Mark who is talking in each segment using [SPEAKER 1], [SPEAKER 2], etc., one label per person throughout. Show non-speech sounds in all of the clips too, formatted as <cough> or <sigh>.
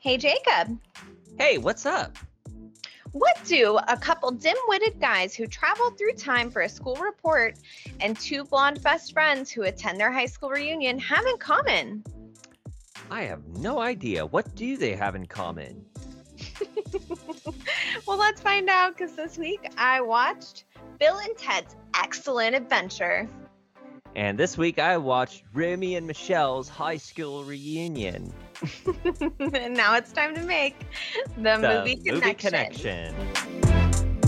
[SPEAKER 1] Hey, Jacob.
[SPEAKER 2] Hey, what's up?
[SPEAKER 1] What do a couple dim witted guys who travel through time for a school report and two blonde best friends who attend their high school reunion have in common?
[SPEAKER 2] I have no idea. What do they have in common?
[SPEAKER 1] Well, let's find out because this week I watched Bill and Ted's Excellent Adventure. <laughs>
[SPEAKER 2] And this week I watched Remy and Michelle's high school reunion.
[SPEAKER 1] and now it's time to make the, movie, connection.
[SPEAKER 2] connection.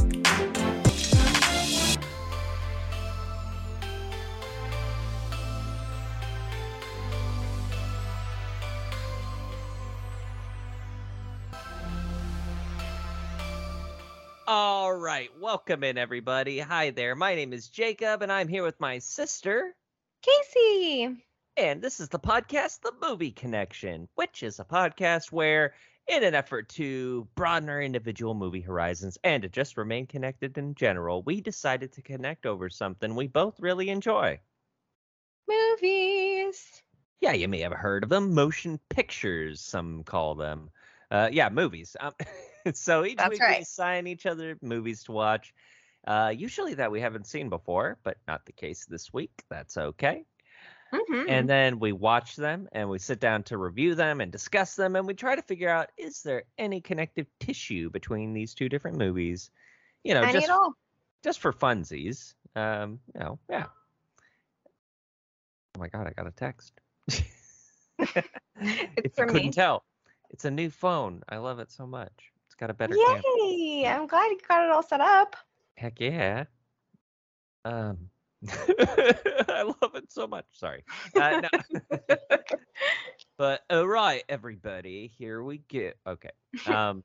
[SPEAKER 2] All right, welcome in everybody. Hi there. My name is Jacob and I'm here with my sister
[SPEAKER 1] Casey.
[SPEAKER 2] and this is the podcast, The Movie Connection, which is a podcast where, in an effort to broaden our individual movie horizons and to just remain connected in general, we decided to connect over something we both really enjoy.
[SPEAKER 1] Movies.
[SPEAKER 2] Yeah, you may have heard of them motion pictures, some call them. Uh, yeah, movies. Um, <laughs> so each
[SPEAKER 1] That's
[SPEAKER 2] week
[SPEAKER 1] right.
[SPEAKER 2] we assign each other movies to watch, uh, usually that we haven't seen before, but not the case this week. That's okay.
[SPEAKER 1] Mm-hmm. <laughs>
[SPEAKER 2] and then we watch them and we sit down to review them and discuss them and we try to figure out is there any connective tissue between these two different movies you know
[SPEAKER 1] Any
[SPEAKER 2] uh, just
[SPEAKER 1] at all.
[SPEAKER 2] just for funsies um you know yeah oh my god i got
[SPEAKER 1] <laughs>
[SPEAKER 2] a text if
[SPEAKER 1] from
[SPEAKER 2] you
[SPEAKER 1] me.
[SPEAKER 2] couldn't tell it's a new phone i love it so much it's got a better camera
[SPEAKER 1] Yay! I'm glad you got it all set up.
[SPEAKER 2] heck yeah um <laughs> i love it so much sorry uh, no, <laughs> But all right, everybody, here we go. Okay. Um,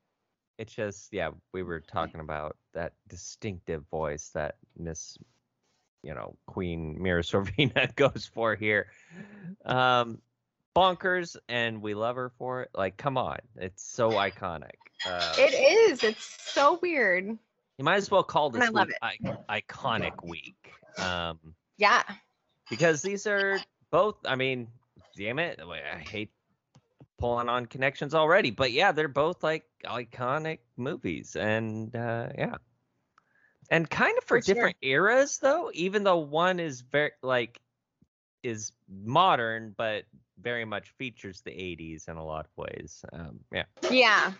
[SPEAKER 2] it's just yeah, we were talking about that distinctive voice that Miss, you know, Queen Mira Sorvina <laughs> goes for here. Um, bonkers, and we love her for it. Like, come on, it's so iconic. Uh,
[SPEAKER 1] It is. It's so weird.
[SPEAKER 2] you might as well call
[SPEAKER 1] and I
[SPEAKER 2] this
[SPEAKER 1] love
[SPEAKER 2] week I- iconic week. Um,
[SPEAKER 1] Yeah.
[SPEAKER 2] because these are both i mean damn it i hate pulling on connections already but yeah they're both like iconic movies and uh yeah and kind of for,
[SPEAKER 1] For sure.
[SPEAKER 2] different eras though even though one is very like is modern but very much features the 80s in a lot of ways um yeah
[SPEAKER 1] Yeah.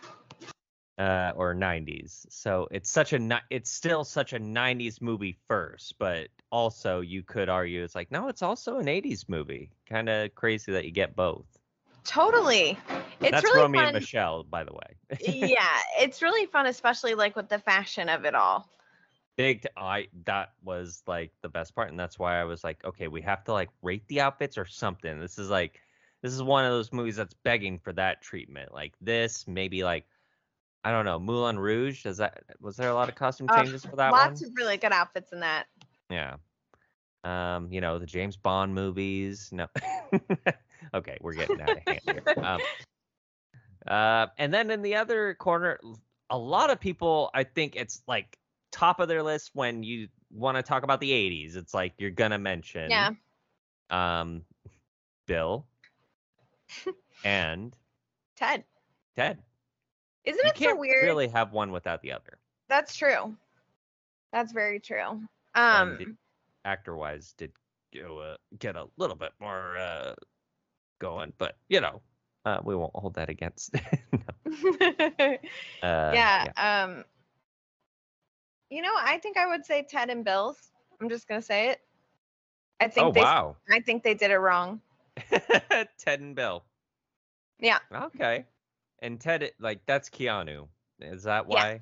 [SPEAKER 2] uh or 90s so it's such a ni- it's still such a 90s movie first but also you could argue it's like no it's also an 80s movie kind of crazy that you get both
[SPEAKER 1] Totally. It's
[SPEAKER 2] that's
[SPEAKER 1] really
[SPEAKER 2] romeo
[SPEAKER 1] fun.
[SPEAKER 2] and michelle by the <laughs> way
[SPEAKER 1] yeah, it's really fun, especially like with the fashion of it all.
[SPEAKER 2] big t- I that was like the best part and that's why i was like okay we have to like rate the outfits or something this is like this is one of those movies that's begging for that treatment like this maybe like i don't know moulin rouge does that was there a lot of costume
[SPEAKER 1] Uh,
[SPEAKER 2] changes for that one
[SPEAKER 1] Lots of really good outfits in that.
[SPEAKER 2] Yeah. Um, you know, the James Bond movies. No. <laughs> okay, we're getting out of hand here.
[SPEAKER 1] <laughs>
[SPEAKER 2] Um, uh, and then in the other corner, a lot of people, I think it's like top of their list when you want to talk about the 80s. It's like you're going to mention
[SPEAKER 1] Yeah.
[SPEAKER 2] um,
[SPEAKER 1] <laughs>
[SPEAKER 2] Bill and
[SPEAKER 1] Ted,
[SPEAKER 2] Ted.
[SPEAKER 1] isn't
[SPEAKER 2] you
[SPEAKER 1] it so
[SPEAKER 2] can't
[SPEAKER 1] weird?
[SPEAKER 2] really have one without the other.
[SPEAKER 1] That's true. That's very true.
[SPEAKER 2] Um,
[SPEAKER 1] Um,
[SPEAKER 2] the actor wise did go, uh, get a little bit more uh, going, but you know, uh, we won't hold that against. <laughs> no.
[SPEAKER 1] <laughs>
[SPEAKER 2] Uh,
[SPEAKER 1] yeah, Um, you know, I think I would say Ted and Bill's. I'm just gonna say it. I think
[SPEAKER 2] Oh
[SPEAKER 1] they.
[SPEAKER 2] wow, <laughs>
[SPEAKER 1] I think they did it wrong.
[SPEAKER 2] Ted and Bill.
[SPEAKER 1] Yeah.
[SPEAKER 2] Okay, and Ted like that's Keanu. Is that
[SPEAKER 1] Yeah.
[SPEAKER 2] why?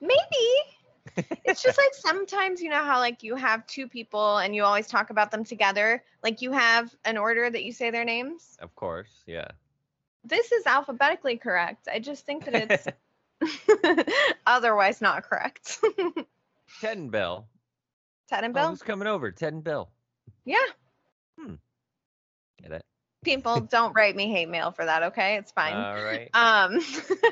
[SPEAKER 1] Maybe. it's just like sometimes you know how like you have two people and you always talk about them together. Like you have an order that you say their names.
[SPEAKER 2] Of course, yeah.
[SPEAKER 1] This is alphabetically correct. I just think that it's <laughs> otherwise not correct. <laughs>
[SPEAKER 2] Ted and Bill.
[SPEAKER 1] Ted and
[SPEAKER 2] Oh,
[SPEAKER 1] Bill.
[SPEAKER 2] who's coming over? Ted and Bill.
[SPEAKER 1] yeah.
[SPEAKER 2] Get it?
[SPEAKER 1] People don't write me hate mail for that, okay? It's fine.
[SPEAKER 2] All
[SPEAKER 1] <laughs>
[SPEAKER 2] right.
[SPEAKER 1] Um,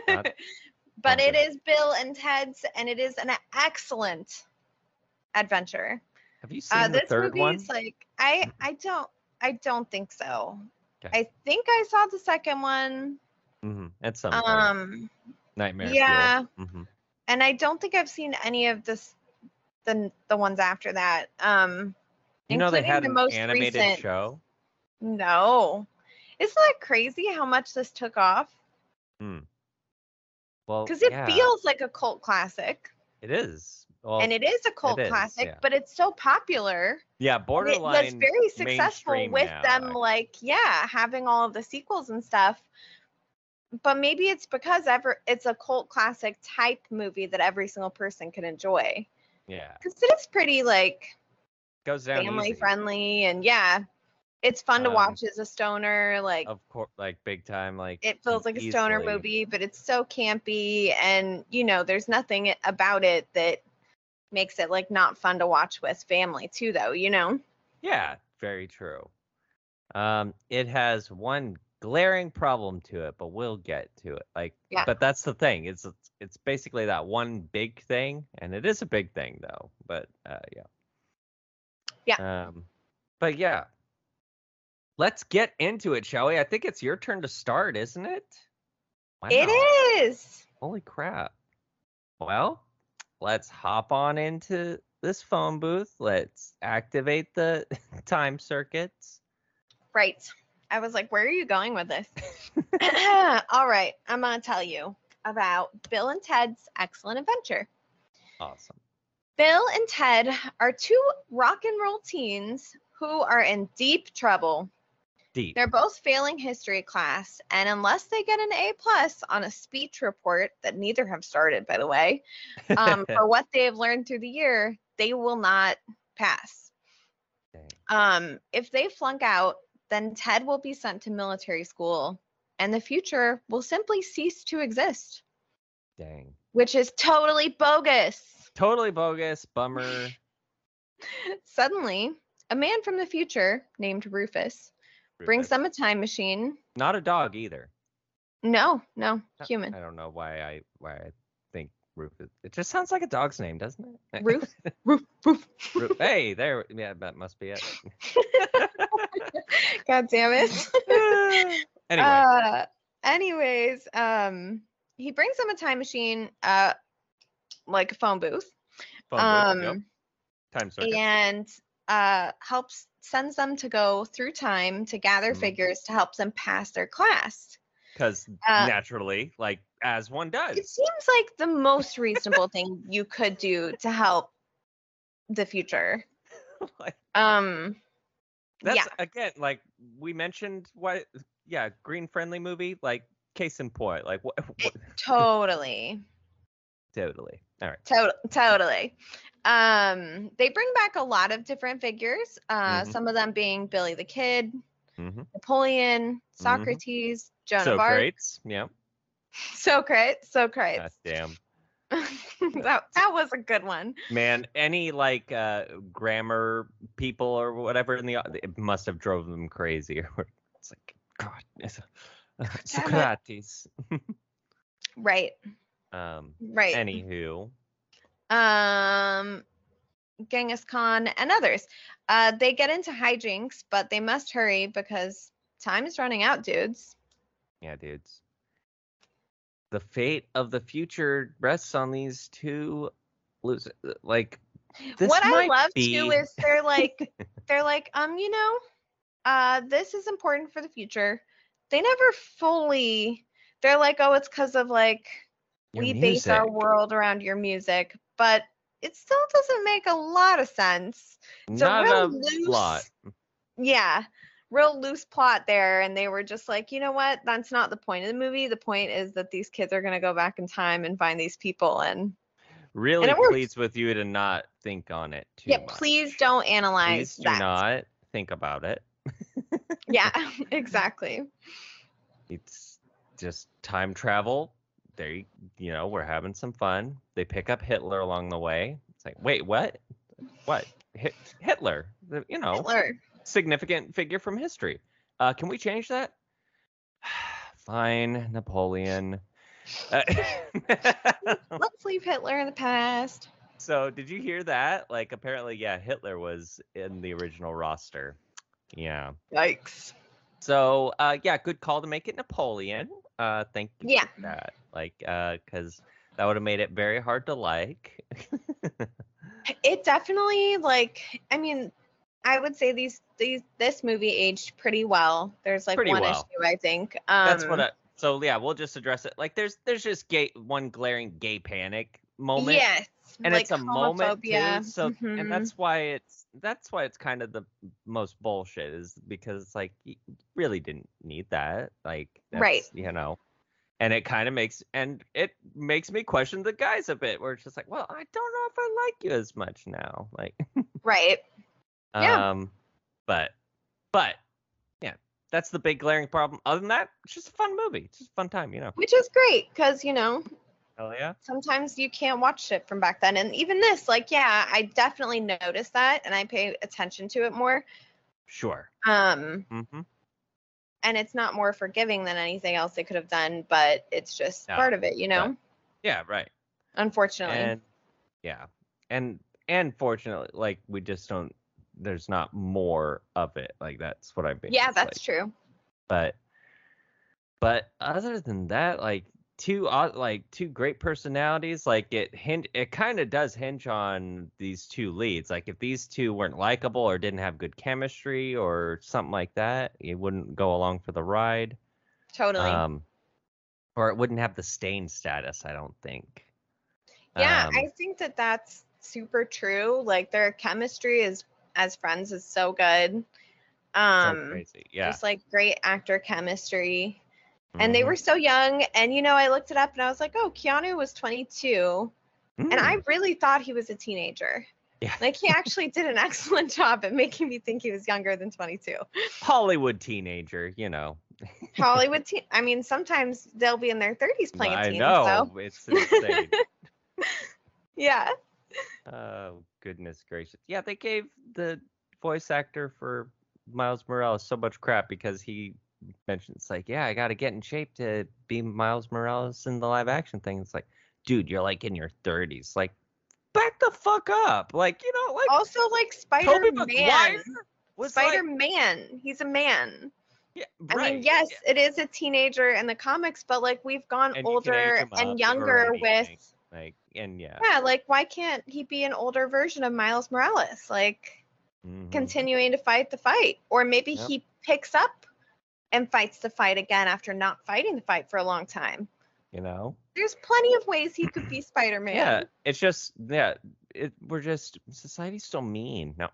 [SPEAKER 2] Not-
[SPEAKER 1] <laughs> but
[SPEAKER 2] not
[SPEAKER 1] it
[SPEAKER 2] good.
[SPEAKER 1] is Bill and Ted's, and it is an excellent adventure.
[SPEAKER 2] Have you seen
[SPEAKER 1] Uh,
[SPEAKER 2] the
[SPEAKER 1] this
[SPEAKER 2] third
[SPEAKER 1] movie
[SPEAKER 2] one?
[SPEAKER 1] is like I I don't I don't think so.
[SPEAKER 2] Okay.
[SPEAKER 1] I think I saw the second one.
[SPEAKER 2] hmm At some point.
[SPEAKER 1] Um,
[SPEAKER 2] Nightmare.
[SPEAKER 1] yeah.
[SPEAKER 2] hmm
[SPEAKER 1] and I don't think I've seen any of this the the ones after that. Um,
[SPEAKER 2] You know they
[SPEAKER 1] including
[SPEAKER 2] had
[SPEAKER 1] the
[SPEAKER 2] an
[SPEAKER 1] most
[SPEAKER 2] animated
[SPEAKER 1] recent-
[SPEAKER 2] show.
[SPEAKER 1] No, isn't that crazy how much this took off?
[SPEAKER 2] Well,
[SPEAKER 1] Because it
[SPEAKER 2] yeah,
[SPEAKER 1] feels like a cult classic,
[SPEAKER 2] it is. Well,
[SPEAKER 1] and it is a cult
[SPEAKER 2] is,
[SPEAKER 1] classic,
[SPEAKER 2] yeah.
[SPEAKER 1] but it's so popular.
[SPEAKER 2] yeah,
[SPEAKER 1] and it
[SPEAKER 2] borderline.
[SPEAKER 1] was very successful
[SPEAKER 2] mainstream
[SPEAKER 1] with
[SPEAKER 2] now,
[SPEAKER 1] them,
[SPEAKER 2] I-
[SPEAKER 1] like yeah, having all of the sequels and stuff. But maybe it's because ever it's a cult classic type movie that every single person can enjoy.
[SPEAKER 2] yeah,
[SPEAKER 1] Because it is pretty like
[SPEAKER 2] goes down
[SPEAKER 1] family
[SPEAKER 2] easy,
[SPEAKER 1] friendly and yeah it's fun to
[SPEAKER 2] Um,
[SPEAKER 1] watch as a stoner like
[SPEAKER 2] Of course, like big time, like
[SPEAKER 1] it feels like a stoner
[SPEAKER 2] easily.
[SPEAKER 1] movie but it's so campy and you know there's nothing i- about it that makes it like not fun to watch with family too though you know
[SPEAKER 2] Yeah, very true. Um, it has one glaring problem to it, but we'll get to it. Like,
[SPEAKER 1] Yeah.
[SPEAKER 2] but that's the thing. It's it's basically that one big thing, and it is a big thing though. But uh, yeah. Yeah. Um, but yeah. Let's get into it, shall we? I think it's your turn to start, isn't it?
[SPEAKER 1] it
[SPEAKER 2] Wow.
[SPEAKER 1] is
[SPEAKER 2] Holy crap. Well, let's hop on into this phone booth. Let's activate the <laughs> time circuits.
[SPEAKER 1] right i was like where are you going with this <laughs> all right i'm gonna tell you about bill and ted's excellent adventure
[SPEAKER 2] Awesome.
[SPEAKER 1] Bill and Ted are two rock and roll teens who are in deep trouble.
[SPEAKER 2] Deep.
[SPEAKER 1] They're both failing history class, and unless they get an A plus on a speech report that neither have started, by the way, um, for what they have learned through the year, they will not pass.
[SPEAKER 2] Dang.
[SPEAKER 1] Um, if they flunk out, then Ted will be sent to military school, and the future will simply cease to exist,
[SPEAKER 2] Dang.
[SPEAKER 1] which is totally bogus. <laughs>
[SPEAKER 2] Totally bogus. Bummer.
[SPEAKER 1] Suddenly, a man from the future named Rufus brings
[SPEAKER 2] Rufus.
[SPEAKER 1] them a time machine.
[SPEAKER 2] Not a dog either.
[SPEAKER 1] No, no,
[SPEAKER 2] Uh,
[SPEAKER 1] human.
[SPEAKER 2] I don't know why I why I think Rufus. It just sounds like a dog's name, doesn't <laughs> it?
[SPEAKER 1] Roof, roof, roof.
[SPEAKER 2] Ru- hey, there. Yeah, that
[SPEAKER 1] <laughs>
[SPEAKER 2] must be it.
[SPEAKER 1] God damn it.
[SPEAKER 2] <laughs> anyway,
[SPEAKER 1] Uh, anyways, um, he brings them a time machine, uh, like a phone booth,
[SPEAKER 2] phone booth, yep,
[SPEAKER 1] um,
[SPEAKER 2] time circuit.
[SPEAKER 1] and uh, helps sends them to go through time to gather
[SPEAKER 2] Mhm.
[SPEAKER 1] figures to help them pass their class.
[SPEAKER 2] Because
[SPEAKER 1] uh,
[SPEAKER 2] naturally, like as one
[SPEAKER 1] It
[SPEAKER 2] does.
[SPEAKER 1] seems like the most reasonable thing you could do to help the future.
[SPEAKER 2] <laughs> like,
[SPEAKER 1] Um,
[SPEAKER 2] that's
[SPEAKER 1] yeah,
[SPEAKER 2] again like we mentioned. What? Yeah, green friendly movie. Like case in point. Like what? what
[SPEAKER 1] totally,
[SPEAKER 2] <laughs> totally. All right.
[SPEAKER 1] to- totally. Um, they bring back a lot of different figures. Uh,
[SPEAKER 2] Mhm.
[SPEAKER 1] some of them being Billy the Kid,
[SPEAKER 2] Mm-hmm.
[SPEAKER 1] Napoleon, Socrates, Joan
[SPEAKER 2] so
[SPEAKER 1] of Arc,
[SPEAKER 2] great. Yeah.
[SPEAKER 1] Socrates,
[SPEAKER 2] God
[SPEAKER 1] Socrates.
[SPEAKER 2] damn.
[SPEAKER 1] <laughs> that that was a good one.
[SPEAKER 2] Man, any like uh grammar people or whatever in the au- it must have drove them crazy. <laughs> it's like God, it's, uh, Socrates.
[SPEAKER 1] Right,
[SPEAKER 2] Um.
[SPEAKER 1] right.
[SPEAKER 2] Anywho,
[SPEAKER 1] um, Genghis Khan, and others. Uh, they get into hijinks, but they must hurry because time is running out, dudes.
[SPEAKER 2] yeah, dudes. The fate of the future rests on these two. Lose like this
[SPEAKER 1] what I
[SPEAKER 2] might
[SPEAKER 1] love too
[SPEAKER 2] be-
[SPEAKER 1] is they're
[SPEAKER 2] <laughs>
[SPEAKER 1] like, they're like, um, you know, uh, this is important for the future. They never fully. They're like, oh, it's because of like
[SPEAKER 2] your
[SPEAKER 1] we base our
[SPEAKER 2] music.
[SPEAKER 1] world around your music, but it still doesn't make a lot of sense. It's a
[SPEAKER 2] not
[SPEAKER 1] real
[SPEAKER 2] a
[SPEAKER 1] loose-
[SPEAKER 2] lot.
[SPEAKER 1] yeah real loose plot there and they were just like you know what that's not the point of the movie the point is that these kids are going to go back in time and find these people and
[SPEAKER 2] Really
[SPEAKER 1] it works.
[SPEAKER 2] pleads with you to not think on it too
[SPEAKER 1] yeah
[SPEAKER 2] much.
[SPEAKER 1] please don't analyze
[SPEAKER 2] Please do
[SPEAKER 1] that
[SPEAKER 2] not think about it.
[SPEAKER 1] <laughs> yeah <laughs> exactly
[SPEAKER 2] it's just time travel. They, you know, we're having some fun. They pick up Hitler along the way. It's like, wait, what? What? Hit- Hitler? The- You know,
[SPEAKER 1] Hitler.
[SPEAKER 2] significant figure from history. Uh, can we change that? <sighs> Fine, Napoleon. Uh, <laughs>
[SPEAKER 1] let's leave hitler in the past
[SPEAKER 2] so, did you hear that? Like, apparently, yeah, Hitler was in the original roster. Yeah.
[SPEAKER 1] yikes
[SPEAKER 2] So, uh, yeah, good call to make it Napoleon. Uh, thank you
[SPEAKER 1] Yeah.
[SPEAKER 2] for that. Like, uh, because that would have made it very hard to like. <laughs>
[SPEAKER 1] It definitely like I mean, I would say these these this movie aged pretty well. There's like
[SPEAKER 2] Pretty
[SPEAKER 1] one
[SPEAKER 2] well.
[SPEAKER 1] issue I think. Um,
[SPEAKER 2] That's what. I, so yeah, we'll just address it. Like, there's there's just gay one glaring gay panic moment.
[SPEAKER 1] Yes.
[SPEAKER 2] and
[SPEAKER 1] like
[SPEAKER 2] it's a moment too.
[SPEAKER 1] homophobia.
[SPEAKER 2] So
[SPEAKER 1] Mhm.
[SPEAKER 2] and that's why it's that's why it's kind of the most bullshit is because it's like you really didn't need that. Like that's,
[SPEAKER 1] Right.
[SPEAKER 2] you know. And it kind of makes and it makes me question the guys a bit where it's just like, well, I don't know if I like you as much now. Like
[SPEAKER 1] right. Yeah.
[SPEAKER 2] um but but yeah, that's the big glaring problem. Other than that, it's just a fun movie. It's just a fun time, you know.
[SPEAKER 1] Which is great because you know
[SPEAKER 2] Hell yeah.
[SPEAKER 1] sometimes you can't watch shit from back then. And even this, like, yeah, I definitely noticed that and I pay attention to it more.
[SPEAKER 2] Sure.
[SPEAKER 1] Um,
[SPEAKER 2] Mm-hmm.
[SPEAKER 1] and it's not more forgiving than anything else they could have done, but it's just
[SPEAKER 2] No,
[SPEAKER 1] part of it, you know.
[SPEAKER 2] Yeah, right.
[SPEAKER 1] Unfortunately,
[SPEAKER 2] and yeah and and fortunately like we just don't there's not more of it like that's what i mean
[SPEAKER 1] yeah,
[SPEAKER 2] It's
[SPEAKER 1] that's
[SPEAKER 2] like-
[SPEAKER 1] true.
[SPEAKER 2] but but other than that like two au- like two great personalities like it hinge it kind of does hinge on these two leads like if these two weren't likable or didn't have good chemistry or something like that it wouldn't go along for the ride
[SPEAKER 1] Totally.
[SPEAKER 2] um or it wouldn't have the stain status i don't think
[SPEAKER 1] yeah,
[SPEAKER 2] Um,
[SPEAKER 1] I think that that's super true. Like their chemistry is as friends is so good.
[SPEAKER 2] so
[SPEAKER 1] Um,
[SPEAKER 2] crazy yeah
[SPEAKER 1] just like great actor chemistry. And they
[SPEAKER 2] Mhm.
[SPEAKER 1] were so young. And you know, I looked it up and I was like, oh, Keanu was 22. And I
[SPEAKER 2] Mm.
[SPEAKER 1] really thought he was a teenager.
[SPEAKER 2] Yeah.
[SPEAKER 1] <laughs> Like he actually did an <laughs> excellent job at making me think he was younger than 22.
[SPEAKER 2] Hollywood teenager, you know.
[SPEAKER 1] Hollywood teen. I mean, sometimes they'll be in their 30s playing a
[SPEAKER 2] I
[SPEAKER 1] teen.
[SPEAKER 2] know
[SPEAKER 1] So <laughs>
[SPEAKER 2] it's insane.
[SPEAKER 1] yeah,
[SPEAKER 2] oh goodness gracious! Yeah, they gave the voice actor for Miles Morales so much crap because he mentioned it's like, yeah, I got to get in shape to be Miles Morales in the live action thing. It's like, dude, you're like in your 30s. Like, back the fuck up. Like, you know, like
[SPEAKER 1] also like Spider
[SPEAKER 2] Tobey
[SPEAKER 1] Man.
[SPEAKER 2] Maguire was
[SPEAKER 1] Spider
[SPEAKER 2] like,
[SPEAKER 1] Man. He's a man.
[SPEAKER 2] yeah,
[SPEAKER 1] I
[SPEAKER 2] right.
[SPEAKER 1] mean, yes, it is a teenager in the comics, but like we've gone
[SPEAKER 2] <laughs> And you can age
[SPEAKER 1] older
[SPEAKER 2] 'em up or
[SPEAKER 1] and younger with.
[SPEAKER 2] anything. like, and yeah,
[SPEAKER 1] Yeah, like why can't he be an older version of Miles Morales? Like
[SPEAKER 2] mhm.
[SPEAKER 1] continuing to fight the fight. Or maybe
[SPEAKER 2] Yep.
[SPEAKER 1] he picks up and fights the fight again after not fighting the fight for a long time.
[SPEAKER 2] you know.
[SPEAKER 1] There's plenty of ways he
[SPEAKER 2] <laughs>
[SPEAKER 1] could be Spider Man.
[SPEAKER 2] Yeah, it's just yeah, it we're just society's so mean. No.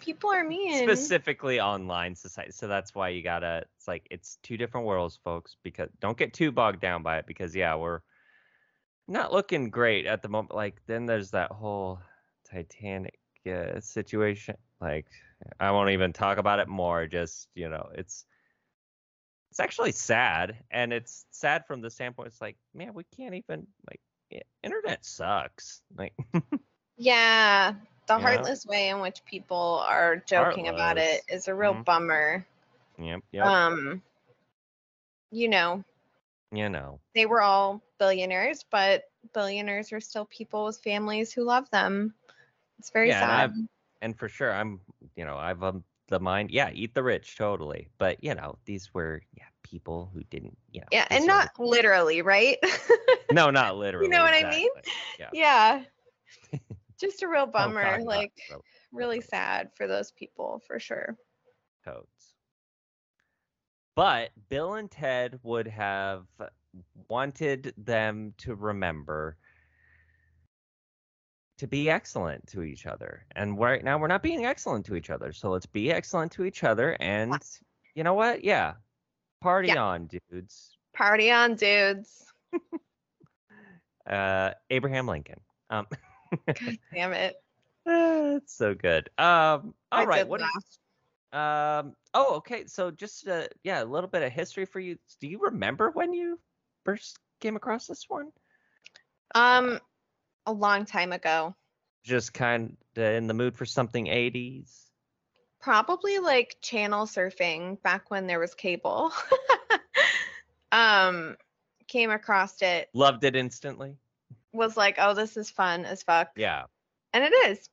[SPEAKER 1] people are mean.
[SPEAKER 2] Specifically online society. So that's why you gotta it's like it's two different worlds, folks, because don't get too bogged down by it because yeah, we're not looking great at the moment. Like then there's that whole Titanic uh, situation. Like I won't even talk about it more. Just you know, it's it's actually sad, and it's sad from the standpoint. It's like man, we can't even like i- internet sucks. Like <laughs>
[SPEAKER 1] Yeah. The
[SPEAKER 2] Yeah.
[SPEAKER 1] heartless way in which people are joking about
[SPEAKER 2] Heartless.
[SPEAKER 1] it is a real
[SPEAKER 2] Mhm.
[SPEAKER 1] bummer.
[SPEAKER 2] yep, yep,
[SPEAKER 1] Um, you know,
[SPEAKER 2] you know,
[SPEAKER 1] they were all billionaires, but billionaires are still people with families who love them. It's very
[SPEAKER 2] Yeah, and
[SPEAKER 1] sad.
[SPEAKER 2] I've- and for sure, I'm you know I've um, the mind. Yeah, eat the rich totally, but you know these were yeah people who didn't you know
[SPEAKER 1] yeah, and
[SPEAKER 2] deserve-
[SPEAKER 1] not literally, right? <laughs>
[SPEAKER 2] no not literally
[SPEAKER 1] what I mean?
[SPEAKER 2] exactly, yeah.
[SPEAKER 1] <laughs>
[SPEAKER 2] <laughs>
[SPEAKER 1] yeah. Just a real
[SPEAKER 2] Oh,
[SPEAKER 1] bummer.
[SPEAKER 2] God, not
[SPEAKER 1] like
[SPEAKER 2] really.
[SPEAKER 1] really
[SPEAKER 2] really.
[SPEAKER 1] sad for those people for sure.
[SPEAKER 2] toads. But Bill and Ted would have wanted them to remember to be excellent to each other. And right now we're not being excellent to each other. So let's be excellent to each other and you know what? Yeah. Party
[SPEAKER 1] Yeah.
[SPEAKER 2] on, dudes.
[SPEAKER 1] Party on,
[SPEAKER 2] <laughs>
[SPEAKER 1] dudes.
[SPEAKER 2] Uh Abraham Lincoln. Um
[SPEAKER 1] God damn it.
[SPEAKER 2] Eh, it's so good. Um all
[SPEAKER 1] I
[SPEAKER 2] right,
[SPEAKER 1] did
[SPEAKER 2] what do you-
[SPEAKER 1] laugh.
[SPEAKER 2] Um. Oh, okay. So just uh, yeah, a little bit of history for you. Do you remember when you first came across this one?
[SPEAKER 1] Um a long time ago.
[SPEAKER 2] Just kind of in the mood for something '80s.
[SPEAKER 1] Probably like channel surfing back when there was cable. <laughs> um came across it,
[SPEAKER 2] Loved it instantly.
[SPEAKER 1] was like, oh, this is fun as fuck.
[SPEAKER 2] Yeah.
[SPEAKER 1] And it is.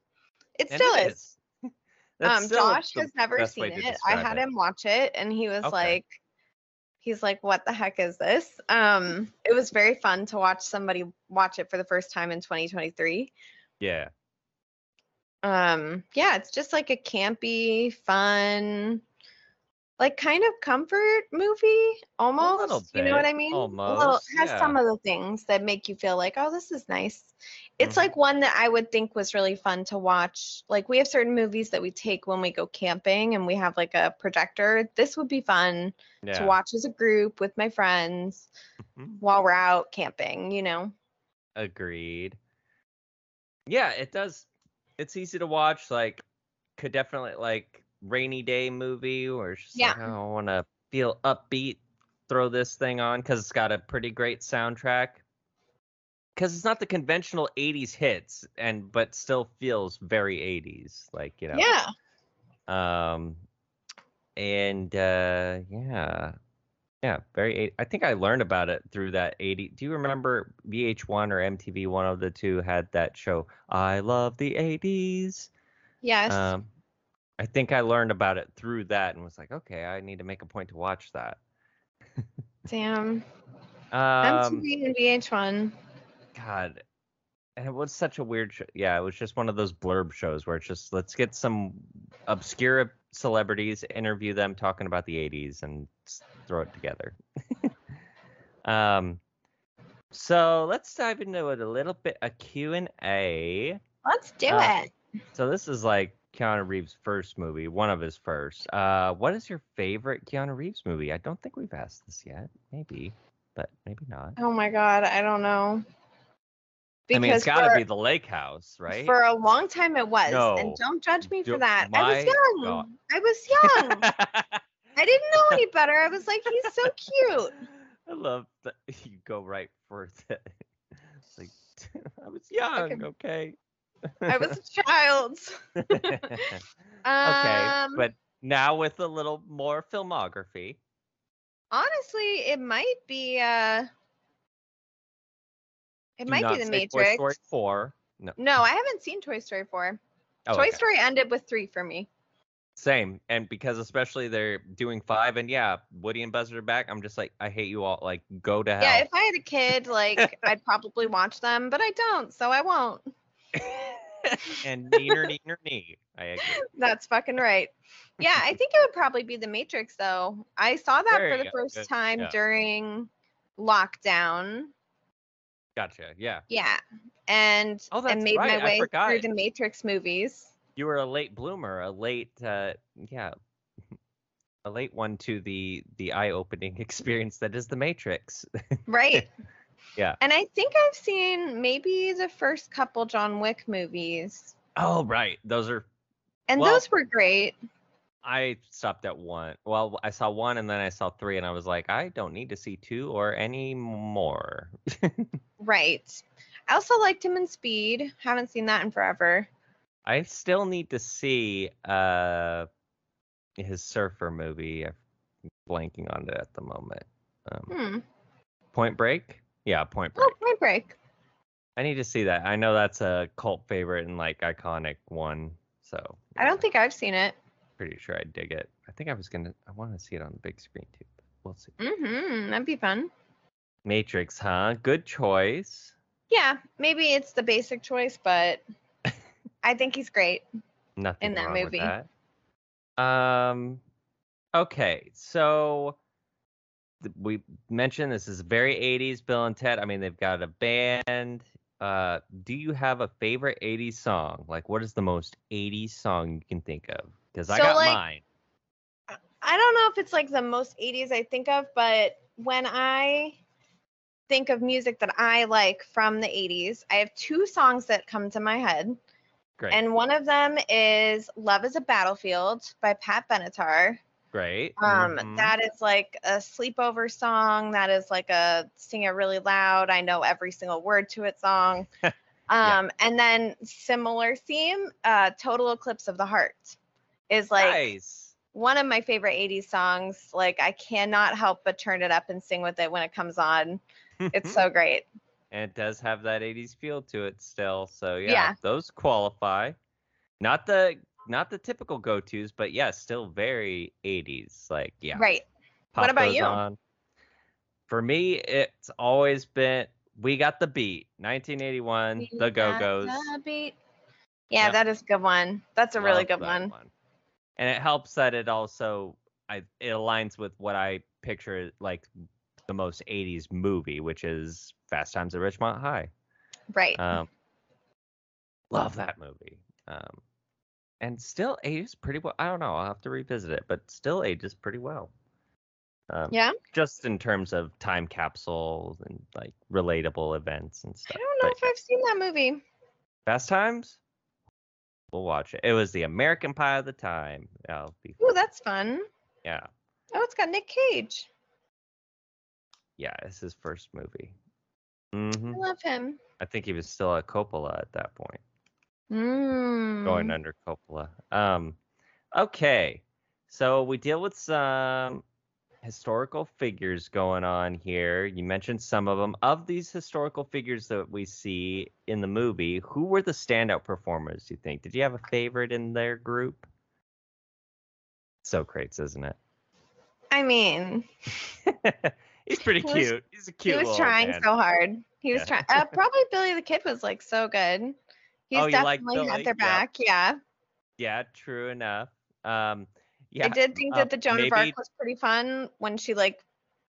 [SPEAKER 1] It
[SPEAKER 2] and
[SPEAKER 1] still
[SPEAKER 2] it
[SPEAKER 1] is.
[SPEAKER 2] is. <laughs> That's
[SPEAKER 1] Um
[SPEAKER 2] still
[SPEAKER 1] Josh
[SPEAKER 2] the
[SPEAKER 1] has never
[SPEAKER 2] best way
[SPEAKER 1] seen
[SPEAKER 2] to
[SPEAKER 1] it. I
[SPEAKER 2] describe
[SPEAKER 1] had him watch it and he was
[SPEAKER 2] Okay.
[SPEAKER 1] like he's like, "What the heck is this?" Um, it was very fun to watch somebody watch it for the first time in 2023.
[SPEAKER 2] Yeah.
[SPEAKER 1] Um, yeah, it's just like a campy, fun, like kind of comfort movie almost. you know what I
[SPEAKER 2] bit,
[SPEAKER 1] mean?
[SPEAKER 2] almost,
[SPEAKER 1] Well, it has
[SPEAKER 2] yeah.
[SPEAKER 1] some of the things that make you feel like, oh, this is nice. It's
[SPEAKER 2] Mhm.
[SPEAKER 1] like one that I would think was really fun to watch. Like we have certain movies that we take when we go camping and we have like a projector. This would be fun
[SPEAKER 2] Yeah.
[SPEAKER 1] to watch as a group with my friends
[SPEAKER 2] Mhm.
[SPEAKER 1] while we're out camping, you know.
[SPEAKER 2] Agreed. Yeah, it does. It's easy to watch. Like, could definitely like rainy day movie where it's just like, "Oh, I want to feel upbeat. Throw this thing on because it's got a pretty great soundtrack. Because it's not the conventional '80s hits, and but still feels very '80s. Like you know.
[SPEAKER 1] Yeah.
[SPEAKER 2] Um, and uh, yeah, yeah, very. eight- I think I learned about it through that eighty. Do you remember VH1 or MTV? One of the two had that show. I love the eighties.
[SPEAKER 1] Yes.
[SPEAKER 2] Um, I think I learned about it through that and was like, okay, I need to make a point to watch that.
[SPEAKER 1] Damn.
[SPEAKER 2] Um,
[SPEAKER 1] MTV and VH1.
[SPEAKER 2] God. And it was such a weird show. Yeah, it was just one of those blurb shows where it's just let's get some obscure celebrities, interview them talking about the 80s and s- throw it together. <laughs> um so let's dive into it a little bit a Q&A.
[SPEAKER 1] Let's do
[SPEAKER 2] Uh,
[SPEAKER 1] it.
[SPEAKER 2] So this is like Keanu Reeves' first movie, one of his first. Uh what is your favorite Keanu Reeves movie? I don't think we've asked this yet. Maybe, but maybe not.
[SPEAKER 1] Oh my god, I don't know.
[SPEAKER 2] I mean, it's got
[SPEAKER 1] for-
[SPEAKER 2] to be The Lake House, right?
[SPEAKER 1] For a long time it was.
[SPEAKER 2] No.
[SPEAKER 1] And don't judge me for
[SPEAKER 2] Don't-
[SPEAKER 1] that. I
[SPEAKER 2] my
[SPEAKER 1] was young.
[SPEAKER 2] God.
[SPEAKER 1] I was young. I didn't know
[SPEAKER 2] <laughs>
[SPEAKER 1] any better. I was like, he's so cute.
[SPEAKER 2] I love that <laughs> you go right for that. It's <laughs> like <laughs> I was young, okay.
[SPEAKER 1] I was a child.
[SPEAKER 2] <laughs> okay,
[SPEAKER 1] Um,
[SPEAKER 2] but now with a little more filmography.
[SPEAKER 1] Honestly, it might be uh it
[SPEAKER 2] Do
[SPEAKER 1] might
[SPEAKER 2] not
[SPEAKER 1] be the
[SPEAKER 2] say Toy Story
[SPEAKER 1] Matrix.
[SPEAKER 2] Four. No.
[SPEAKER 1] No, I haven't seen Toy Story 4.
[SPEAKER 2] Oh,
[SPEAKER 1] Toy
[SPEAKER 2] okay.
[SPEAKER 1] Story ended with 3 for me.
[SPEAKER 2] Same, and because especially they're doing five, and yeah, Woody and Buzzard are back. I'm just like, I hate you all. Like, go to hell.
[SPEAKER 1] Yeah, if I had a kid, like
[SPEAKER 2] <laughs>
[SPEAKER 1] I'd probably watch them, but I don't, so I won't. <laughs>
[SPEAKER 2] and neener, neener, nee. I agree.
[SPEAKER 1] That's fucking right. Yeah, I think it would probably be The Matrix, though. I saw that
[SPEAKER 2] There
[SPEAKER 1] for
[SPEAKER 2] you
[SPEAKER 1] the
[SPEAKER 2] go.
[SPEAKER 1] first
[SPEAKER 2] Good.
[SPEAKER 1] time
[SPEAKER 2] Yeah.
[SPEAKER 1] during lockdown.
[SPEAKER 2] Gotcha. Yeah.
[SPEAKER 1] Yeah, and
[SPEAKER 2] Oh, that's
[SPEAKER 1] and made
[SPEAKER 2] right. I
[SPEAKER 1] my way through
[SPEAKER 2] forgot.
[SPEAKER 1] the Matrix movies.
[SPEAKER 2] You were a late bloomer, a late uh yeah. A late one to the the eye-opening <laughs> experience that is the Matrix. <laughs>
[SPEAKER 1] Right.
[SPEAKER 2] Yeah.
[SPEAKER 1] And I think I've seen maybe the first couple John Wick movies,
[SPEAKER 2] Oh, right. Those are
[SPEAKER 1] and
[SPEAKER 2] Well-
[SPEAKER 1] those were great.
[SPEAKER 2] I stopped at one. Well, I saw one and then I saw three and I was like, I don't need to see two or any more.
[SPEAKER 1] Right. I also liked him in Speed. Haven't seen that in forever.
[SPEAKER 2] I still need to see uh his surfer movie. I'm blanking on it at the moment. Um,
[SPEAKER 1] Hmm.
[SPEAKER 2] Point Break? Yeah, Point Break.
[SPEAKER 1] Oh, Point Break.
[SPEAKER 2] I need to see that. I know that's a cult favorite and like iconic one. So
[SPEAKER 1] I don't think I've seen it.
[SPEAKER 2] pretty sure I'd dig it. I think I was gonna I wanna see it on the big screen too. but We'll see.
[SPEAKER 1] Mm-hmm. That'd be fun.
[SPEAKER 2] Matrix, huh? Good choice.
[SPEAKER 1] Yeah, maybe it's the basic choice, <laughs> but I think he's great.
[SPEAKER 2] Nothing
[SPEAKER 1] In that
[SPEAKER 2] wrong
[SPEAKER 1] movie.
[SPEAKER 2] With that. Um okay, so th- we mentioned this is very 80s Bill and Ted. I mean, they've got a band. Uh, do you have a favorite 80s song? Like, what is the most 80s song you can think of? Because I
[SPEAKER 1] So,
[SPEAKER 2] got
[SPEAKER 1] like,
[SPEAKER 2] mine.
[SPEAKER 1] I don't know if it's like the most 80s I think of, but when I think of music that I like from the 80s, I have two songs that come to my head.
[SPEAKER 2] Great.
[SPEAKER 1] And one of them is Love is a Battlefield by Pat Benatar.
[SPEAKER 2] Great.
[SPEAKER 1] Um,
[SPEAKER 2] mhm.
[SPEAKER 1] that is like a sleepover song. That is like a sing it really loud. I know every single word to it song. um,
[SPEAKER 2] <laughs> Yeah.
[SPEAKER 1] and then similar theme, uh, Total Eclipse of the Heart is like
[SPEAKER 2] nice.
[SPEAKER 1] one of my favorite 80s songs. Like I cannot help but turn it up and sing with it when it comes on.
[SPEAKER 2] Mm.
[SPEAKER 1] It's so great.
[SPEAKER 2] <laughs> and it does have that 80s feel to it still. So yeah,
[SPEAKER 1] Yeah.
[SPEAKER 2] those qualify. Not the not the typical go-tos, but yeah, still very 80s. Like yeah.
[SPEAKER 1] Right. What
[SPEAKER 2] pop
[SPEAKER 1] about
[SPEAKER 2] those
[SPEAKER 1] you?
[SPEAKER 2] on. for me, it's always been we got the beat. 1981,
[SPEAKER 1] We
[SPEAKER 2] the
[SPEAKER 1] got
[SPEAKER 2] Go Go's.
[SPEAKER 1] the beat. Yeah,
[SPEAKER 2] Yep.
[SPEAKER 1] that is a good one. That's a really good
[SPEAKER 2] Love that
[SPEAKER 1] one.
[SPEAKER 2] And it helps that it also I it aligns with what I picture like the most 80s movie, which is Fast Times at Richmond High.
[SPEAKER 1] Right.
[SPEAKER 2] Um, love that movie. Um, and still ages pretty well. I don't know. I'll have to revisit it, but still ages pretty well. Um,
[SPEAKER 1] yeah.
[SPEAKER 2] Just in terms of time capsule and like relatable events and
[SPEAKER 1] I
[SPEAKER 2] stuff.
[SPEAKER 1] don't know
[SPEAKER 2] But
[SPEAKER 1] if I've seen that movie.
[SPEAKER 2] Fast Times. We'll watch it. It was the American Pie of the time. That'll be
[SPEAKER 1] Ooh,
[SPEAKER 2] fun.
[SPEAKER 1] that's fun.
[SPEAKER 2] yeah,
[SPEAKER 1] Oh, it's got Nick Cage.
[SPEAKER 2] yeah. It's his first movie. hmm
[SPEAKER 1] I love him.
[SPEAKER 2] I think he was still at Coppola at that point.
[SPEAKER 1] Mm.
[SPEAKER 2] going under Coppola. Um, okay, so we deal with some historical figures going on here. You mentioned some of them. Of these historical figures that we see in the movie, who were the standout performers? You think? Did you have a favorite in their group? Socrates, isn't
[SPEAKER 1] I mean,
[SPEAKER 2] it? <laughs> He's
[SPEAKER 1] <laughs>
[SPEAKER 2] pretty
[SPEAKER 1] He was-
[SPEAKER 2] cute. He's a cute.
[SPEAKER 1] he was
[SPEAKER 2] little
[SPEAKER 1] trying
[SPEAKER 2] man.
[SPEAKER 1] so hard. He was
[SPEAKER 2] <laughs> Yeah.
[SPEAKER 1] trying. Uh, probably Billy the Kid was like so good. He's
[SPEAKER 2] Oh, you like
[SPEAKER 1] definitely
[SPEAKER 2] Billy,
[SPEAKER 1] had their
[SPEAKER 2] yeah.
[SPEAKER 1] back. Yeah.
[SPEAKER 2] Yeah, true enough. Um, yeah,
[SPEAKER 1] I did think
[SPEAKER 2] um,
[SPEAKER 1] that the Joan of
[SPEAKER 2] maybe-
[SPEAKER 1] Arc was pretty fun when she like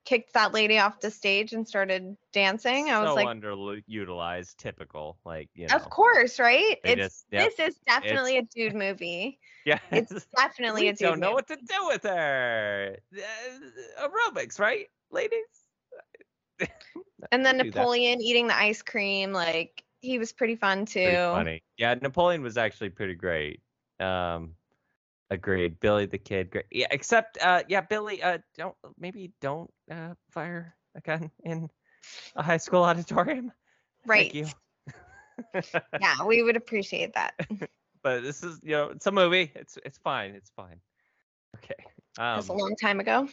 [SPEAKER 1] kicked that lady off the stage and started dancing. I was
[SPEAKER 2] so
[SPEAKER 1] like,
[SPEAKER 2] underutilized, typical. Like you know,
[SPEAKER 1] of course, right?
[SPEAKER 2] they
[SPEAKER 1] It's
[SPEAKER 2] just- yep.
[SPEAKER 1] this is definitely a dude movie.
[SPEAKER 2] <laughs> Yeah.
[SPEAKER 1] It's definitely
[SPEAKER 2] we
[SPEAKER 1] a dude.
[SPEAKER 2] don't know
[SPEAKER 1] movie.
[SPEAKER 2] what to do with her. Uh, aerobics, right, ladies?
[SPEAKER 1] and then
[SPEAKER 2] do that.
[SPEAKER 1] Napoleon eating the ice cream, like he was pretty fun too.
[SPEAKER 2] Pretty funny. Yeah, Napoleon was actually pretty great. Um, agreed. Billy the Kid, great. Yeah, except uh, yeah, Billy. Uh, don't maybe don't uh fire a gun in a high school auditorium. <laughs>
[SPEAKER 1] Right.
[SPEAKER 2] Thank you.
[SPEAKER 1] Yeah, we would appreciate that.
[SPEAKER 2] But this is you know it's a movie. It's it's fine. It's fine. Okay. Um,
[SPEAKER 1] That's a long time ago.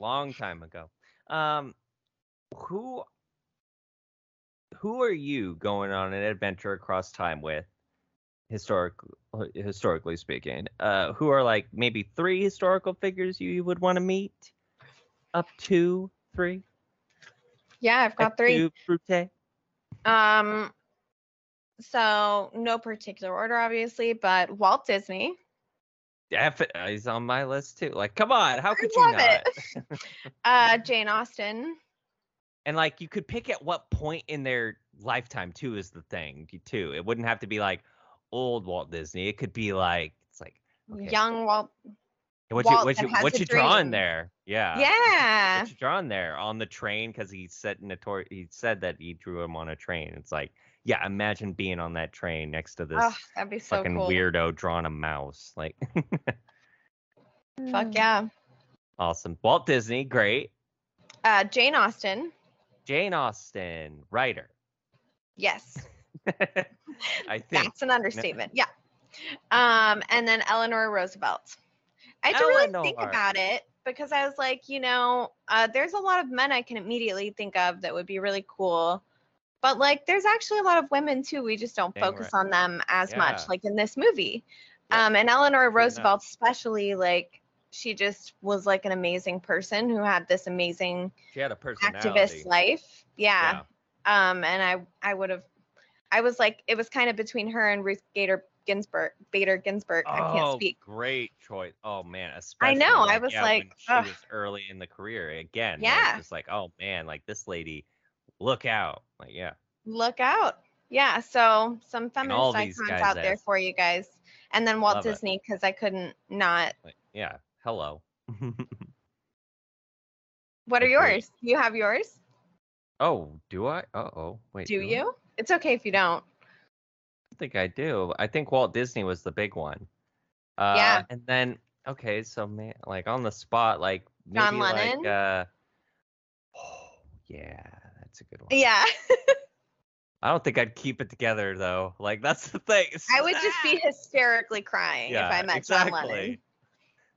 [SPEAKER 2] long time ago. Um, who who are you going on an adventure across time with, historic uh, historically speaking? Uh, who are like maybe three historical figures you, you would want to meet? Up to three.
[SPEAKER 1] Yeah, I've got
[SPEAKER 2] Up
[SPEAKER 1] three.
[SPEAKER 2] to Brute?
[SPEAKER 1] Um, so no particular order, obviously, but Walt Disney.
[SPEAKER 2] Def- uh, he's on my list too. Like, come on, how could you
[SPEAKER 1] love
[SPEAKER 2] not?
[SPEAKER 1] it.
[SPEAKER 2] Mm-hmm.
[SPEAKER 1] Uh, Jane Austen.
[SPEAKER 2] And like, you could pick at what point in their lifetime too is the thing too. It wouldn't have to be like old Walt Disney. It could be like it's like Okay.
[SPEAKER 1] Young Walt.
[SPEAKER 2] And What
[SPEAKER 1] Walt
[SPEAKER 2] you what
[SPEAKER 1] that
[SPEAKER 2] you
[SPEAKER 1] has
[SPEAKER 2] what
[SPEAKER 1] a
[SPEAKER 2] you drawing
[SPEAKER 1] dream.
[SPEAKER 2] there? Yeah.
[SPEAKER 1] Yeah.
[SPEAKER 2] What you drawing there on the train? Because he said notor- he said that he drew him on a train. It's like, yeah, imagine being on that train next to this
[SPEAKER 1] Oh, that'd be so
[SPEAKER 2] fucking
[SPEAKER 1] cool.
[SPEAKER 2] weirdo drawing a mouse. Like, <laughs>
[SPEAKER 1] Fuck yeah.
[SPEAKER 2] awesome. Walt Disney, great.
[SPEAKER 1] Uh, Jane Austen.
[SPEAKER 2] Jane Austen, writer.
[SPEAKER 1] Yes, <laughs>
[SPEAKER 2] I think
[SPEAKER 1] that's an understatement. Yeah. Um, and then Eleanor Roosevelt. I had to really think
[SPEAKER 2] Eleanor.
[SPEAKER 1] about it because I was like, you know, uh, there's a lot of men I can immediately think of that would be really cool. But like, there's actually a lot of women too. We just don't
[SPEAKER 2] Dang right.
[SPEAKER 1] focus on them as
[SPEAKER 2] Yeah.
[SPEAKER 1] much, like in this movie.
[SPEAKER 2] Yeah.
[SPEAKER 1] Um, and Eleanor
[SPEAKER 2] enough.
[SPEAKER 1] Roosevelt, especially, like, she just was like an amazing person who had this amazing
[SPEAKER 2] she had a personality.
[SPEAKER 1] activist life. yeah
[SPEAKER 2] yeah.
[SPEAKER 1] um and i i would have i was like it was kind of between her and ruth gator ginsburg bader ginsburg i can't
[SPEAKER 2] Oh,
[SPEAKER 1] speak
[SPEAKER 2] Great choice. Oh man, especially
[SPEAKER 1] I know, I
[SPEAKER 2] like,
[SPEAKER 1] was
[SPEAKER 2] yeah,
[SPEAKER 1] like,
[SPEAKER 2] when she
[SPEAKER 1] ugh.
[SPEAKER 2] was early in the career again.
[SPEAKER 1] Yeah.
[SPEAKER 2] It's like, oh man, like this lady, look out. Like, yeah.
[SPEAKER 1] look out yeah so some
[SPEAKER 2] all
[SPEAKER 1] feminist icons
[SPEAKER 2] these guys
[SPEAKER 1] out there
[SPEAKER 2] ass.
[SPEAKER 1] for you guys and then walt
[SPEAKER 2] Love it.
[SPEAKER 1] disney because i couldn't not
[SPEAKER 2] Like, yeah.
[SPEAKER 1] <laughs>
[SPEAKER 2] Hello.
[SPEAKER 1] what are
[SPEAKER 2] Agreed.
[SPEAKER 1] yours you have yours
[SPEAKER 2] oh, do I? Uh oh. Wait.
[SPEAKER 1] do
[SPEAKER 2] I? I
[SPEAKER 1] you it's okay if you don't
[SPEAKER 2] don't think I do. I think Walt Disney was the big one. Uh,
[SPEAKER 1] Yeah.
[SPEAKER 2] And then okay, so man, like on the spot, like
[SPEAKER 1] John
[SPEAKER 2] maybe
[SPEAKER 1] Lennon?
[SPEAKER 2] Like, uh, oh yeah, that's a good one.
[SPEAKER 1] yeah
[SPEAKER 2] I don't think I'd keep it together though. Like that's the thing.
[SPEAKER 1] i would just
[SPEAKER 2] <laughs>
[SPEAKER 1] be hysterically crying if i met john lennon
[SPEAKER 2] exactly.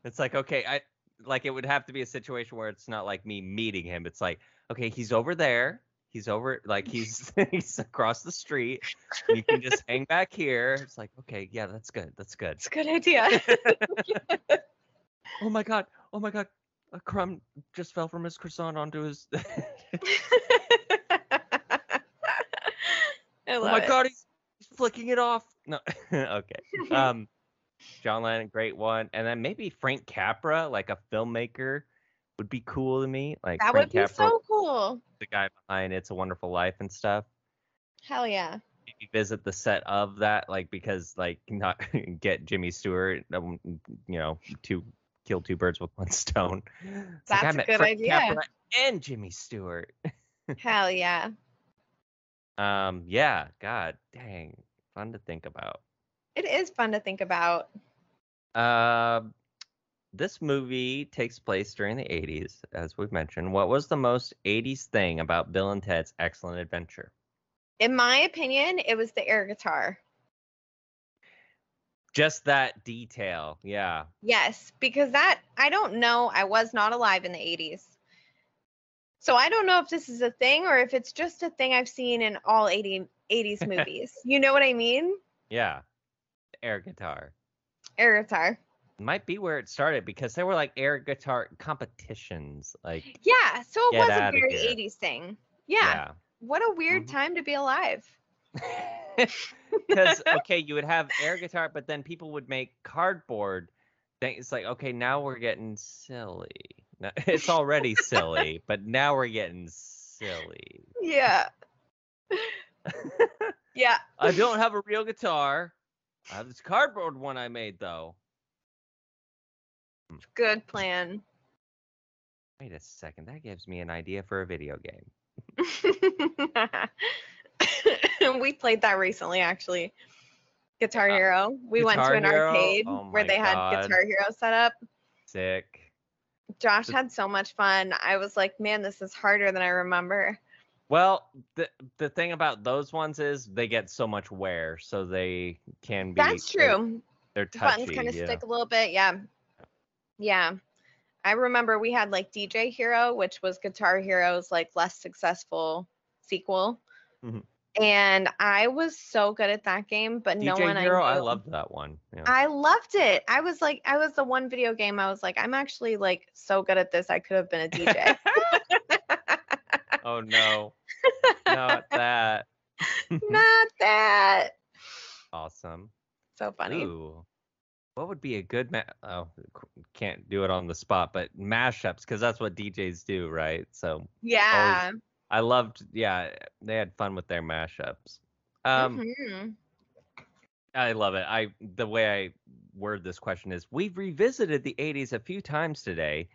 [SPEAKER 2] It's like okay, I like it would have to be a situation where it's not like me meeting him. It's like okay, he's over there. He's over like he's <laughs> he's across the street. You can just hang back here. It's like okay, yeah, that's good. That's good.
[SPEAKER 1] it's a good idea <laughs>
[SPEAKER 2] Oh my god. Oh my god. A crumb just fell from his <laughs> croissant onto his
[SPEAKER 1] I
[SPEAKER 2] oh
[SPEAKER 1] love
[SPEAKER 2] my
[SPEAKER 1] it.
[SPEAKER 2] god, he's, he's flicking it off. No, <laughs> okay. Um, John Lennon, great one, and then maybe Frank Capra, like a filmmaker, would be cool to me. Like
[SPEAKER 1] that would
[SPEAKER 2] Frank
[SPEAKER 1] be
[SPEAKER 2] Capra,
[SPEAKER 1] so cool.
[SPEAKER 2] the guy behind It's a Wonderful Life and stuff.
[SPEAKER 1] Hell yeah.
[SPEAKER 2] Maybe visit the set of that, like because like <laughs> not get Jimmy Stewart, um, you know, to kill two birds with one stone. It's like,
[SPEAKER 1] That's
[SPEAKER 2] I
[SPEAKER 1] a
[SPEAKER 2] met
[SPEAKER 1] good
[SPEAKER 2] Frank
[SPEAKER 1] idea.
[SPEAKER 2] Capra and Jimmy Stewart.
[SPEAKER 1] Hell yeah.
[SPEAKER 2] Um, yeah, God, dang, fun to think about.
[SPEAKER 1] It is fun to think about.
[SPEAKER 2] Um, this movie takes place during the 80s, as we've mentioned. What was the most 80s thing about Bill and Ted's Excellent Adventure?
[SPEAKER 1] In my opinion, it was the air guitar.
[SPEAKER 2] Just that detail, yeah.
[SPEAKER 1] Yes, because that I don't know. I was not alive in the 80s. So I don't know if this is a thing or if it's just a thing I've seen in all 80,
[SPEAKER 2] <laughs>
[SPEAKER 1] 80s movies. You know what I mean?
[SPEAKER 2] Yeah, the air guitar
[SPEAKER 1] Air guitar.
[SPEAKER 2] might be where it started because there were like air guitar competitions, like
[SPEAKER 1] Yeah, so it
[SPEAKER 2] Get
[SPEAKER 1] was a
[SPEAKER 2] outta
[SPEAKER 1] very
[SPEAKER 2] here.
[SPEAKER 1] 80s thing. Yeah. What a weird
[SPEAKER 2] Mhm.
[SPEAKER 1] time to be
[SPEAKER 2] <laughs>
[SPEAKER 1] alive.
[SPEAKER 2] Because okay, you would have air guitar, but then people would make cardboard. Thing. It's like okay, now we're getting silly. No, <laughs> it's already silly, but now we're getting silly.
[SPEAKER 1] Yeah. <laughs> yeah.
[SPEAKER 2] I don't have a real guitar. I have this cardboard one I made though.
[SPEAKER 1] Good plan.
[SPEAKER 2] Wait a second, that gives me an idea for a video game.
[SPEAKER 1] <laughs> we played that recently, actually. Guitar
[SPEAKER 2] Uh,
[SPEAKER 1] Hero. We went to
[SPEAKER 2] Guitar
[SPEAKER 1] an
[SPEAKER 2] Hero?
[SPEAKER 1] arcade
[SPEAKER 2] Oh
[SPEAKER 1] where
[SPEAKER 2] my
[SPEAKER 1] they had
[SPEAKER 2] God.
[SPEAKER 1] Guitar Hero set up.
[SPEAKER 2] Sick.
[SPEAKER 1] Josh
[SPEAKER 2] Th-
[SPEAKER 1] had so much fun. I was like, man, this is harder than I remember.
[SPEAKER 2] Well, the the thing about those ones is they get so much wear, so they can be.
[SPEAKER 1] That's
[SPEAKER 2] they're-
[SPEAKER 1] true.
[SPEAKER 2] They're,
[SPEAKER 1] The
[SPEAKER 2] touchy.
[SPEAKER 1] buttons kind of
[SPEAKER 2] yeah.
[SPEAKER 1] stick a little bit. Yeah. Yeah. I remember we had like DJ Hero, which was Guitar Hero's like less successful sequel.
[SPEAKER 2] Mhm.
[SPEAKER 1] And I was so good at that game, but no
[SPEAKER 2] DJ
[SPEAKER 1] one
[SPEAKER 2] Hero,
[SPEAKER 1] I
[SPEAKER 2] I,
[SPEAKER 1] knew.
[SPEAKER 2] loved that one. Yeah.
[SPEAKER 1] I loved it. I was like, I was the one video game I was like, I'm actually like so good at this. I could have been a
[SPEAKER 2] <laughs>
[SPEAKER 1] DJ.
[SPEAKER 2] oh no,
[SPEAKER 1] <laughs>
[SPEAKER 2] not that
[SPEAKER 1] <laughs> Not that.
[SPEAKER 2] awesome.
[SPEAKER 1] So funny.
[SPEAKER 2] Ooh, what would be a good ma- oh c- can't do it on the spot, but mashups because that's what DJs do, right? So
[SPEAKER 1] Yeah.
[SPEAKER 2] I loved, yeah, they had fun with their mashups. Um,
[SPEAKER 1] Mhm.
[SPEAKER 2] I love it. I the way I word this question is we've revisited the 80s a few times today,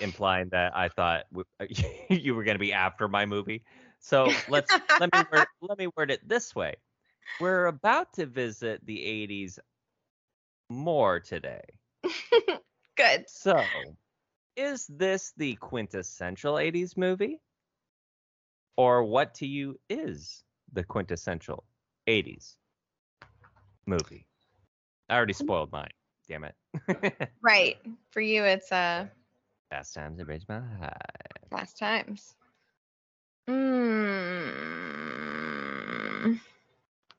[SPEAKER 2] implying that I thought w- uh, <laughs> you were going to be after my movie. So let's let me word, let me word it this way: We're about to visit the 80s more today.
[SPEAKER 1] Good.
[SPEAKER 2] So, is this the quintessential 80s movie, or what to you is the quintessential 80s movie? I already
[SPEAKER 1] Um,
[SPEAKER 2] spoiled mine. Damn it.
[SPEAKER 1] Right. For you, it's uh
[SPEAKER 2] Fast times at Ridgemont High.
[SPEAKER 1] fast times. Mm.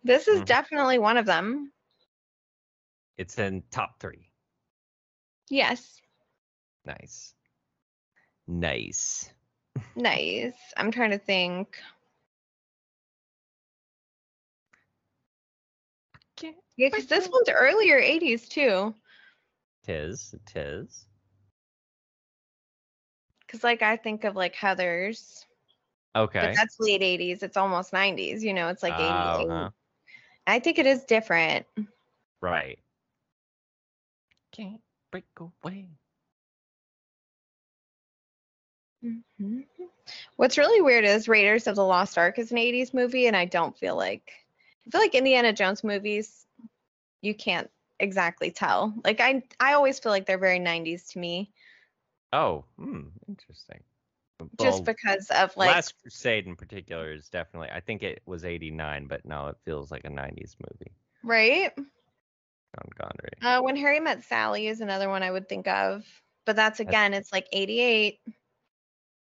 [SPEAKER 1] This is
[SPEAKER 2] Mhm.
[SPEAKER 1] definitely one of them.
[SPEAKER 2] It's in top three.
[SPEAKER 1] Yes.
[SPEAKER 2] Nice. Nice.
[SPEAKER 1] Nice. I'm trying to think. Yeah, because this one's earlier 80s too.
[SPEAKER 2] Tis. Tis.
[SPEAKER 1] Because like I think of like Heather's,
[SPEAKER 2] Okay.
[SPEAKER 1] but that's late 80s. It's almost 90s. You know, it's like 88.
[SPEAKER 2] Oh, huh.
[SPEAKER 1] I think it is different.
[SPEAKER 2] Right. Can't break away.
[SPEAKER 1] Mhm. What's really weird is Raiders of the Lost Ark is an 80s movie, and I don't feel like I feel like Indiana Jones movies, you can't exactly tell. Like I I always feel like they're very 90s to me,
[SPEAKER 2] Oh, hmm, interesting. Well,
[SPEAKER 1] just because of like
[SPEAKER 2] Last Crusade in particular is definitely. I think it was '89, but now it feels like a '90s movie.
[SPEAKER 1] right.
[SPEAKER 2] John Connery.
[SPEAKER 1] Uh, when Harry Met Sally is another one I would think of, but that's again it's like 88.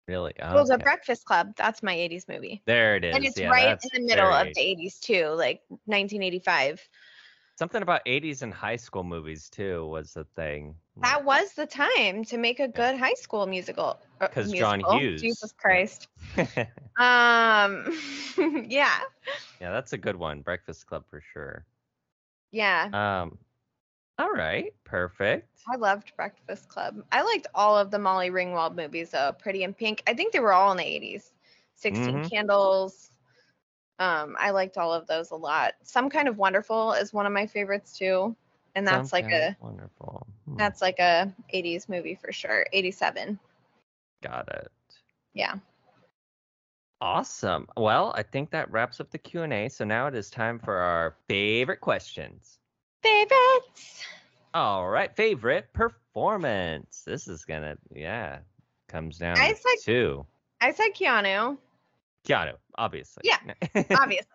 [SPEAKER 2] Really?
[SPEAKER 1] Well, The
[SPEAKER 2] Okay.
[SPEAKER 1] Breakfast Club, that's my 80s movie,
[SPEAKER 2] There it is.
[SPEAKER 1] and it's
[SPEAKER 2] yeah,
[SPEAKER 1] right
[SPEAKER 2] that's
[SPEAKER 1] in the middle
[SPEAKER 2] very
[SPEAKER 1] of the 80s too, like 1985.
[SPEAKER 2] Something about 80s and high school movies too was a thing.
[SPEAKER 1] That was the time to make a good high school musical. uh,
[SPEAKER 2] 'Cause John
[SPEAKER 1] musical.
[SPEAKER 2] Hughes.
[SPEAKER 1] Jesus Christ.
[SPEAKER 2] yeah, <laughs>
[SPEAKER 1] Um, <laughs> yeah,
[SPEAKER 2] that's a good one. Breakfast Club for sure.
[SPEAKER 1] yeah.
[SPEAKER 2] Um, all right, perfect.
[SPEAKER 1] I loved Breakfast Club. I liked all of the Molly Ringwald movies though. Pretty in Pink. I think they were all in the 80s. 16
[SPEAKER 2] Mhm.
[SPEAKER 1] Candles. Um, I liked all of those a lot. Some Kind of Wonderful is one of my favorites too, and that's
[SPEAKER 2] Some
[SPEAKER 1] like
[SPEAKER 2] kind
[SPEAKER 1] a
[SPEAKER 2] of wonderful. Hmm,
[SPEAKER 1] that's like a 80s movie for sure. 87.
[SPEAKER 2] got it.
[SPEAKER 1] Yeah.
[SPEAKER 2] Awesome. Well, I think that wraps up the Q and A. So now it is time for our favorite questions.
[SPEAKER 1] Favorites.
[SPEAKER 2] All right, favorite performance. This is gonna, yeah, comes down
[SPEAKER 1] I said-
[SPEAKER 2] to
[SPEAKER 1] I said Keanu.
[SPEAKER 2] Keanu, obviously.
[SPEAKER 1] Yeah, obviously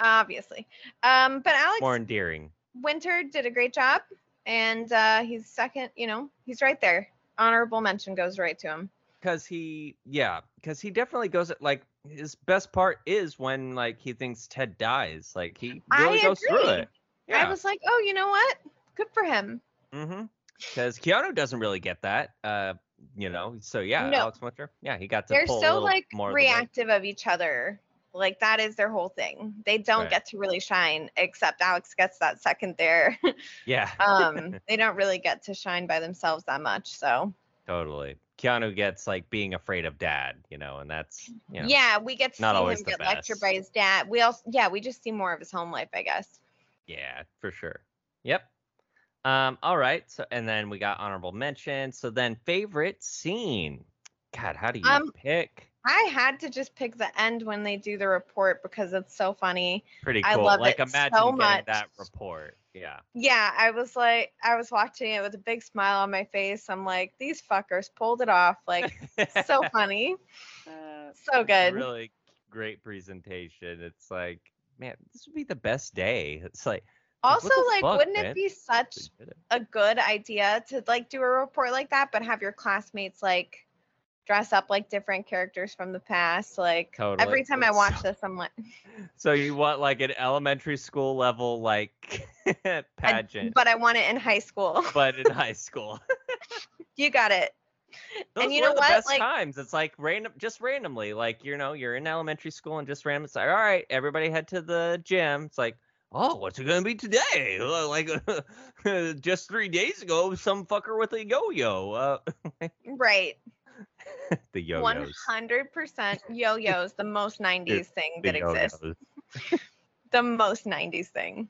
[SPEAKER 1] obviously um but alex
[SPEAKER 2] more endearing.
[SPEAKER 1] winter did a great job and uh he's second you know he's right there honorable mention goes right to him
[SPEAKER 2] because he yeah because he definitely goes at like his best part is when like he thinks ted dies like he
[SPEAKER 1] I
[SPEAKER 2] really goes through
[SPEAKER 1] agree.
[SPEAKER 2] it yeah
[SPEAKER 1] i was like oh you know what good for him
[SPEAKER 2] mm-hmm because keanu doesn't really get that uh you know so yeah
[SPEAKER 1] No.
[SPEAKER 2] alex winter yeah he got to
[SPEAKER 1] they're
[SPEAKER 2] pull a
[SPEAKER 1] so
[SPEAKER 2] little
[SPEAKER 1] like
[SPEAKER 2] more of the weight.
[SPEAKER 1] reactive of each other like that is their whole thing they don't
[SPEAKER 2] Right.
[SPEAKER 1] get to really shine except alex gets that second
[SPEAKER 2] <laughs>
[SPEAKER 1] there
[SPEAKER 2] yeah
[SPEAKER 1] um they don't really get to shine by themselves that much so
[SPEAKER 2] totally keanu gets like being afraid of dad you know and that's you know
[SPEAKER 1] yeah we get to
[SPEAKER 2] not
[SPEAKER 1] see
[SPEAKER 2] always
[SPEAKER 1] him
[SPEAKER 2] the
[SPEAKER 1] get lectured
[SPEAKER 2] best.
[SPEAKER 1] by his dad we also yeah we just see more of his home life i guess
[SPEAKER 2] Yeah, for sure. Yep. Um, all right. So and then we got honorable mention. So then favorite scene. God, how do you
[SPEAKER 1] Um,
[SPEAKER 2] pick?
[SPEAKER 1] I had to just pick the end when they do the report because it's so funny.
[SPEAKER 2] Pretty cool.
[SPEAKER 1] I love it
[SPEAKER 2] like
[SPEAKER 1] so
[SPEAKER 2] imagine getting
[SPEAKER 1] much.
[SPEAKER 2] that report. Yeah.
[SPEAKER 1] Yeah, I was like, I was watching it with a big smile on my face. I'm like, these fuckers pulled it off. Like,
[SPEAKER 2] <laughs>
[SPEAKER 1] so funny, so good.
[SPEAKER 2] Really great presentation. It's like, man, this would be the best day. It's like what
[SPEAKER 1] also,
[SPEAKER 2] the
[SPEAKER 1] like,
[SPEAKER 2] fuck,
[SPEAKER 1] wouldn't
[SPEAKER 2] man?
[SPEAKER 1] it be such
[SPEAKER 2] we did it.
[SPEAKER 1] a good idea to like do a report like that, but have your classmates like dress up like different characters from the past? Like,
[SPEAKER 2] Totally.
[SPEAKER 1] every time I
[SPEAKER 2] It's
[SPEAKER 1] watch
[SPEAKER 2] so-
[SPEAKER 1] this, I'm like,
[SPEAKER 2] so you want like an elementary school level like <laughs>
[SPEAKER 1] I-
[SPEAKER 2] pageant,
[SPEAKER 1] but I want it in high school. <laughs>
[SPEAKER 2] but in high school.
[SPEAKER 1] you got it.
[SPEAKER 2] Those
[SPEAKER 1] you
[SPEAKER 2] were
[SPEAKER 1] know
[SPEAKER 2] the
[SPEAKER 1] what?
[SPEAKER 2] best
[SPEAKER 1] Like-
[SPEAKER 2] times. It's like random, just randomly. Like you know, you're in elementary school and just random. It's like, all right, everybody head to the gym. It's like, oh, what's it gonna be today? <laughs> Uh, Like <laughs> just three days ago, some fucker with a yo-yo. Uh, <laughs>
[SPEAKER 1] Right.
[SPEAKER 2] the yo-yos.
[SPEAKER 1] One hundred percent yo-yo is the most '90s thing
[SPEAKER 2] The
[SPEAKER 1] that exists.
[SPEAKER 2] yo-yos.
[SPEAKER 1] The most '90s thing.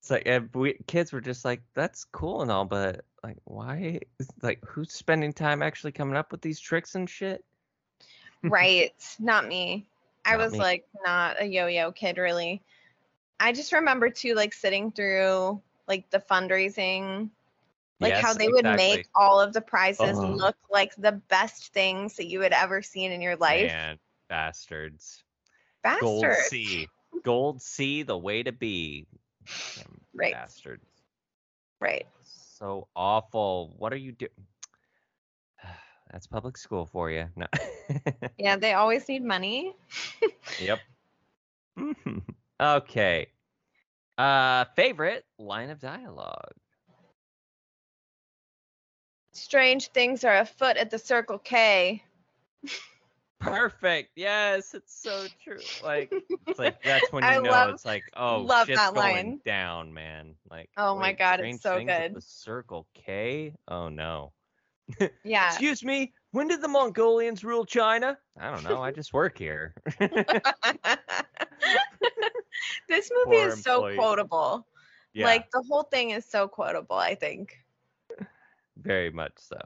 [SPEAKER 2] It's like uh, we kids were just like, that's cool and all, but like, why? is- Like, who's spending time actually coming up with these tricks and shit?
[SPEAKER 1] Right. not me. I
[SPEAKER 2] Not
[SPEAKER 1] was
[SPEAKER 2] me.
[SPEAKER 1] like not a yo-yo kid really. I just remember too like sitting through like the fundraising, like how
[SPEAKER 2] Yes,
[SPEAKER 1] they would
[SPEAKER 2] exactly.
[SPEAKER 1] make all of the prizes
[SPEAKER 2] Oh.
[SPEAKER 1] look like the best things that you had ever seen in your life.
[SPEAKER 2] Man, bastards. Gold
[SPEAKER 1] Bastard.
[SPEAKER 2] C. Gold C, the way to be. Damn
[SPEAKER 1] Right.
[SPEAKER 2] Bastards.
[SPEAKER 1] <laughs>
[SPEAKER 2] <laughs>
[SPEAKER 1] Right.
[SPEAKER 2] So awful. What are you doing? <sighs> That's public school for you. No. <laughs>
[SPEAKER 1] Yeah, they always need money.
[SPEAKER 2] yep. Mhm. okay. Uh favorite line of dialogue. <laughs>
[SPEAKER 1] Strange things are afoot at the Circle K.
[SPEAKER 2] Perfect. Yes, it's so true. Like it's like that's when
[SPEAKER 1] <laughs>
[SPEAKER 2] you
[SPEAKER 1] I
[SPEAKER 2] know
[SPEAKER 1] love-
[SPEAKER 2] it's like oh
[SPEAKER 1] love
[SPEAKER 2] shit's
[SPEAKER 1] that
[SPEAKER 2] going
[SPEAKER 1] line.
[SPEAKER 2] down, man. Like
[SPEAKER 1] Oh my
[SPEAKER 2] wait,
[SPEAKER 1] God, it's
[SPEAKER 2] strange
[SPEAKER 1] so
[SPEAKER 2] things at
[SPEAKER 1] good.
[SPEAKER 2] The Circle K. Oh no.
[SPEAKER 1] Yeah.
[SPEAKER 2] Excuse me, when did the Mongolians rule China? I don't
[SPEAKER 1] <laughs>
[SPEAKER 2] know. I just work here. <laughs>
[SPEAKER 1] <laughs> this movie
[SPEAKER 2] Poor
[SPEAKER 1] is so
[SPEAKER 2] employee.
[SPEAKER 1] quotable.
[SPEAKER 2] yeah,
[SPEAKER 1] Like the whole thing is so quotable, I think.
[SPEAKER 2] very much so.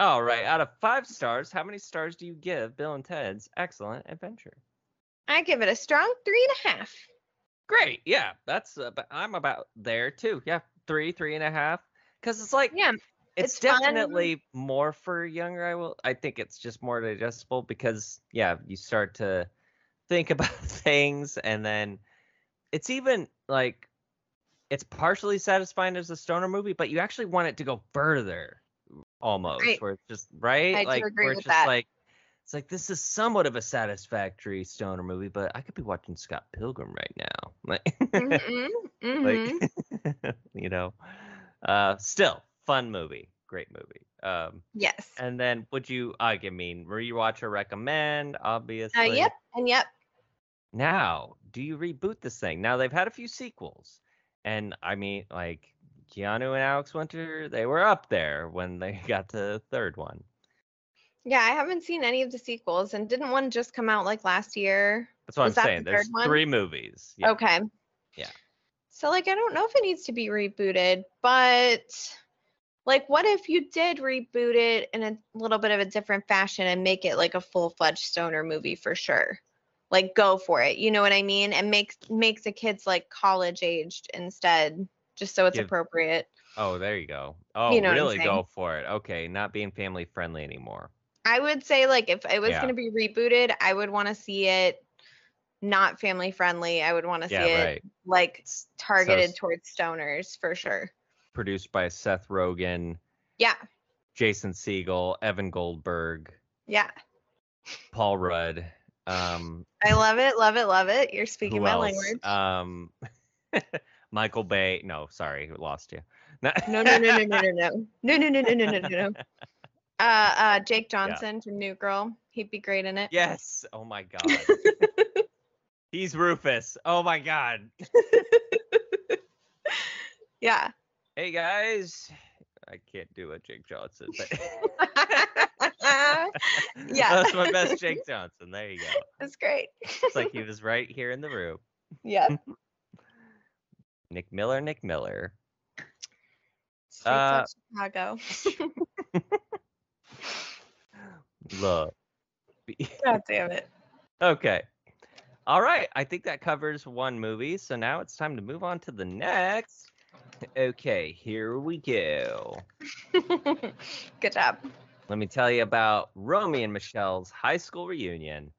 [SPEAKER 2] All right, out of five stars, how many stars do you give Bill and Ted's Excellent Adventure?
[SPEAKER 1] I give it a strong three and
[SPEAKER 2] <laughs>
[SPEAKER 1] a half.
[SPEAKER 2] Great, yeah, that's ab- I'm about there too. Yeah, three, three and a half, because it's like
[SPEAKER 1] Yeah.
[SPEAKER 2] it's,
[SPEAKER 1] it's fun.
[SPEAKER 2] definitely more for younger. I will, I think it's just more digestible because yeah, you start to think <laughs> about things, and then it's even like it's partially satisfying as a stoner movie, but you actually want it to go further almost
[SPEAKER 1] Right.
[SPEAKER 2] where it's just right
[SPEAKER 1] I do
[SPEAKER 2] like
[SPEAKER 1] agree
[SPEAKER 2] where
[SPEAKER 1] with
[SPEAKER 2] it's just
[SPEAKER 1] that.
[SPEAKER 2] like It's like this is somewhat of a satisfactory stoner movie, but I could be watching Scott Pilgrim right now. <laughs> Like,
[SPEAKER 1] Mhm,
[SPEAKER 2] <laughs>
[SPEAKER 1] mhm.
[SPEAKER 2] like you know, uh, still fun movie, great movie. Um,
[SPEAKER 1] yes.
[SPEAKER 2] and then would you? I mean, rewatch or recommend?
[SPEAKER 1] Uh,
[SPEAKER 2] Obviously.
[SPEAKER 1] yep. And yep.
[SPEAKER 2] Now, do you reboot this thing? Now they've had a few sequels, and I mean, like Keanu and Alex Winter, they were up there when they <laughs> got to the third one.
[SPEAKER 1] Yeah, I haven't seen any of the sequels, and didn't one just come out like last year?
[SPEAKER 2] That's what
[SPEAKER 1] Was that
[SPEAKER 2] I'm
[SPEAKER 1] the
[SPEAKER 2] saying. There's
[SPEAKER 1] third one? Oh.
[SPEAKER 2] three movies. Yeah.
[SPEAKER 1] Okay.
[SPEAKER 2] Yeah.
[SPEAKER 1] So like I don't know if it needs to be rebooted, but like what if you did reboot it in a little bit of a different fashion and make it like a full-fledged stoner movie for sure. Like go for it. You know what I mean? And make make the kids like college aged instead, just so it's
[SPEAKER 2] Give-
[SPEAKER 1] appropriate.
[SPEAKER 2] Oh, there you go. Oh,
[SPEAKER 1] know what I'm
[SPEAKER 2] really
[SPEAKER 1] saying.
[SPEAKER 2] go for it. Okay, not being family friendly anymore.
[SPEAKER 1] I would say like if it was
[SPEAKER 2] Yeah.
[SPEAKER 1] gonna be rebooted, I would want to see it not family friendly. I would want to
[SPEAKER 2] Yeah,
[SPEAKER 1] see it
[SPEAKER 2] right.
[SPEAKER 1] like
[SPEAKER 2] It's
[SPEAKER 1] targeted
[SPEAKER 2] s-
[SPEAKER 1] towards stoners for sure.
[SPEAKER 2] produced by Seth Rogen,
[SPEAKER 1] Yeah,
[SPEAKER 2] Jason Segel, Evan Goldberg,
[SPEAKER 1] yeah.
[SPEAKER 2] Paul Rudd. Um,
[SPEAKER 1] I love it, love it, love it. You're speaking
[SPEAKER 2] who
[SPEAKER 1] my
[SPEAKER 2] else?
[SPEAKER 1] language.
[SPEAKER 2] Um, <laughs> Michael Bay. No, sorry, lost you. <laughs>
[SPEAKER 1] no, no, no, no, no, no, no, no, no, no, no, no, no, no,
[SPEAKER 2] <laughs>
[SPEAKER 1] no. Uh, uh, Jake Johnson from New Girl. He'd be great in it.
[SPEAKER 2] Yes. Oh my god.
[SPEAKER 1] <laughs>
[SPEAKER 2] He's Rufus. Oh my god.
[SPEAKER 1] Yeah. <laughs>
[SPEAKER 2] Hey guys. I can't do a Jake Johnson. But <laughs>
[SPEAKER 1] Yeah.
[SPEAKER 2] That's
[SPEAKER 1] <laughs>
[SPEAKER 2] my best Jake Johnson. There you go.
[SPEAKER 1] That's great.
[SPEAKER 2] It's like he was right here in the room.
[SPEAKER 1] Yeah.
[SPEAKER 2] <laughs> Nick Miller, Nick Miller.
[SPEAKER 1] Streets
[SPEAKER 2] Uh,
[SPEAKER 1] of Chicago.
[SPEAKER 2] Look.
[SPEAKER 1] God damn it.
[SPEAKER 2] okay. All right. I think that covers one movie. So now it's time to move on to the next. Okay, here we go.
[SPEAKER 1] Good job.
[SPEAKER 2] Let me tell you about Romy and Michelle's high school reunion.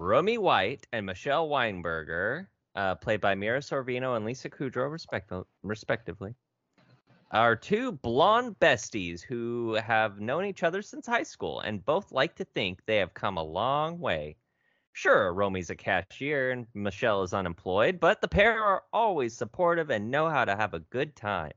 [SPEAKER 2] Romy White and Michelle Weinberger, uh, played by Mira Sorvino and Lisa Kudrow, respect- respectively, are two blonde besties who have known each other since high school and both like to think they have come a long way. Sure, Romy's a cashier and Michelle is unemployed, but the pair are always supportive and know how to have a good time.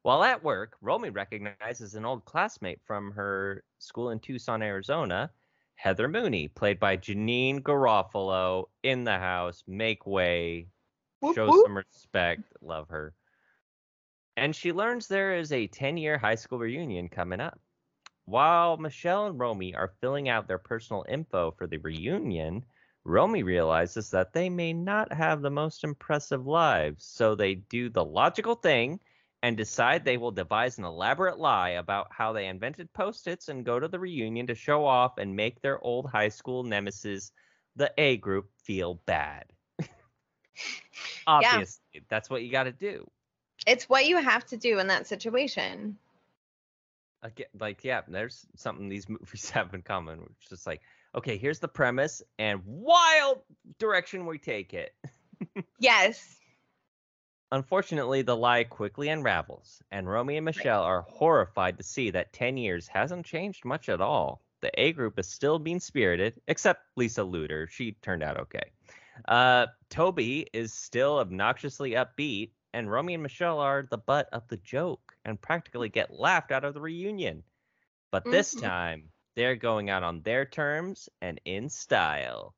[SPEAKER 2] While at work, Romy recognizes an old classmate from her school in Tucson, Arizona, Heather Mooney, played by Janine Garofalo, in the house, make way,
[SPEAKER 1] Whoop,
[SPEAKER 2] show
[SPEAKER 1] whoop.
[SPEAKER 2] some respect, love her. And she learns there is a 10 year high school reunion coming up. While Michelle and Romy are filling out their personal info for the reunion, Romy realizes that they may not have the most impressive lives, so they do the logical thing and decide they will devise an elaborate lie about how they invented post-its and go to the reunion to show off and make their old high school nemesis, the A group, feel bad. Obviously, that's what you got to do.
[SPEAKER 1] It's what you have to do in that situation.
[SPEAKER 2] Again, like, yeah, there's something these movies <laughs> have in common, which is just like, okay, here's the premise and wild direction we take it.
[SPEAKER 1] Yes.
[SPEAKER 2] Unfortunately, the lie quickly unravels, and Romy and Michelle are horrified to see that 10 years hasn't changed much at all. The A group is still mean spirited, except Lisa Luder. She turned out okay. Uh, Toby is still obnoxiously upbeat, and Romy and Michelle are the butt of the joke and practically get laughed out of the reunion. But this
[SPEAKER 1] Mhm.
[SPEAKER 2] time, they're going out on their terms and in style.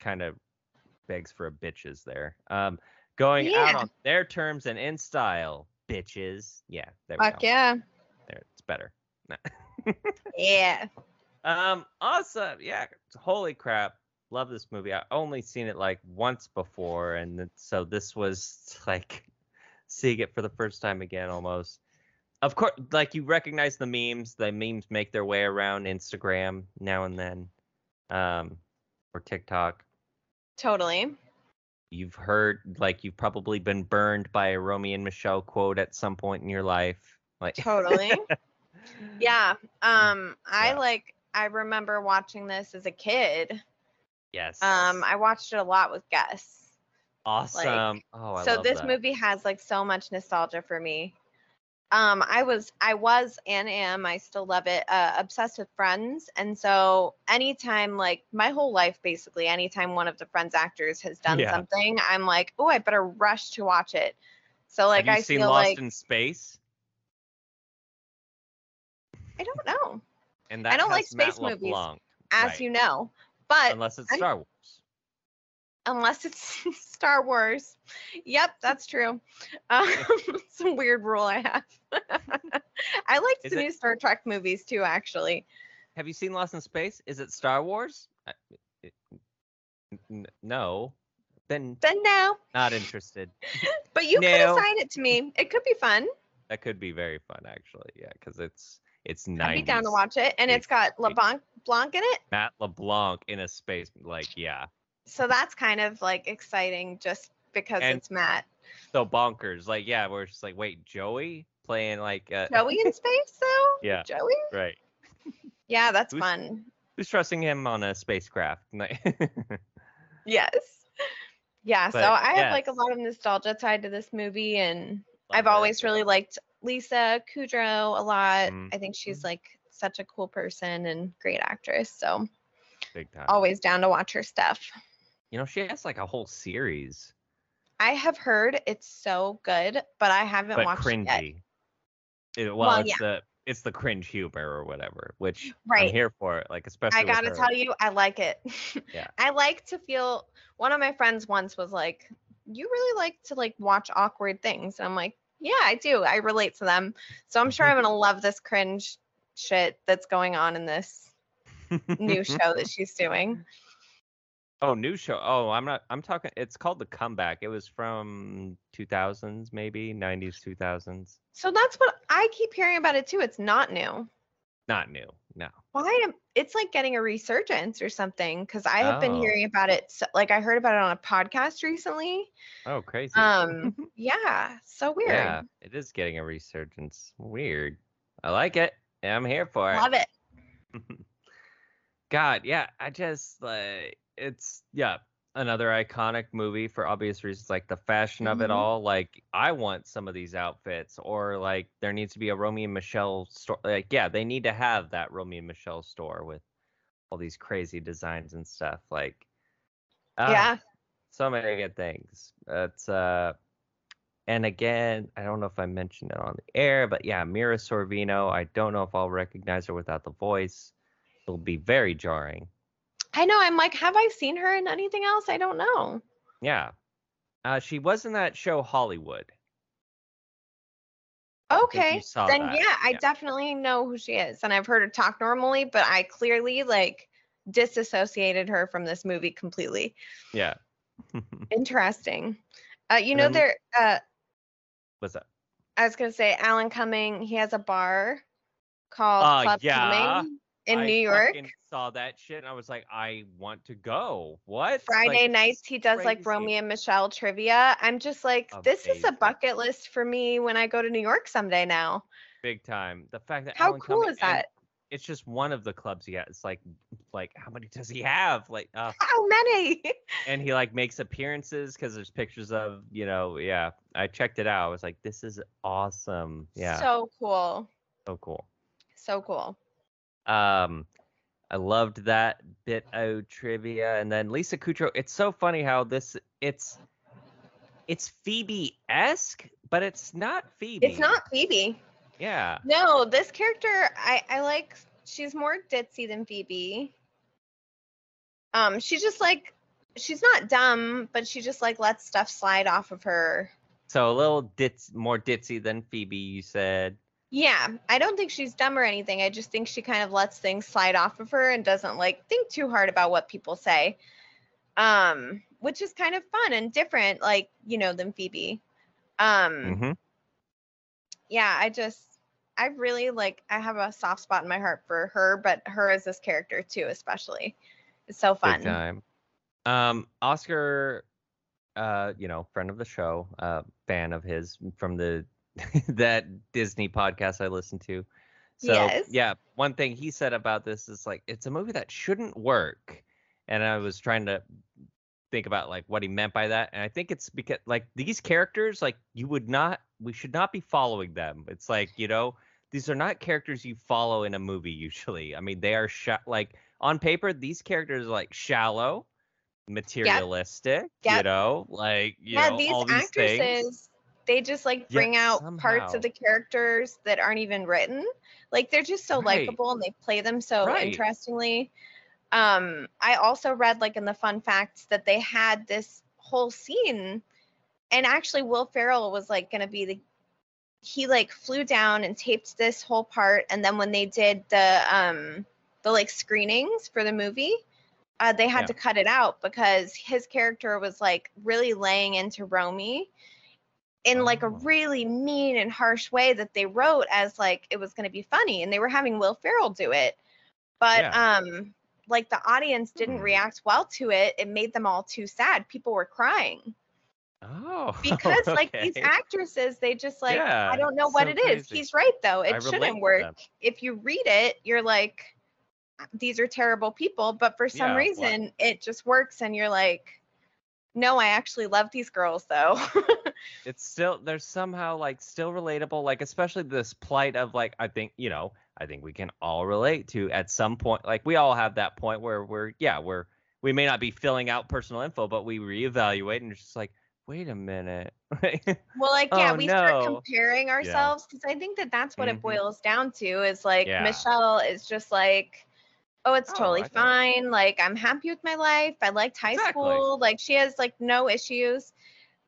[SPEAKER 2] Kind of begs for a bitches there. Um, going out
[SPEAKER 1] Yeah.
[SPEAKER 2] on their terms and in style, bitches. Yeah, there we
[SPEAKER 1] Fuck
[SPEAKER 2] go.
[SPEAKER 1] yeah.
[SPEAKER 2] There, it's better.
[SPEAKER 1] Yeah.
[SPEAKER 2] Um, awesome. Yeah. Holy crap. Love this movie. I only seen it like once before, and th- so this was <laughs> like seeing it for the first time again almost. Of course, like you recognize the memes. The memes make their way around Instagram now and then, um, or TikTok.
[SPEAKER 1] Totally.
[SPEAKER 2] You've heard, like, you've probably been burned by a Romy and Michelle quote at some point in your life. Like,
[SPEAKER 1] Totally. Yeah. Um I
[SPEAKER 2] Yeah.
[SPEAKER 1] like I remember watching this as a kid.
[SPEAKER 2] <laughs> yes.
[SPEAKER 1] Um I watched it a lot with Gus.
[SPEAKER 2] awesome. oh, I
[SPEAKER 1] so
[SPEAKER 2] love
[SPEAKER 1] this
[SPEAKER 2] that.
[SPEAKER 1] movie has like so much nostalgia for me. um i was i was and am i still love it uh, obsessed with friends and so anytime like my whole life basically anytime one of the friends actors has done
[SPEAKER 2] Yeah.
[SPEAKER 1] something i'm like oh i better rush to watch it so like
[SPEAKER 2] Have you
[SPEAKER 1] i
[SPEAKER 2] seen
[SPEAKER 1] feel
[SPEAKER 2] Lost
[SPEAKER 1] like
[SPEAKER 2] in Space?
[SPEAKER 1] i don't know
[SPEAKER 2] And
[SPEAKER 1] I
[SPEAKER 2] that
[SPEAKER 1] don't like
[SPEAKER 2] has Matt
[SPEAKER 1] space movies,
[SPEAKER 2] LeBlanc,
[SPEAKER 1] as
[SPEAKER 2] Right.
[SPEAKER 1] you know but
[SPEAKER 2] unless it's
[SPEAKER 1] I'm-
[SPEAKER 2] Star Wars.
[SPEAKER 1] unless it's <laughs> Star Wars. Yep, that's true. <laughs> Um, some weird rule I have. <laughs> I liked
[SPEAKER 2] Is
[SPEAKER 1] the
[SPEAKER 2] it-
[SPEAKER 1] new Star Trek movies too, actually.
[SPEAKER 2] Have you seen Lost in Space? Is it Star Wars? I- it- n- n- no. Then
[SPEAKER 1] Then no,
[SPEAKER 2] not interested.
[SPEAKER 1] but you could
[SPEAKER 2] No.
[SPEAKER 1] assign it to me. It could be fun.
[SPEAKER 2] That could be very fun actually. Yeah, because it's it's 90s.
[SPEAKER 1] I'd be down to watch it, and
[SPEAKER 2] Space
[SPEAKER 1] it's got
[SPEAKER 2] movie.
[SPEAKER 1] LeBlanc Blanc in it,
[SPEAKER 2] Matt LeBlanc in a space like yeah.
[SPEAKER 1] so that's kind of like exciting just because
[SPEAKER 2] And-
[SPEAKER 1] it's Matt.
[SPEAKER 2] So bonkers. Like yeah, we're just like wait, Joey playing like uh,
[SPEAKER 1] Joey in space though.
[SPEAKER 2] <laughs> yeah,
[SPEAKER 1] Joey.
[SPEAKER 2] right.
[SPEAKER 1] Yeah, that's
[SPEAKER 2] Who's-
[SPEAKER 1] fun.
[SPEAKER 2] Who's trusting him on a spacecraft? <laughs>
[SPEAKER 1] Yes. Yeah, so
[SPEAKER 2] But,
[SPEAKER 1] I have like a
[SPEAKER 2] yes.
[SPEAKER 1] lot of nostalgia tied to this movie, and I've
[SPEAKER 2] Love it.
[SPEAKER 1] always really liked Lisa Kudrow a lot.
[SPEAKER 2] Mhm.
[SPEAKER 1] I think she's
[SPEAKER 2] Mhm.
[SPEAKER 1] like such a cool person and great actress. So
[SPEAKER 2] big time.
[SPEAKER 1] always down to watch her stuff.
[SPEAKER 2] You know, she has like a whole series,
[SPEAKER 1] I have heard it's so good, but I haven't
[SPEAKER 2] but
[SPEAKER 1] watched it yet.
[SPEAKER 2] cringy. It- well,
[SPEAKER 1] Well,
[SPEAKER 2] it's
[SPEAKER 1] yeah.
[SPEAKER 2] the it's the cringe humor or whatever, which I'm
[SPEAKER 1] Right.
[SPEAKER 2] here for. Like especially
[SPEAKER 1] I gotta
[SPEAKER 2] with her.
[SPEAKER 1] tell you, I like it.
[SPEAKER 2] Yeah.
[SPEAKER 1] <laughs> I like to feel one of my friends once was like, You really like to like watch awkward things. And I'm like, Yeah, I do. I relate to them. So I'm sure I'm
[SPEAKER 2] <laughs>
[SPEAKER 1] gonna love this cringe shit that's going on in this
[SPEAKER 2] <laughs>
[SPEAKER 1] new show that she's doing.
[SPEAKER 2] Oh, new show. Oh, I'm not. I'm talking. It's called The Comeback. It was from 2000s, maybe 90s, 2000s.
[SPEAKER 1] So that's what I keep hearing about it too. It's not new.
[SPEAKER 2] Not new. No.
[SPEAKER 1] Why am it's like getting a resurgence or something? Because I have been
[SPEAKER 2] Oh.
[SPEAKER 1] hearing about it. So, like I heard about it on a podcast recently.
[SPEAKER 2] Oh, crazy. <laughs>
[SPEAKER 1] Um, yeah, so weird.
[SPEAKER 2] yeah, it is getting a resurgence. Weird. I like it. and I'm here for it.
[SPEAKER 1] Love it.
[SPEAKER 2] God, yeah. I just like it's yeah another iconic movie for obvious reasons, like the fashion of it
[SPEAKER 1] Mhm.
[SPEAKER 2] all. Like I want some of these outfits, or like there needs to be a Romeo and Michelle store. Like yeah, they need to have that Romeo and Michelle store with all these crazy designs and stuff. Like ah,
[SPEAKER 1] yeah.
[SPEAKER 2] so many good things. That's uh, and again, I don't know if I mentioned it on the air, but yeah, Mira Sorvino. I don't know if I'll recognize her without the voice. It'll be very jarring.
[SPEAKER 1] I know. I'm like, have I seen her in anything else? I don't know.
[SPEAKER 2] Yeah, uh, she was in that show Hollywood. I think Oh, you
[SPEAKER 1] Okay.
[SPEAKER 2] saw
[SPEAKER 1] Then
[SPEAKER 2] that.
[SPEAKER 1] yeah, I
[SPEAKER 2] Yeah.
[SPEAKER 1] definitely know who she is. And I've heard her talk normally, but I clearly like disassociated her from this movie
[SPEAKER 2] <laughs>
[SPEAKER 1] completely.
[SPEAKER 2] Yeah.
[SPEAKER 1] Interesting. Uh, you
[SPEAKER 2] And
[SPEAKER 1] know,
[SPEAKER 2] I'm-
[SPEAKER 1] there, uh,
[SPEAKER 2] What's that?
[SPEAKER 1] I was going to say, Alan Cumming, he has a bar called
[SPEAKER 2] Uh,
[SPEAKER 1] Club
[SPEAKER 2] yeah.
[SPEAKER 1] Cumming in
[SPEAKER 2] I
[SPEAKER 1] New York.
[SPEAKER 2] fucking saw that shit and I was like, I want to go. What?
[SPEAKER 1] Friday
[SPEAKER 2] Like,
[SPEAKER 1] nights, he does like
[SPEAKER 2] crazy.
[SPEAKER 1] Romeo and Michelle trivia. I'm just like, this is a
[SPEAKER 2] Amazing.
[SPEAKER 1] bucket list for me when I go to New York someday now.
[SPEAKER 2] Big time. The fact that
[SPEAKER 1] How
[SPEAKER 2] Alan
[SPEAKER 1] cool
[SPEAKER 2] Cumming-
[SPEAKER 1] is
[SPEAKER 2] and
[SPEAKER 1] that?
[SPEAKER 2] It's just one of the clubs he has. It's like, like how many does he have? Like, uh,
[SPEAKER 1] How many? <laughs>
[SPEAKER 2] and he like makes appearances because there's pictures of you know yeah i checked it out i was like this is awesome yeah so,
[SPEAKER 1] So cool.
[SPEAKER 2] cool
[SPEAKER 1] So cool.
[SPEAKER 2] um i loved that bit o trivia and then lisa kudrow it's so funny how this it's it's phoebe-esque but it's not phoebe
[SPEAKER 1] It's not Phoebe.
[SPEAKER 2] yeah
[SPEAKER 1] No, this character I I like she's more ditzy than Phoebe. Um she's just like she's not dumb, but she just like lets stuff slide off of her.
[SPEAKER 2] so a little ditz more ditzy than phoebe you said
[SPEAKER 1] Yeah, I don't think she's dumb or anything. I just think she kind of lets things slide off of her and doesn't like think too hard about what people say. Um, which is kind of fun and different, like, you know, than Phoebe. Um,
[SPEAKER 2] mm-hmm.
[SPEAKER 1] yeah, I just I really like I have a soft spot in my heart for her, but her as this character too, especially. It's so
[SPEAKER 2] big
[SPEAKER 1] fun.
[SPEAKER 2] time um oscar uh you know friend of the show uh fan of his from the <laughs> that disney podcast i listened to so
[SPEAKER 1] Yes.
[SPEAKER 2] yeah one thing he said about this is like it's a movie that shouldn't work and i was trying to think about like what he meant by that and i think it's because like these characters like you would not we should not be following them it's like you know these are not characters you follow in a movie usually i mean they are sh- like on paper these characters are like shallow materialistic
[SPEAKER 1] Yep.
[SPEAKER 2] you know like you
[SPEAKER 1] yeah,
[SPEAKER 2] know
[SPEAKER 1] these
[SPEAKER 2] all these
[SPEAKER 1] actresses,
[SPEAKER 2] things
[SPEAKER 1] they just like
[SPEAKER 2] Yet
[SPEAKER 1] bring out parts
[SPEAKER 2] somehow-
[SPEAKER 1] of the characters that aren't even written. Like they're just so
[SPEAKER 2] Right.
[SPEAKER 1] likable and they play them so
[SPEAKER 2] Right.
[SPEAKER 1] interestingly. Um, I also read like in the fun facts that they had this whole scene, and actually Will Ferrell was like gonna be the he like flew down and taped this whole part, and then when they did the um the like screenings for the movie, uh, they had
[SPEAKER 2] Yeah.
[SPEAKER 1] to cut it out because his character was like really laying into Romy in like a
[SPEAKER 2] Oh.
[SPEAKER 1] really mean and harsh way that they wrote as like it was going to be funny and they were having Will Ferrell do it. But um like the audience didn't
[SPEAKER 2] Hmm.
[SPEAKER 1] react well to it. It made them all too sad. People were
[SPEAKER 2] <laughs>
[SPEAKER 1] crying
[SPEAKER 2] oh <laughs>
[SPEAKER 1] because like these
[SPEAKER 2] okay.
[SPEAKER 1] actresses they just like
[SPEAKER 2] Yeah,
[SPEAKER 1] I don't know
[SPEAKER 2] it's
[SPEAKER 1] what
[SPEAKER 2] so
[SPEAKER 1] it is.
[SPEAKER 2] crazy.
[SPEAKER 1] He's right though.
[SPEAKER 2] I
[SPEAKER 1] It
[SPEAKER 2] relate
[SPEAKER 1] shouldn't
[SPEAKER 2] to
[SPEAKER 1] work
[SPEAKER 2] them.
[SPEAKER 1] if you read it, you're like, these are terrible people. But for some
[SPEAKER 2] Yeah, why-
[SPEAKER 1] reason, it just works, and you're like, no, I actually love these girls though. <laughs>
[SPEAKER 2] it's still they're somehow like still relatable like especially this plight of like i think you know i think we can all relate to at some point like we all have that point where we're yeah we're we may not be filling out personal info but we reevaluate and it's just like wait a minute <laughs>
[SPEAKER 1] well, like, yeah,
[SPEAKER 2] Oh,
[SPEAKER 1] we
[SPEAKER 2] no.
[SPEAKER 1] start comparing ourselves because I think that that's what
[SPEAKER 2] Mhm.
[SPEAKER 1] it boils down to is like,
[SPEAKER 2] Yeah.
[SPEAKER 1] Michelle is just like, oh, it's
[SPEAKER 2] Oh,
[SPEAKER 1] totally
[SPEAKER 2] I thought-
[SPEAKER 1] fine. Like, I'm happy with my life. I liked high
[SPEAKER 2] Exactly.
[SPEAKER 1] school. Like, she has like no issues.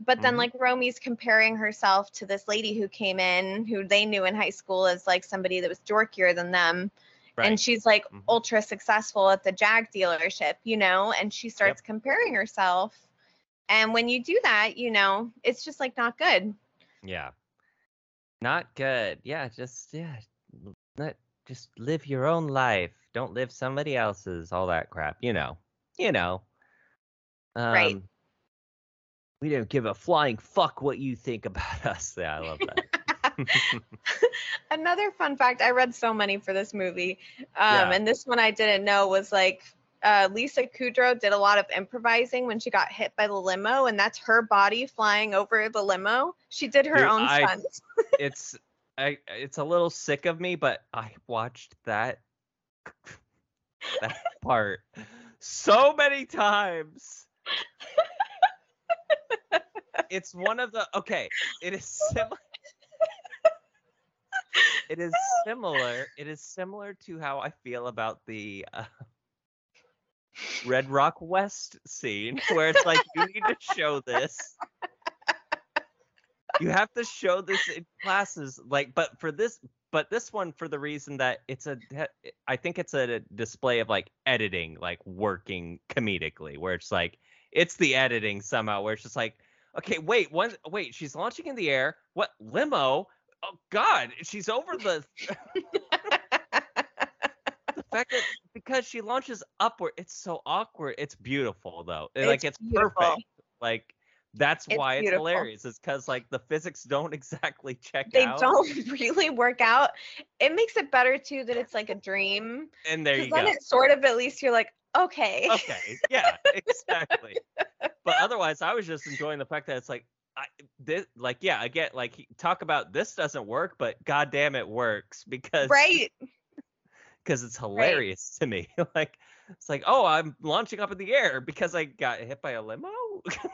[SPEAKER 1] But then,
[SPEAKER 2] Mhm.
[SPEAKER 1] like, Romy's comparing herself to this lady who came in, who they knew in high school as like somebody that was dorkier than them. and she's like
[SPEAKER 2] Mhm.
[SPEAKER 1] ultra successful at the Jag dealership, you know, and she starts comparing herself. And when you do that, you know, it's just like not good.
[SPEAKER 2] yeah not good yeah just yeah l- let just live your own life don't live somebody else's all that crap you know you know
[SPEAKER 1] Right.
[SPEAKER 2] Um, we don't give a flying fuck what you think <laughs> about us yeah i love that
[SPEAKER 1] Another fun fact I read so many for this movie, um,
[SPEAKER 2] Yeah.
[SPEAKER 1] and this one I didn't know was like uh, Lisa Kudrow did a lot of improvising when she got hit by the limo, and that's her body flying over the limo. She did her
[SPEAKER 2] Dude,
[SPEAKER 1] own
[SPEAKER 2] I-
[SPEAKER 1] stunts.
[SPEAKER 2] it's I, it's a little sick of me but i watched that <laughs> that part so many times it's one of the okay it is similar it is similar it is similar to how i feel about the uh, red rock west scene where it's like you need to show this you have to show this in classes like but for this but this one for the reason that it's a de- i think it's a display of like editing like working comedically where it's like it's the editing somehow where it's just like okay wait one wait she's launching in the air what limo oh god she's over the <laughs> the fact that because she launches upward it's so awkward it's beautiful though like it's
[SPEAKER 1] beautiful.
[SPEAKER 2] perfect like that's
[SPEAKER 1] It's
[SPEAKER 2] why
[SPEAKER 1] beautiful.
[SPEAKER 2] it's hilarious is because like the physics don't <laughs> exactly check
[SPEAKER 1] They
[SPEAKER 2] out
[SPEAKER 1] don't <laughs> really work out. It makes it better too that it's like a dream.
[SPEAKER 2] and there
[SPEAKER 1] 'Cause
[SPEAKER 2] you
[SPEAKER 1] then
[SPEAKER 2] go
[SPEAKER 1] it <laughs> sort of at least you're like, okay.
[SPEAKER 2] okay yeah exactly but
[SPEAKER 1] <laughs>
[SPEAKER 2] otherwise i was just enjoying the fact that it's like I, this, like yeah i get like he- talk about this doesn't work but god damn it works because <laughs>
[SPEAKER 1] right.
[SPEAKER 2] because it's hilarious to me <laughs> like it's like oh i'm launching up in the air because i got hit by a limo <laughs>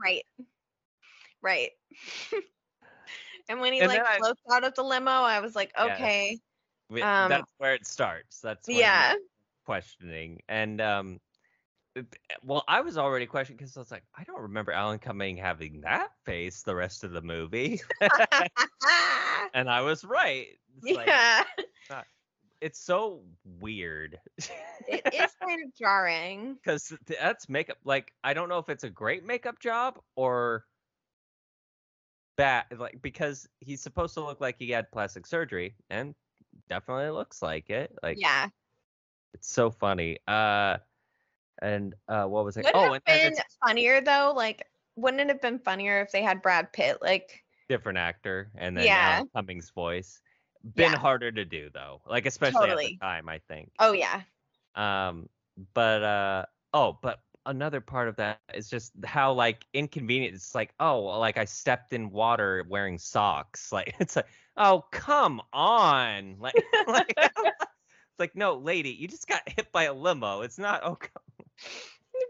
[SPEAKER 1] Right. Right. <laughs> and when he
[SPEAKER 2] And then
[SPEAKER 1] like
[SPEAKER 2] I-
[SPEAKER 1] floats out of the limo, I was like,
[SPEAKER 2] Yeah.
[SPEAKER 1] okay.
[SPEAKER 2] Wi-
[SPEAKER 1] Um,
[SPEAKER 2] that's where it starts that's when
[SPEAKER 1] Yeah.
[SPEAKER 2] questioning and um it- well i was already questioning because i was like i don't remember alan cumming having that face the rest of the movie <laughs>
[SPEAKER 1] Ah,
[SPEAKER 2] and i was right it's,
[SPEAKER 1] <laughs>
[SPEAKER 2] like,
[SPEAKER 1] yeah.
[SPEAKER 2] it's so weird
[SPEAKER 1] it is kind of jarring.
[SPEAKER 2] because that's makeup like i don't know if it's a great makeup job or bad like because he's supposed to look like he had plastic surgery and definitely looks like it like
[SPEAKER 1] yeah.
[SPEAKER 2] it's so funny uh and uh what was it
[SPEAKER 1] Would
[SPEAKER 2] oh
[SPEAKER 1] it
[SPEAKER 2] and
[SPEAKER 1] have
[SPEAKER 2] then
[SPEAKER 1] been
[SPEAKER 2] it's
[SPEAKER 1] funnier though? Like, wouldn't it have been funnier if they had Brad Pitt? Like,
[SPEAKER 2] different actor and then
[SPEAKER 1] Yeah.
[SPEAKER 2] Alan Cummings voice. Been
[SPEAKER 1] Yeah. Oh.
[SPEAKER 2] harder to do though. Like especially
[SPEAKER 1] Totally.
[SPEAKER 2] at the time, I think.
[SPEAKER 1] oh yeah.
[SPEAKER 2] Um but uh oh, but another part of that is just how like inconvenient it's like oh well, like i stepped in water wearing socks <laughs> like it's like oh come on like, <laughs> like it's like no lady you just got hit by a limo it's not oh come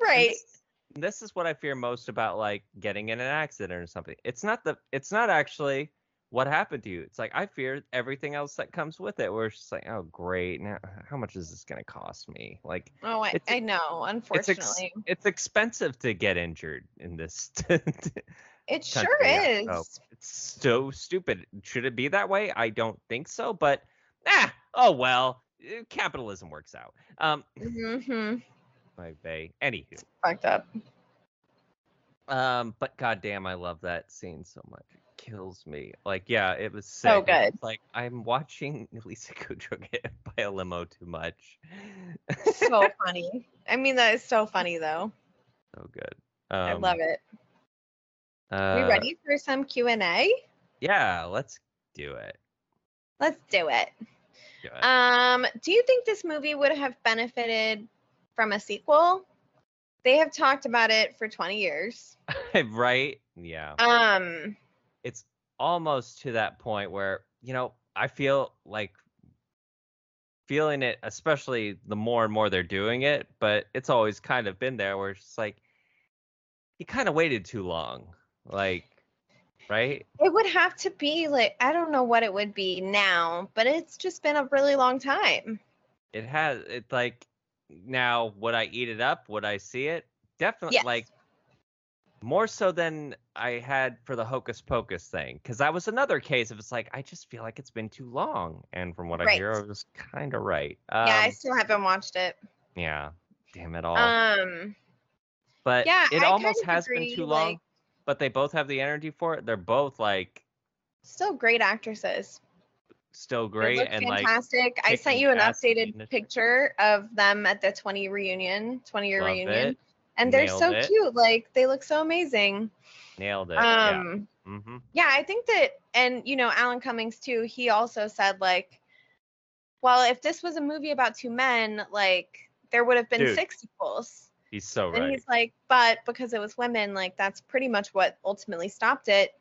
[SPEAKER 1] right.
[SPEAKER 2] It's- this is what I fear most about like getting in an accident or something. It's not the it's not actually what happened to you. It's like I fear everything else that comes with it. Where it's just like, oh great, now how much is this gonna cost me? Like
[SPEAKER 1] Oh, I,
[SPEAKER 2] it's-
[SPEAKER 1] I know.
[SPEAKER 2] it's ex-
[SPEAKER 1] Unfortunately,
[SPEAKER 2] it's expensive to get injured in this. <laughs>
[SPEAKER 1] it
[SPEAKER 2] country,
[SPEAKER 1] sure
[SPEAKER 2] yeah, Oh.
[SPEAKER 1] is.
[SPEAKER 2] so- it's so stupid. Should it be that way? I don't think so. But ah, oh well. eh, Capitalism works out. Um,
[SPEAKER 1] hmm
[SPEAKER 2] my bay. Anywho,
[SPEAKER 1] Fucked up.
[SPEAKER 2] Um, but goddamn, I love that scene so much. It kills me. Like, yeah, it was sick.
[SPEAKER 1] So
[SPEAKER 2] It's
[SPEAKER 1] good.
[SPEAKER 2] Like, I'm watching <laughs> Lisa Kudrow get hit by a limo too much. <laughs>
[SPEAKER 1] So funny. I mean, that is so funny though.
[SPEAKER 2] So good.
[SPEAKER 1] I
[SPEAKER 2] Um,
[SPEAKER 1] love it.
[SPEAKER 2] it.
[SPEAKER 1] we ready for some Q and A?
[SPEAKER 2] Yeah, let's do it.
[SPEAKER 1] Let's do it.
[SPEAKER 2] Do it.
[SPEAKER 1] Um, do you think this movie would have benefited from a sequel? They have talked about it for 20 years.
[SPEAKER 2] <laughs> right? Yeah.
[SPEAKER 1] Um,
[SPEAKER 2] it's almost to that point where you know i feel like feeling it especially the more and more they're doing it but it's always kind of been there where it's just like you kind of waited too long like right
[SPEAKER 1] it would have to be like I don't know what it would be now, but it's just been a really long time.
[SPEAKER 2] it has it's like now would i eat it up would i see it definitely
[SPEAKER 1] Yes.
[SPEAKER 2] like more so than i had for the hocus pocus thing because that was another case of it's like i just feel like it's been too long and from what i hear i
[SPEAKER 1] Right.
[SPEAKER 2] was kind of right um, oh.
[SPEAKER 1] yeah, I still haven't watched it.
[SPEAKER 2] yeah damn it all
[SPEAKER 1] Um,
[SPEAKER 2] but
[SPEAKER 1] yeah, I
[SPEAKER 2] it
[SPEAKER 1] kind
[SPEAKER 2] almost
[SPEAKER 1] of
[SPEAKER 2] has
[SPEAKER 1] agree,
[SPEAKER 2] been too long
[SPEAKER 1] like-
[SPEAKER 2] but they both have the energy for it they're both like
[SPEAKER 1] still great actresses.
[SPEAKER 2] still
[SPEAKER 1] They
[SPEAKER 2] great
[SPEAKER 1] look
[SPEAKER 2] and like
[SPEAKER 1] fantastic. I
[SPEAKER 2] kicking
[SPEAKER 1] sent you an
[SPEAKER 2] ass in the
[SPEAKER 1] updated
[SPEAKER 2] industry.
[SPEAKER 1] picture of them at the 20 reunion, 20 year
[SPEAKER 2] Love
[SPEAKER 1] reunion,
[SPEAKER 2] it.
[SPEAKER 1] and they're
[SPEAKER 2] Nailed
[SPEAKER 1] so
[SPEAKER 2] it.
[SPEAKER 1] cute. Like they look so amazing.
[SPEAKER 2] nailed it yeah
[SPEAKER 1] Um.
[SPEAKER 2] hmm
[SPEAKER 1] Yeah, I think that, and you know, Alan Cummings too. He also said like, well, if this was a movie about two men, like there would have been
[SPEAKER 2] Dude.
[SPEAKER 1] six sequels.
[SPEAKER 2] he's so
[SPEAKER 1] And
[SPEAKER 2] right
[SPEAKER 1] he's like, but because it was women, like that's pretty much what ultimately stopped it.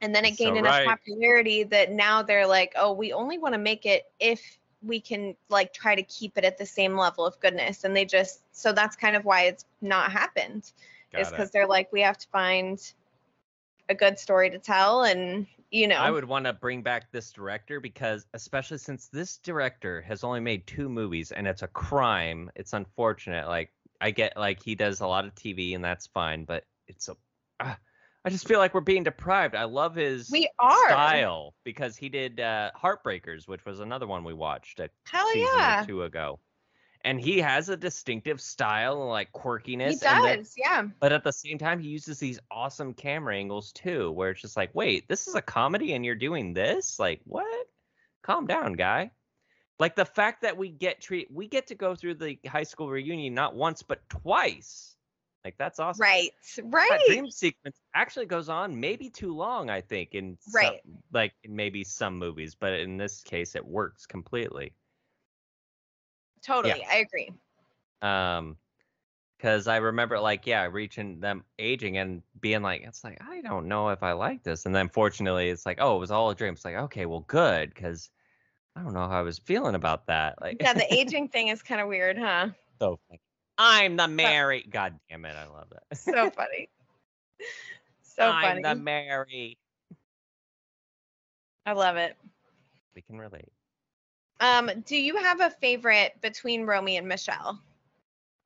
[SPEAKER 1] And then it
[SPEAKER 2] He's so
[SPEAKER 1] gained enough
[SPEAKER 2] right.
[SPEAKER 1] popularity that now they're like, oh, we only want to make it if we can like try to keep it at the same level of goodness. And they just so that's kind of why it's not happened
[SPEAKER 2] Got
[SPEAKER 1] is
[SPEAKER 2] it.
[SPEAKER 1] because they're like, we have to find a good story to tell, and you know,
[SPEAKER 2] I would want to bring back this director because, especially since this director has only made two movies and it's a crime, it's unfortunate. Like, I get like he does a lot of TV and that's fine, but it's a. ah, I just feel like we're being deprived. I love his
[SPEAKER 1] we are.
[SPEAKER 2] style because he did uh, Heartbreakers, which was another one we watched a
[SPEAKER 1] Hell
[SPEAKER 2] season
[SPEAKER 1] Oh, yeah,
[SPEAKER 2] or two ago. And he has a distinctive style and like quirkiness.
[SPEAKER 1] he
[SPEAKER 2] and the-
[SPEAKER 1] does. Yeah,
[SPEAKER 2] but at the same time, he uses these awesome camera angles too, where it's just like, wait, this is a comedy and you're doing this? Like, what? Calm down, guy. Like the fact that we get treat we get to go through the high school reunion not once but twice. Like that's awesome.
[SPEAKER 1] right,
[SPEAKER 2] That
[SPEAKER 1] right.
[SPEAKER 2] dream sequence actually goes on maybe too long, I think, in some-
[SPEAKER 1] Right.
[SPEAKER 2] like in maybe some movies, but in this case it works completely.
[SPEAKER 1] Totally,
[SPEAKER 2] Yeah.
[SPEAKER 1] I agree.
[SPEAKER 2] um because i remember like yeah reaching them aging and being like it's like i don't know if i like this and then fortunately it's like oh it was all a dream it's like okay well good because i don't know how i was feeling about that like
[SPEAKER 1] Yeah, the aging thing is kind of weird, huh?
[SPEAKER 2] <laughs>
[SPEAKER 1] <laughs>
[SPEAKER 2] so funny. i'm the mary god damn it i love that
[SPEAKER 1] So funny. So
[SPEAKER 2] i'm
[SPEAKER 1] funny.
[SPEAKER 2] the mary
[SPEAKER 1] I love it.
[SPEAKER 2] we can relate
[SPEAKER 1] Um, do you have a favorite between Romy and Michelle,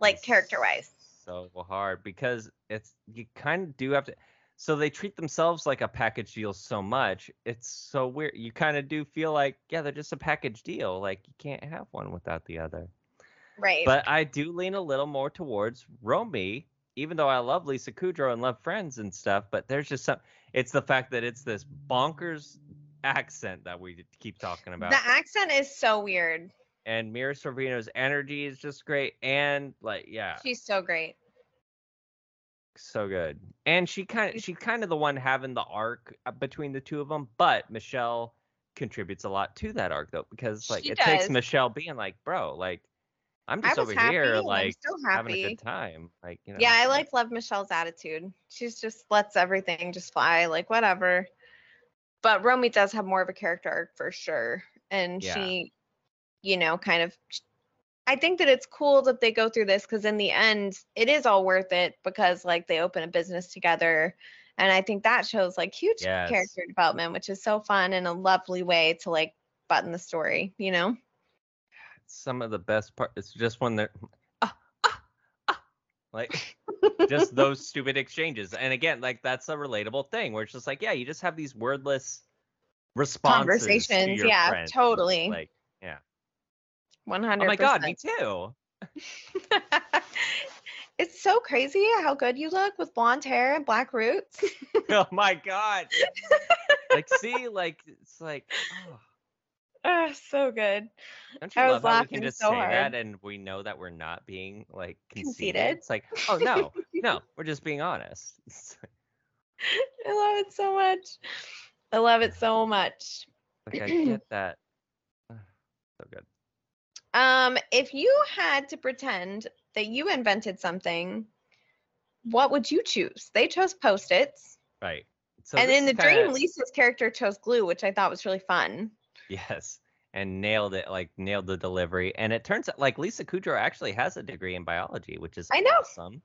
[SPEAKER 1] like
[SPEAKER 2] It's
[SPEAKER 1] character wise?
[SPEAKER 2] so hard because it's you kind of do have to so they treat themselves like a package deal so much it's so weird you kind of do feel like yeah they're just a package deal like you can't have one without the other
[SPEAKER 1] Right.
[SPEAKER 2] but i do lean a little more towards romy even though i love lisa kudrow and love friends and stuff but there's just some it's the fact that it's this bonkers accent that we keep talking about
[SPEAKER 1] the accent is so weird.
[SPEAKER 2] and mira sorvino's energy is just great and like yeah
[SPEAKER 1] She's so great.
[SPEAKER 2] so good and she kind of she's kind of the one having the arc uh, between the two of them but michelle contributes a lot to that arc though because like
[SPEAKER 1] She
[SPEAKER 2] it takes
[SPEAKER 1] does.
[SPEAKER 2] michelle being like bro like I'm
[SPEAKER 1] I
[SPEAKER 2] just
[SPEAKER 1] was
[SPEAKER 2] over
[SPEAKER 1] happy,
[SPEAKER 2] here
[SPEAKER 1] and I'm
[SPEAKER 2] like
[SPEAKER 1] still
[SPEAKER 2] having a
[SPEAKER 1] happy.
[SPEAKER 2] good time. Like you know.
[SPEAKER 1] Yeah, I like love Michelle's attitude. She's just lets everything just fly, like whatever. But Romy does have more of a character arc for sure, and
[SPEAKER 2] Yeah.
[SPEAKER 1] she, you know, kind of. I think that it's cool that they go through this because in the end, it is all worth it because like they open a business together, and I think that shows like huge
[SPEAKER 2] Yes.
[SPEAKER 1] character development, which is so fun and a lovely way to like button the story, you know.
[SPEAKER 2] some of the best part. It's just when
[SPEAKER 1] <laughs>
[SPEAKER 2] they're ah, ah, ah, like just those stupid exchanges. And again, like that's a relatable thing where it's just like, yeah, you just have these wordless responses. to
[SPEAKER 1] Conversations,
[SPEAKER 2] your
[SPEAKER 1] yeah,
[SPEAKER 2] friends.
[SPEAKER 1] totally.
[SPEAKER 2] Like,
[SPEAKER 1] One hundred.
[SPEAKER 2] oh my god, me too.
[SPEAKER 1] <laughs> it's so crazy how good you look with blonde hair and black roots. <laughs>
[SPEAKER 2] <laughs> Oh my god. like, see, like it's like. Oh.
[SPEAKER 1] Ah, so good.
[SPEAKER 2] Don't you
[SPEAKER 1] I was
[SPEAKER 2] love how we
[SPEAKER 1] laughing
[SPEAKER 2] can just
[SPEAKER 1] so
[SPEAKER 2] say
[SPEAKER 1] hard.
[SPEAKER 2] that and we know that we're not being like conceited?
[SPEAKER 1] Conceited.
[SPEAKER 2] It's like, oh
[SPEAKER 1] <laughs>
[SPEAKER 2] no, no, we're just being honest. <laughs> It's
[SPEAKER 1] I love it so much. I love it so much.
[SPEAKER 2] like I get
[SPEAKER 1] <clears throat>
[SPEAKER 2] that. <sighs> Ah, So good.
[SPEAKER 1] Um, if you had to pretend that you invented something, what would you choose? They chose post-its.
[SPEAKER 2] Right. So
[SPEAKER 1] and
[SPEAKER 2] this
[SPEAKER 1] in the
[SPEAKER 2] is kinda-
[SPEAKER 1] dream, Lisa's character chose glue, which I thought was really fun.
[SPEAKER 2] Yes. And nailed it, like nailed the delivery. And it turns out like Lisa Kudrow actually has a degree in biology, which is
[SPEAKER 1] I know.
[SPEAKER 2] awesome.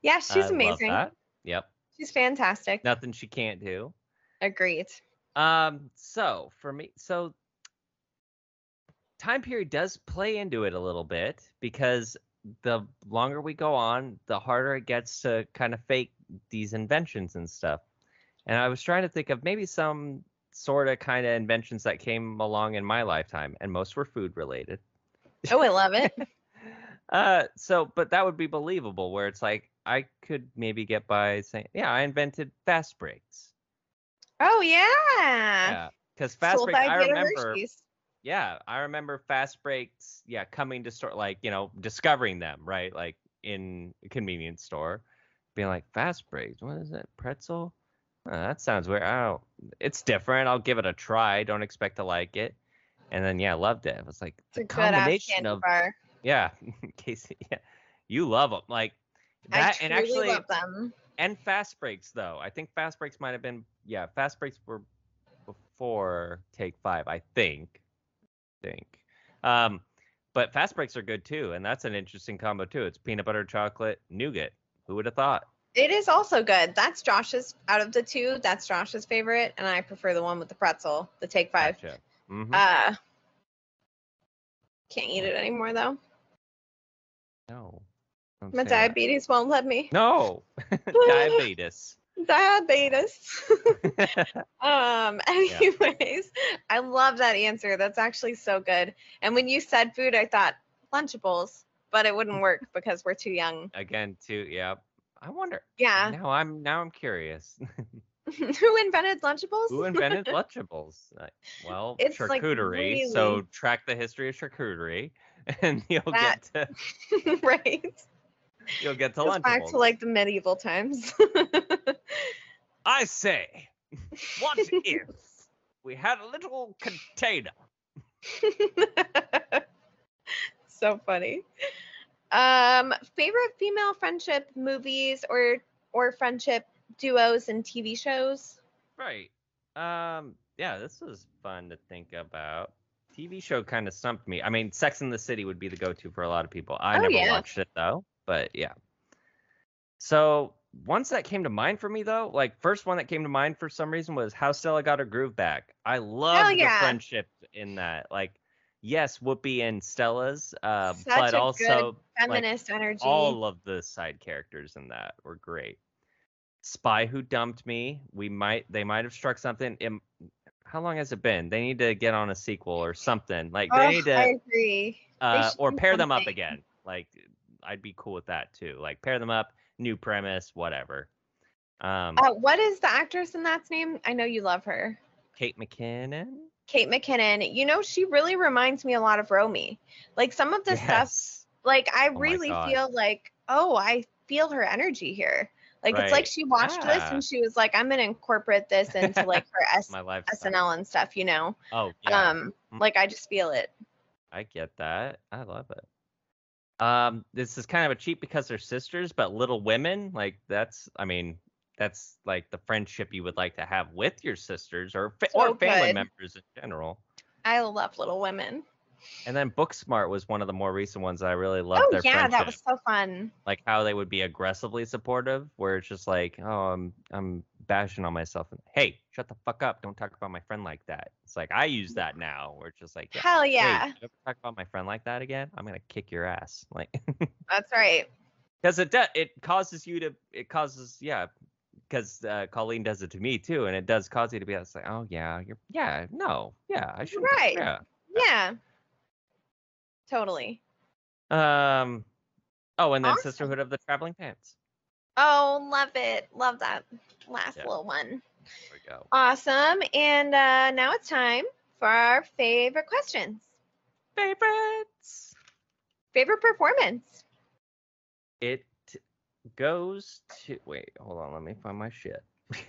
[SPEAKER 1] Yeah, she's
[SPEAKER 2] I love
[SPEAKER 1] amazing.
[SPEAKER 2] that. Yep.
[SPEAKER 1] She's fantastic.
[SPEAKER 2] Nothing she can't do.
[SPEAKER 1] Agreed.
[SPEAKER 2] Um, so for me, so time period does play into it a little bit because the longer we go on, the harder it gets to kind of fake these inventions and stuff. And I was trying to think of maybe some sort of kind of inventions that came along in my lifetime, and most were food related.
[SPEAKER 1] Oh, I love
[SPEAKER 2] <laughs>
[SPEAKER 1] it.
[SPEAKER 2] Uh, so, but that would be believable, where it's like I could maybe get by saying, "Yeah, I invented fast breaks."
[SPEAKER 1] Oh yeah.
[SPEAKER 2] Yeah, because fast breaks,
[SPEAKER 1] Sold-eyed
[SPEAKER 2] I
[SPEAKER 1] Gator
[SPEAKER 2] remember.
[SPEAKER 1] Hershey's.
[SPEAKER 2] Yeah, I remember fast breaks. Yeah, coming to store, like you know, discovering them, right? Like in a convenience store, being like fast breaks. What is it? Pretzel? Uh, that sounds weird. I don't. It's different. I'll give it a try. Don't expect to like it. And then yeah, loved it. It was like
[SPEAKER 1] It's a
[SPEAKER 2] the
[SPEAKER 1] good ass
[SPEAKER 2] combination
[SPEAKER 1] candy
[SPEAKER 2] of
[SPEAKER 1] bar.
[SPEAKER 2] yeah, <laughs> Casey. Yeah, you love them. Like that,
[SPEAKER 1] I
[SPEAKER 2] and
[SPEAKER 1] truly
[SPEAKER 2] actually,
[SPEAKER 1] love them.
[SPEAKER 2] and fast breaks though. I think fast breaks might have been yeah, fast breaks were before take five, I think. Think. Um but fast breaks are good too, and that's an interesting combo too. It's peanut butter chocolate nougat. Who would have thought?
[SPEAKER 1] It is also good. That's Josh's out of the two. That's Josh's favorite, and I prefer the one with the pretzel, the Take Five.
[SPEAKER 2] Gotcha. Mhm.
[SPEAKER 1] Uh, can't eat it anymore though.
[SPEAKER 2] no. don't
[SPEAKER 1] My
[SPEAKER 2] say that.
[SPEAKER 1] diabetes won't let
[SPEAKER 2] <laughs>
[SPEAKER 1] me. <laughs>
[SPEAKER 2] No. diabetes. <laughs>
[SPEAKER 1] Diabetes. <laughs> um. Anyways, I love that answer. That's actually so good. And when you said food, I thought Lunchables, but it wouldn't work because we're too young.
[SPEAKER 2] Again too, yeah. I wonder.
[SPEAKER 1] Yeah. <laughs>
[SPEAKER 2] Now I'm now I'm curious.
[SPEAKER 1] Who invented Lunchables?
[SPEAKER 2] Who invented Lunchables? Like, well,
[SPEAKER 1] It's, like,
[SPEAKER 2] charcuterie. So
[SPEAKER 1] really-
[SPEAKER 2] track the history of charcuterie, <laughs> and you'll
[SPEAKER 1] That-
[SPEAKER 2] get to,
[SPEAKER 1] <laughs> right.
[SPEAKER 2] you'll get to
[SPEAKER 1] Goes back
[SPEAKER 2] Lunchables.
[SPEAKER 1] to like the medieval times. <laughs>
[SPEAKER 2] I say, <laughs>
[SPEAKER 1] <laughs>
[SPEAKER 2] what if we had a little container?
[SPEAKER 1] so funny. Um, favorite female friendship movies or or friendship duos and TV shows?
[SPEAKER 2] Right. Um. Yeah, this was fun to think about. TV show kind of stumped me. I mean, Sex in the City would be the go-to for a lot of people. I
[SPEAKER 1] Oh,
[SPEAKER 2] never
[SPEAKER 1] yeah.
[SPEAKER 2] watched it though, but yeah. So once that came to mind for me though, like first one that came to mind for some reason was How Stella Got Her Groove Back. I love
[SPEAKER 1] yeah.
[SPEAKER 2] the friendship in that. Like, yes, Whoopi and Stella's, uh,
[SPEAKER 1] Such a
[SPEAKER 2] but
[SPEAKER 1] good
[SPEAKER 2] also
[SPEAKER 1] Feminist energy.
[SPEAKER 2] all of the side characters in that were great. Spy Who Dumped Me. We might they might have struck something. Im- how long has it been? They need to get on a sequel or something. Like they
[SPEAKER 1] Ugh,
[SPEAKER 2] need
[SPEAKER 1] I
[SPEAKER 2] to
[SPEAKER 1] agree.
[SPEAKER 2] uh,
[SPEAKER 1] should
[SPEAKER 2] or
[SPEAKER 1] do
[SPEAKER 2] pair them up
[SPEAKER 1] something.
[SPEAKER 2] again. Like I'd be cool with that too. Like pair them up, new premise, whatever. Um,
[SPEAKER 1] Uh, what is the actress in that's name? I know you love her.
[SPEAKER 2] Kate McKinnon.
[SPEAKER 1] Kate McKinnon. You know, she really reminds me a lot of Romy. Like some of the stuff like I
[SPEAKER 2] Oh my
[SPEAKER 1] really
[SPEAKER 2] God.
[SPEAKER 1] feel like, oh, I feel her energy here. Like it's like
[SPEAKER 2] Right.
[SPEAKER 1] she watched this
[SPEAKER 2] Yeah.
[SPEAKER 1] and she was like, I'm gonna incorporate this into like
[SPEAKER 2] <laughs>
[SPEAKER 1] her S-
[SPEAKER 2] my life.
[SPEAKER 1] SNL and stuff, you know.
[SPEAKER 2] Oh yeah,
[SPEAKER 1] Um,
[SPEAKER 2] Mm.
[SPEAKER 1] like I just feel it.
[SPEAKER 2] I get that. I love it. Um, this is kind of a cheat because they're sisters, but Little Women, like that's, I mean, that's like the friendship you would like to have with your sisters or fa-
[SPEAKER 1] So
[SPEAKER 2] or family
[SPEAKER 1] good.
[SPEAKER 2] members in general.
[SPEAKER 1] I love Little Women.
[SPEAKER 2] And then Booksmart was one of the more recent ones that I really loved.
[SPEAKER 1] oh yeah,
[SPEAKER 2] their friendship.
[SPEAKER 1] that was so fun.
[SPEAKER 2] like how they would be aggressively supportive, where it's just like, oh, I'm I'm bashing on myself. And, hey, shut the fuck up! Don't talk about my friend like that. It's like I use that now, where it's just like, yeah,
[SPEAKER 1] Hell
[SPEAKER 2] hey,
[SPEAKER 1] yeah,
[SPEAKER 2] you ever talk about my friend like that again? I'm gonna kick your ass. Like, <laughs>
[SPEAKER 1] that's right.
[SPEAKER 2] because it de- it causes you to it causes yeah, because uh, Colleen does it to me too, and it does cause you to be it's like, oh yeah, you're yeah no yeah I should
[SPEAKER 1] Right.
[SPEAKER 2] yeah
[SPEAKER 1] Yeah, totally.
[SPEAKER 2] um oh and then
[SPEAKER 1] Awesome.
[SPEAKER 2] Sisterhood of the Traveling Pants.
[SPEAKER 1] Oh, love it, love that last
[SPEAKER 2] Yeah.
[SPEAKER 1] little one.
[SPEAKER 2] There we go.
[SPEAKER 1] Awesome. And uh, now it's time for our favorite questions.
[SPEAKER 2] Favorites.
[SPEAKER 1] Favorite performance.
[SPEAKER 2] It goes to wait, hold on, let me find my shit.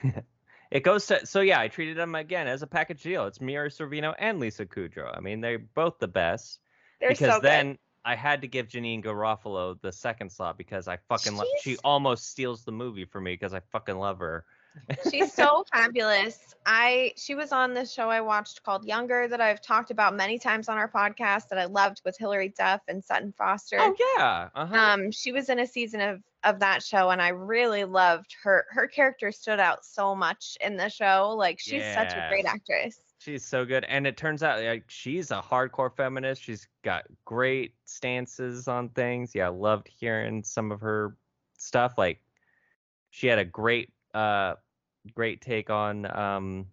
[SPEAKER 2] <laughs> it goes to so yeah, I treated them again as a package deal. It's Mira Sorvino and Lisa Kudrow. I mean, they're both the best
[SPEAKER 1] They're
[SPEAKER 2] because
[SPEAKER 1] so
[SPEAKER 2] then I had to give Janine Garofalo the second slot because I fucking love. She
[SPEAKER 1] She's-
[SPEAKER 2] almost steals the movie for me because I fucking love her.
[SPEAKER 1] good. She's so fabulous. I she was on this show I watched called Younger that I've talked about many times on our podcast that I loved with Hilary Duff and Sutton Foster.
[SPEAKER 2] Oh yeah, uh huh.
[SPEAKER 1] Um, she was in a season of of that show, and I really loved her. Her character stood out so much in the show. Like she's such a great
[SPEAKER 2] Yes.
[SPEAKER 1] actress.
[SPEAKER 2] She's so good, and it turns out like she's a hardcore feminist. She's got great stances on things. Yeah, I loved hearing some of her stuff. Like she had a great, uh, great take on um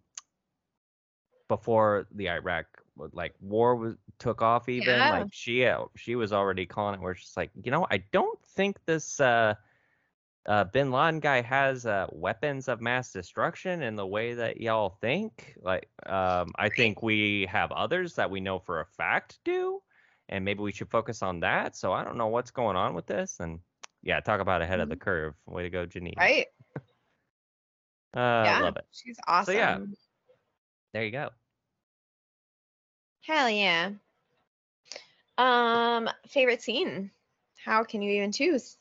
[SPEAKER 2] before the Iraq like war was took off. Even
[SPEAKER 1] Yeah.
[SPEAKER 2] like she uh, she was already calling it. Where she's like, you know, I don't think this uh uh, Bin Laden guy has uh, weapons of mass destruction in the way that y'all think. Like, um, I think we have others that we know for a fact do, and maybe we should focus on that. So I don't know what's going on with this. And yeah, talk about ahead of the curve. Way to go, Janine.
[SPEAKER 1] Mm-hmm. Right?
[SPEAKER 2] Uh,
[SPEAKER 1] yeah.
[SPEAKER 2] Love it.
[SPEAKER 1] She's awesome.
[SPEAKER 2] yeah. There you go.
[SPEAKER 1] Hell yeah. Um, favorite scene. How can you even choose?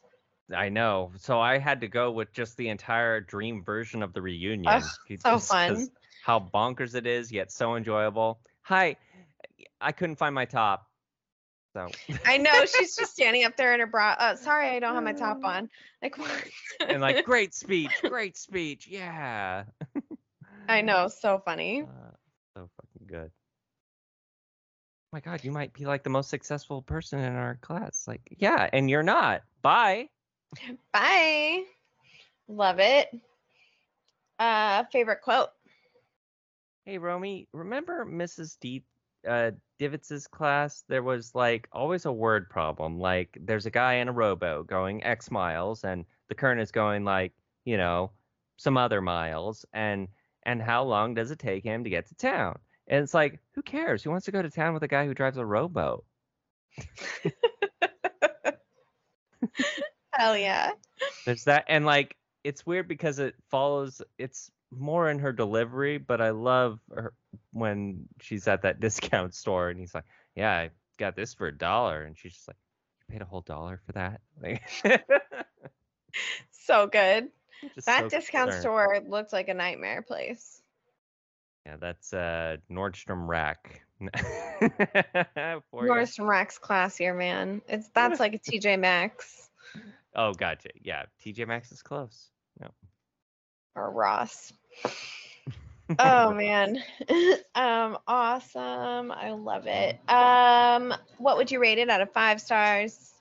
[SPEAKER 2] I know. So I had to go with just the entire dream version of the reunion. <laughs>
[SPEAKER 1] Ugh,
[SPEAKER 2] It
[SPEAKER 1] so
[SPEAKER 2] just says
[SPEAKER 1] fun.
[SPEAKER 2] How bonkers it is, yet so enjoyable. Hi, I couldn't find my top. So <laughs>
[SPEAKER 1] I know she's just standing up there in her bra. Uh, sorry, I don't have my top on. Like what?
[SPEAKER 2] and like great speech, great speech, yeah.
[SPEAKER 1] <laughs>
[SPEAKER 2] <laughs>
[SPEAKER 1] I know, so funny.
[SPEAKER 2] Uh, so fucking good. my God, you might be like the most successful person in our class. Like, yeah, and you're not. Bye.
[SPEAKER 1] Bye. Love it. Uh, favorite quote.
[SPEAKER 2] Hey, Romy, remember Mrs. D uh Divitz's class? There was like always a word problem. Like there's a guy in a rowboat going X miles and the current is going like, you know, some other miles and and how long does it take him to get to town? And it's like, who cares? Who wants to go to town with a guy who drives a rowboat?
[SPEAKER 1] Hell yeah.
[SPEAKER 2] There's that and like it's weird because it follows it's more in her delivery, but I love her when she's at that <laughs> discount store and he's like, Yeah, I got this for a dollar and she's just like, You paid a whole dollar for that? <laughs> Like
[SPEAKER 1] So good.
[SPEAKER 2] just
[SPEAKER 1] That
[SPEAKER 2] so
[SPEAKER 1] discount
[SPEAKER 2] concerned.
[SPEAKER 1] store looked like a nightmare place.
[SPEAKER 2] Yeah, that's uh Nordstrom Rack. <laughs> For ya.
[SPEAKER 1] Nordstrom Rack's classier, man. It's that's like a TJ Maxx
[SPEAKER 2] Oh gotcha. Yeah, TJ Maxx is close.
[SPEAKER 1] or Ross.
[SPEAKER 2] <laughs>
[SPEAKER 1] Oh man. <laughs> um awesome. I love it. Um what would you rate it out of 5 stars?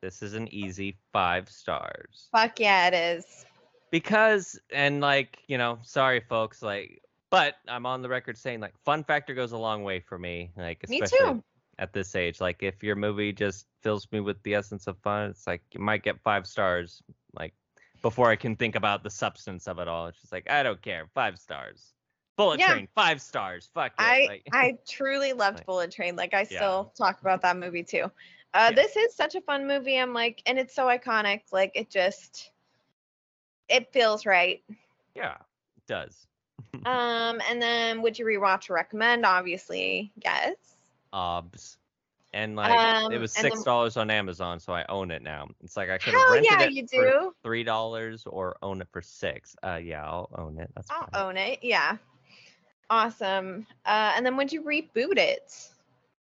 [SPEAKER 2] This is an easy five stars.
[SPEAKER 1] Fuck yeah, it is.
[SPEAKER 2] because and like you know sorry folks like but i'm on the record saying like fun factor goes a long way for me like
[SPEAKER 1] Me
[SPEAKER 2] especially
[SPEAKER 1] too.
[SPEAKER 2] at this age like if your movie just fills me with the essence of fun it's like you might get five stars like before i can think about the substance of it all it's just like i don't care five stars bullet
[SPEAKER 1] Yeah.
[SPEAKER 2] train five stars fuck it.
[SPEAKER 1] I
[SPEAKER 2] like, <laughs>
[SPEAKER 1] I truly loved
[SPEAKER 2] Like-
[SPEAKER 1] Bullet Train. Like I
[SPEAKER 2] Yeah.
[SPEAKER 1] still talk about that movie too. Uh
[SPEAKER 2] Yeah.
[SPEAKER 1] this is such a fun movie. I'm like and it's so iconic. Like it just it feels
[SPEAKER 2] <laughs>
[SPEAKER 1] right.
[SPEAKER 2] yeah it does
[SPEAKER 1] Um and then would you rewatch or recommend? Obviously, yes.
[SPEAKER 2] obs and like
[SPEAKER 1] Um,
[SPEAKER 2] it was
[SPEAKER 1] and then-
[SPEAKER 2] six dollars on Amazon, so I own it now. It's like I could have
[SPEAKER 1] Hell
[SPEAKER 2] rented
[SPEAKER 1] yeah,
[SPEAKER 2] it
[SPEAKER 1] you
[SPEAKER 2] for <laughs>
[SPEAKER 1] do.
[SPEAKER 2] three dollars or own it for six. Uh, yeah, I'll own it. That's
[SPEAKER 1] I'll
[SPEAKER 2] fine.
[SPEAKER 1] own it. Yeah. Awesome. Uh, and then when would you reboot it?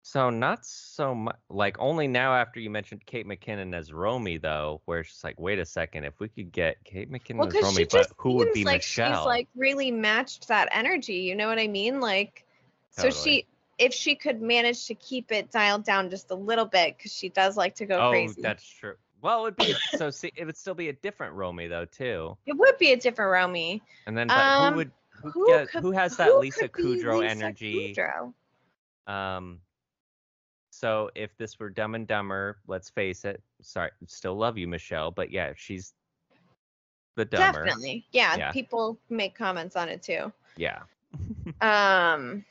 [SPEAKER 2] So not so much. Like only now after you mentioned Kate McKinnon as Romy, though, where it's just like, wait a second, if we could get Kate McKinnon
[SPEAKER 1] Well,
[SPEAKER 2] as
[SPEAKER 1] because
[SPEAKER 2] Romy,
[SPEAKER 1] she
[SPEAKER 2] but
[SPEAKER 1] just
[SPEAKER 2] who would be
[SPEAKER 1] seems like
[SPEAKER 2] Michelle?
[SPEAKER 1] she's like really matched that energy. You know what I mean? Like, so
[SPEAKER 2] Totally.
[SPEAKER 1] she, if she could manage to keep it dialed down just a little bit, because she does like to go
[SPEAKER 2] oh,
[SPEAKER 1] crazy.
[SPEAKER 2] that's true. Well, it'd be so. See, it would still be a different Romy though too.
[SPEAKER 1] It would be a different Romy.
[SPEAKER 2] And then, but
[SPEAKER 1] Um,
[SPEAKER 2] who would who,
[SPEAKER 1] who
[SPEAKER 2] get,
[SPEAKER 1] could-
[SPEAKER 2] who has that
[SPEAKER 1] who
[SPEAKER 2] Lisa
[SPEAKER 1] could be
[SPEAKER 2] Kudrow
[SPEAKER 1] Lisa
[SPEAKER 2] energy?
[SPEAKER 1] Kudrow?
[SPEAKER 2] Um, so if this were Dumb and Dumber, let's face it. Sorry, still love you, Michelle, but yeah, she's the dumber.
[SPEAKER 1] Definitely. Yeah,
[SPEAKER 2] Yeah.
[SPEAKER 1] People make comments on it
[SPEAKER 2] <laughs>
[SPEAKER 1] too.
[SPEAKER 2] Yeah.
[SPEAKER 1] Um.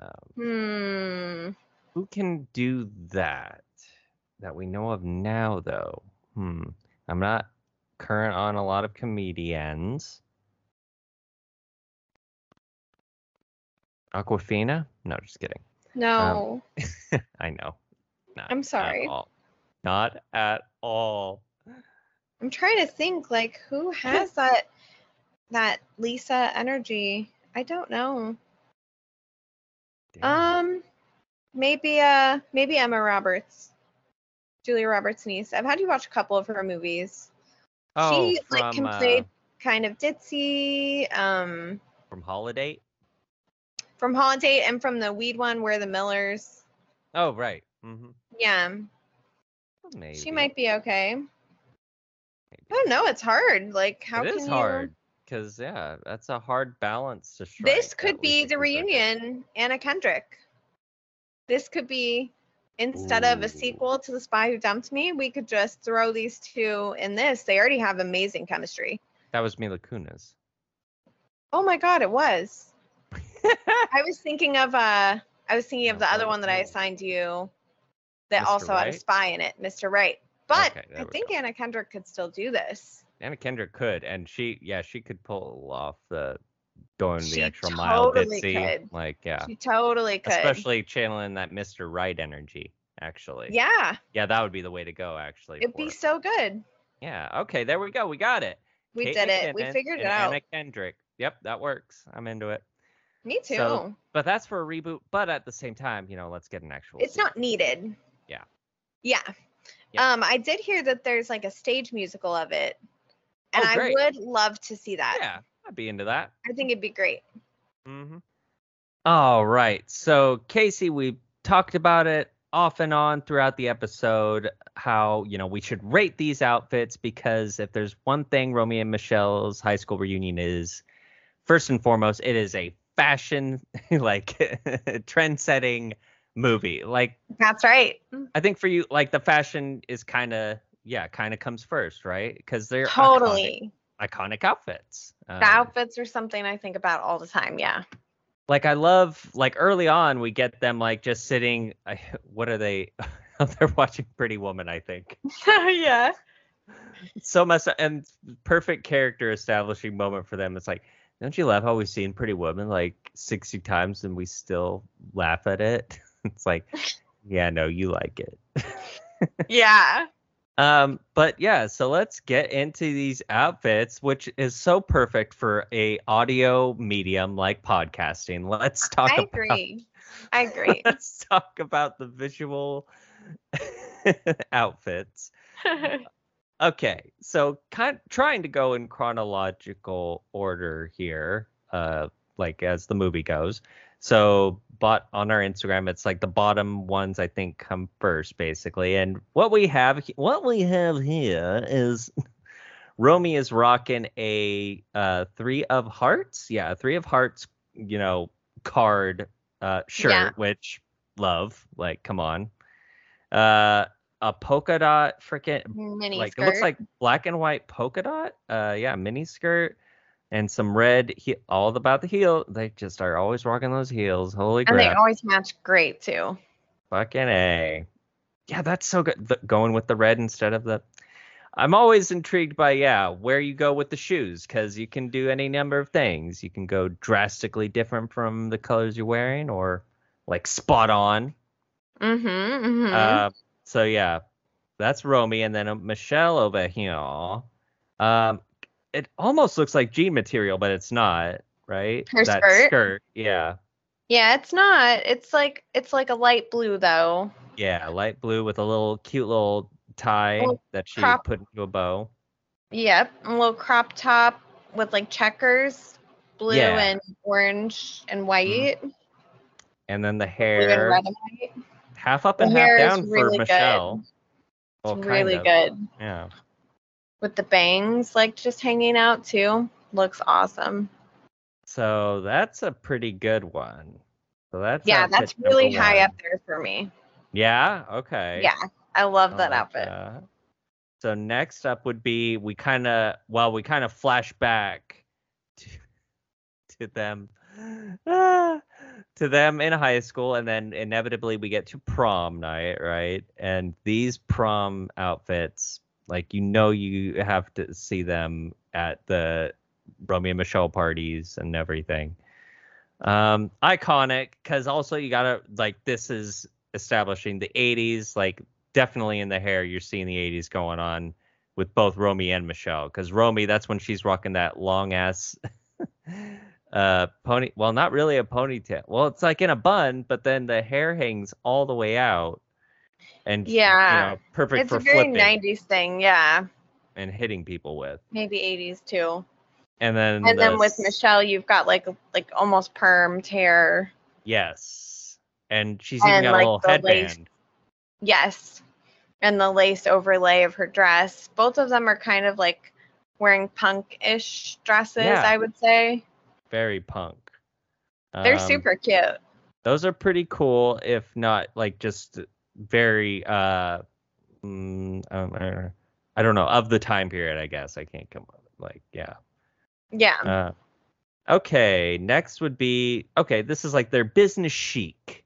[SPEAKER 2] Um,
[SPEAKER 1] Hmm.
[SPEAKER 2] who can do that that we know of now, though? Hmm. I'm not current on a lot of comedians. Aquafina? No, just kidding.
[SPEAKER 1] No,
[SPEAKER 2] um, I know. Not
[SPEAKER 1] I'm
[SPEAKER 2] at
[SPEAKER 1] sorry.
[SPEAKER 2] all. Not at all.
[SPEAKER 1] I'm trying to think like who
[SPEAKER 2] <laughs>
[SPEAKER 1] has that that Lisa energy. I don't know.
[SPEAKER 2] Damn.
[SPEAKER 1] Um, maybe uh maybe Emma Roberts, Julia Roberts' niece. I've had you watch a couple of her movies.
[SPEAKER 2] Oh,
[SPEAKER 1] she, like, can
[SPEAKER 2] uh,
[SPEAKER 1] play- Kind of ditzy. Um,
[SPEAKER 2] from Holiday.
[SPEAKER 1] from Holiday and from the Weed one, where the Millers.
[SPEAKER 2] Oh right. hmm
[SPEAKER 1] Yeah,
[SPEAKER 2] Maybe.
[SPEAKER 1] she might be okay. I
[SPEAKER 2] Maybe.
[SPEAKER 1] don't know. It's hard. Like how
[SPEAKER 2] it
[SPEAKER 1] can
[SPEAKER 2] is
[SPEAKER 1] you?
[SPEAKER 2] hard because yeah, that's a hard balance to strike.
[SPEAKER 1] This could
[SPEAKER 2] that
[SPEAKER 1] be
[SPEAKER 2] Lisa
[SPEAKER 1] the
[SPEAKER 2] Kudrow did.
[SPEAKER 1] reunion, Anna Kendrick. This could be instead of
[SPEAKER 2] Ooh.
[SPEAKER 1] a sequel to The Spy Who Dumped Me, we could just throw these two in this. They already have amazing chemistry.
[SPEAKER 2] That was Mila Kunis.
[SPEAKER 1] Oh my god, it
[SPEAKER 2] <laughs>
[SPEAKER 1] was. I was thinking of uh I was thinking of
[SPEAKER 2] Yeah,
[SPEAKER 1] the other
[SPEAKER 2] what-
[SPEAKER 1] one that I
[SPEAKER 2] what-
[SPEAKER 1] assigned you that
[SPEAKER 2] Mr.
[SPEAKER 1] also had a
[SPEAKER 2] Right?
[SPEAKER 1] spy in it, Mr. Right. But
[SPEAKER 2] Okay,
[SPEAKER 1] I
[SPEAKER 2] there we
[SPEAKER 1] think
[SPEAKER 2] go.
[SPEAKER 1] Anna Kendrick could still do this.
[SPEAKER 2] Anna Kendrick could, and she yeah she could pull off the going
[SPEAKER 1] She
[SPEAKER 2] the extra mile
[SPEAKER 1] totally
[SPEAKER 2] ditzy
[SPEAKER 1] could.
[SPEAKER 2] like yeah,
[SPEAKER 1] She totally could.
[SPEAKER 2] especially channeling that Mr. Right energy actually.
[SPEAKER 1] yeah,
[SPEAKER 2] Yeah, that would be the way to go actually.
[SPEAKER 1] it'd
[SPEAKER 2] for
[SPEAKER 1] be
[SPEAKER 2] it.
[SPEAKER 1] so good.
[SPEAKER 2] Yeah. Okay. There we go. We got it.
[SPEAKER 1] We
[SPEAKER 2] Kate
[SPEAKER 1] did it. We
[SPEAKER 2] McKinnon
[SPEAKER 1] figured it
[SPEAKER 2] and
[SPEAKER 1] out.
[SPEAKER 2] Anna Kendrick. Yep, that works. I'm into it.
[SPEAKER 1] Me too.
[SPEAKER 2] So, But that's for a reboot. But at the same time, you know, let's get an actual.
[SPEAKER 1] it's not needed.
[SPEAKER 2] Yeah.
[SPEAKER 1] Yeah.
[SPEAKER 2] Yeah.
[SPEAKER 1] Um, I did hear that there's like a stage musical of it, and
[SPEAKER 2] Oh,
[SPEAKER 1] I
[SPEAKER 2] great.
[SPEAKER 1] would love to see that.
[SPEAKER 2] sequel. Yeah, I'd be into that.
[SPEAKER 1] I think it'd be great.
[SPEAKER 2] Mm-hmm. All right. So, Casey, we talked about it off and on throughout the episode how, you know, we should rate these outfits because if there's one thing Romeo and Michelle's high school reunion is, first and foremost, it is a fashion, <laughs> like, <laughs> trend setting movie. Like,
[SPEAKER 1] That's right.
[SPEAKER 2] I think for you, like, the fashion is kind of, yeah, kind of comes first, right? Because they're iconic-
[SPEAKER 1] Totally.
[SPEAKER 2] iconic, outfits. Um,
[SPEAKER 1] The outfits are something I think about all the time.
[SPEAKER 2] <laughs>
[SPEAKER 1] Yeah.
[SPEAKER 2] like I love like early on we get them like just sitting. I, <laughs> what are they? They're watching Pretty Woman, I think.
[SPEAKER 1] yeah.
[SPEAKER 2] So messed up and perfect character establishing moment for them. It's like, don't you love how we've seen Pretty Woman like sixty times and we still laugh at it? <laughs> It's like,
[SPEAKER 1] <laughs>
[SPEAKER 2] yeah, no, you like it.
[SPEAKER 1] Yeah.
[SPEAKER 2] Um, but yeah, so let's get into these outfits, which is so perfect for a audio medium like podcasting. Let's <laughs> talk
[SPEAKER 1] I
[SPEAKER 2] about
[SPEAKER 1] agree. I
[SPEAKER 2] <laughs>
[SPEAKER 1] agree.
[SPEAKER 2] let's talk about the visual <laughs> outfits. Okay, so kind trying to go in chronological order here, uh, like as the movie goes. So, but on our Instagram, it's like the bottom ones I think come first, basically. And what we have, he- what we have here is <laughs> Romy is rocking a uh, three of hearts, yeah, a three of hearts, you know, card uh, shirt, which love, like, come on. Uh, a polka dot freaking
[SPEAKER 1] Mini
[SPEAKER 2] like
[SPEAKER 1] skirt.
[SPEAKER 2] it looks like black and white polka dot uh yeah mini skirt and some red he- all about the heel they just are always rocking those heels holy
[SPEAKER 1] and they
[SPEAKER 2] crap
[SPEAKER 1] always match great too.
[SPEAKER 2] fucking a yeah that's so good the, going with the red instead of the i'm always intrigued by yeah where you go with the shoes because you can do any number of things you can go drastically different from the colors you're wearing or like spot on
[SPEAKER 1] Mm-hmm. mm-hmm.
[SPEAKER 2] Um, so yeah, that's Romy, and then uh, Michelle over here. Um, it almost looks like jean material, but it's not, right?
[SPEAKER 1] Her
[SPEAKER 2] that
[SPEAKER 1] skirt?
[SPEAKER 2] yeah,
[SPEAKER 1] yeah, it's not. It's like it's like a light blue though.
[SPEAKER 2] yeah, light blue with a little cute little tie
[SPEAKER 1] Well,
[SPEAKER 2] that she
[SPEAKER 1] crop-
[SPEAKER 2] put into a bow.
[SPEAKER 1] Yep, a little crop top with like checkers, blue
[SPEAKER 2] Yeah.
[SPEAKER 1] and orange and white.
[SPEAKER 2] And then the
[SPEAKER 1] blue and
[SPEAKER 2] hair,
[SPEAKER 1] red and white.
[SPEAKER 2] half up
[SPEAKER 1] The
[SPEAKER 2] and half
[SPEAKER 1] hair is
[SPEAKER 2] down for
[SPEAKER 1] really good.
[SPEAKER 2] Michelle. Well,
[SPEAKER 1] It's
[SPEAKER 2] kind
[SPEAKER 1] really
[SPEAKER 2] of,
[SPEAKER 1] good
[SPEAKER 2] Yeah.
[SPEAKER 1] with the bangs like just hanging out too. Looks awesome.
[SPEAKER 2] So that's a pretty good one. So that's
[SPEAKER 1] yeah,
[SPEAKER 2] outfit
[SPEAKER 1] that's
[SPEAKER 2] number
[SPEAKER 1] really high
[SPEAKER 2] one.
[SPEAKER 1] up there for me.
[SPEAKER 2] Yeah. Okay.
[SPEAKER 1] Yeah, I love
[SPEAKER 2] I
[SPEAKER 1] that
[SPEAKER 2] like
[SPEAKER 1] outfit.
[SPEAKER 2] that. So next up would be we kind of well we kind of flash back <laughs> to, to them <gasps> ah, to them in high school and then inevitably we get to prom night right and these prom outfits like you know you have to see them at the Romeo and Michelle parties and everything um iconic because also you gotta like this is establishing the 80s like definitely in the hair you're seeing the 80s going on with both Romy and Michelle because Romy that's when she's rocking that long ass <laughs> uh pony well not really a ponytail well it's like in a bun but then the hair hangs all the way out and you
[SPEAKER 1] Yeah.
[SPEAKER 2] know, perfect
[SPEAKER 1] It's
[SPEAKER 2] for
[SPEAKER 1] a very
[SPEAKER 2] flipping
[SPEAKER 1] 90s thing. Yeah,
[SPEAKER 2] and hitting people with
[SPEAKER 1] maybe 80s too.
[SPEAKER 2] and then
[SPEAKER 1] And then
[SPEAKER 2] the
[SPEAKER 1] with
[SPEAKER 2] s-
[SPEAKER 1] Michelle, you've got like like almost permed hair.
[SPEAKER 2] yes and she's even
[SPEAKER 1] And,
[SPEAKER 2] got
[SPEAKER 1] like,
[SPEAKER 2] a little
[SPEAKER 1] the lace-
[SPEAKER 2] headband
[SPEAKER 1] Yes. And the lace overlay of her dress. Both of them are kind of like wearing punk ish dresses,
[SPEAKER 2] Yeah.
[SPEAKER 1] I would say.
[SPEAKER 2] very punk
[SPEAKER 1] They're
[SPEAKER 2] Um,
[SPEAKER 1] super cute.
[SPEAKER 2] those are pretty cool if not like just very uh mm, I, don't, I don't know. I don't know of the time period i guess i can't come up like yeah
[SPEAKER 1] Yeah.
[SPEAKER 2] uh, okay next would be okay this is like their business chic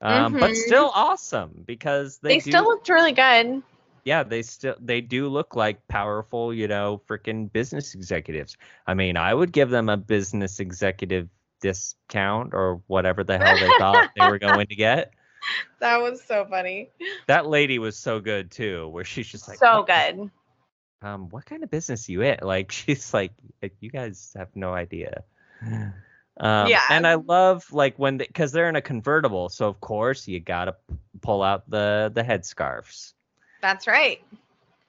[SPEAKER 2] um but
[SPEAKER 1] Mhm.
[SPEAKER 2] still awesome because they,
[SPEAKER 1] They,
[SPEAKER 2] do,
[SPEAKER 1] still looked really good.
[SPEAKER 2] yeah they still they do look like powerful you know freaking business executives i mean i would give them a business executive discount or whatever the hell they thought they were going
[SPEAKER 1] <laughs>
[SPEAKER 2] to get
[SPEAKER 1] That was so funny.
[SPEAKER 2] That lady was so good too, where she's just like,
[SPEAKER 1] so
[SPEAKER 2] "What-
[SPEAKER 1] good.
[SPEAKER 2] Um, what kind of business you in? Like <laughs> she's like, "Eh, you guys have no idea. Um,
[SPEAKER 1] Yeah.
[SPEAKER 2] And I love like when because they, are in a convertible, so of course you gotta p- pull out the the headscarves. Um,
[SPEAKER 1] That's right.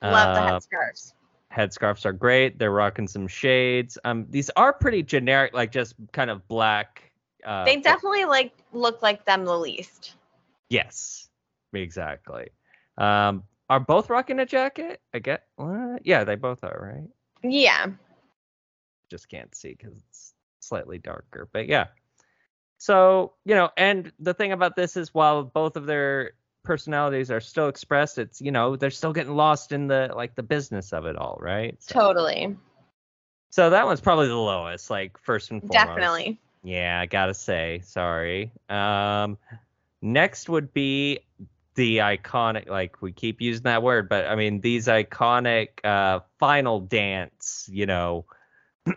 [SPEAKER 1] Love the
[SPEAKER 2] Uh,
[SPEAKER 1] headscarves.
[SPEAKER 2] headscarves are great. They're rocking some shades. Um, these are pretty generic, like just kind of black. Uh,
[SPEAKER 1] They
[SPEAKER 2] but-
[SPEAKER 1] definitely like look like them the least.
[SPEAKER 2] Yes, exactly. Um, are both rocking a jacket? I get. Uh, yeah, they both are, right?
[SPEAKER 1] Yeah.
[SPEAKER 2] just can't see because it's slightly darker. But yeah. So, you know, and the thing about this is while both of their personalities are still expressed, it's, you know, they're still getting lost in the like the business of it all, right? So,
[SPEAKER 1] Totally.
[SPEAKER 2] so that one's probably the lowest, like first and foremost.
[SPEAKER 1] Definitely.
[SPEAKER 2] Yeah, I gotta say, sorry. Um, next would be the iconic, like we keep using that word, but I mean these iconic uh, final dance. You know, <clears throat>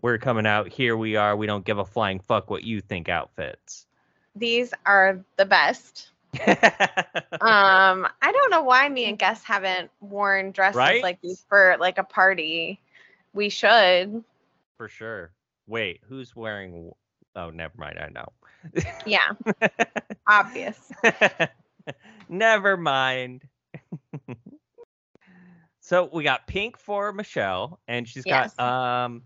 [SPEAKER 2] we're coming out. Here we are. We don't give a flying fuck what you think outfits.
[SPEAKER 1] These are the best. Um, I don't know why me and Gus haven't worn dresses
[SPEAKER 2] Right?
[SPEAKER 1] like these for like a party. We should.
[SPEAKER 2] For sure. Wait, who's wearing? wh- Oh, never mind. I know. <laughs>
[SPEAKER 1] Yeah. Obvious.
[SPEAKER 2] Never mind. <laughs> so we got pink for Michelle, and she's
[SPEAKER 1] Yes.
[SPEAKER 2] got um.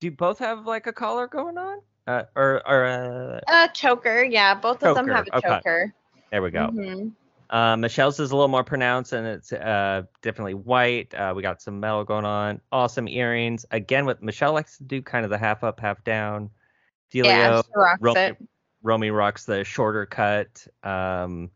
[SPEAKER 2] Do you both have like a collar going on? Uh, or or uh,
[SPEAKER 1] A choker. Yeah. Both of them have a
[SPEAKER 2] Choker, okay.
[SPEAKER 1] choker.
[SPEAKER 2] there we go.
[SPEAKER 1] Mhm.
[SPEAKER 2] Uh, Michelle's is a little more pronounced, and it's uh definitely white. Uh, we got some metal going on. Awesome earrings. Again, with Michelle likes to do kind of the half up, half down. Dealio.
[SPEAKER 1] Yeah. She rocks
[SPEAKER 2] Romy,
[SPEAKER 1] it.
[SPEAKER 2] Romy rocks the shorter cut. Um,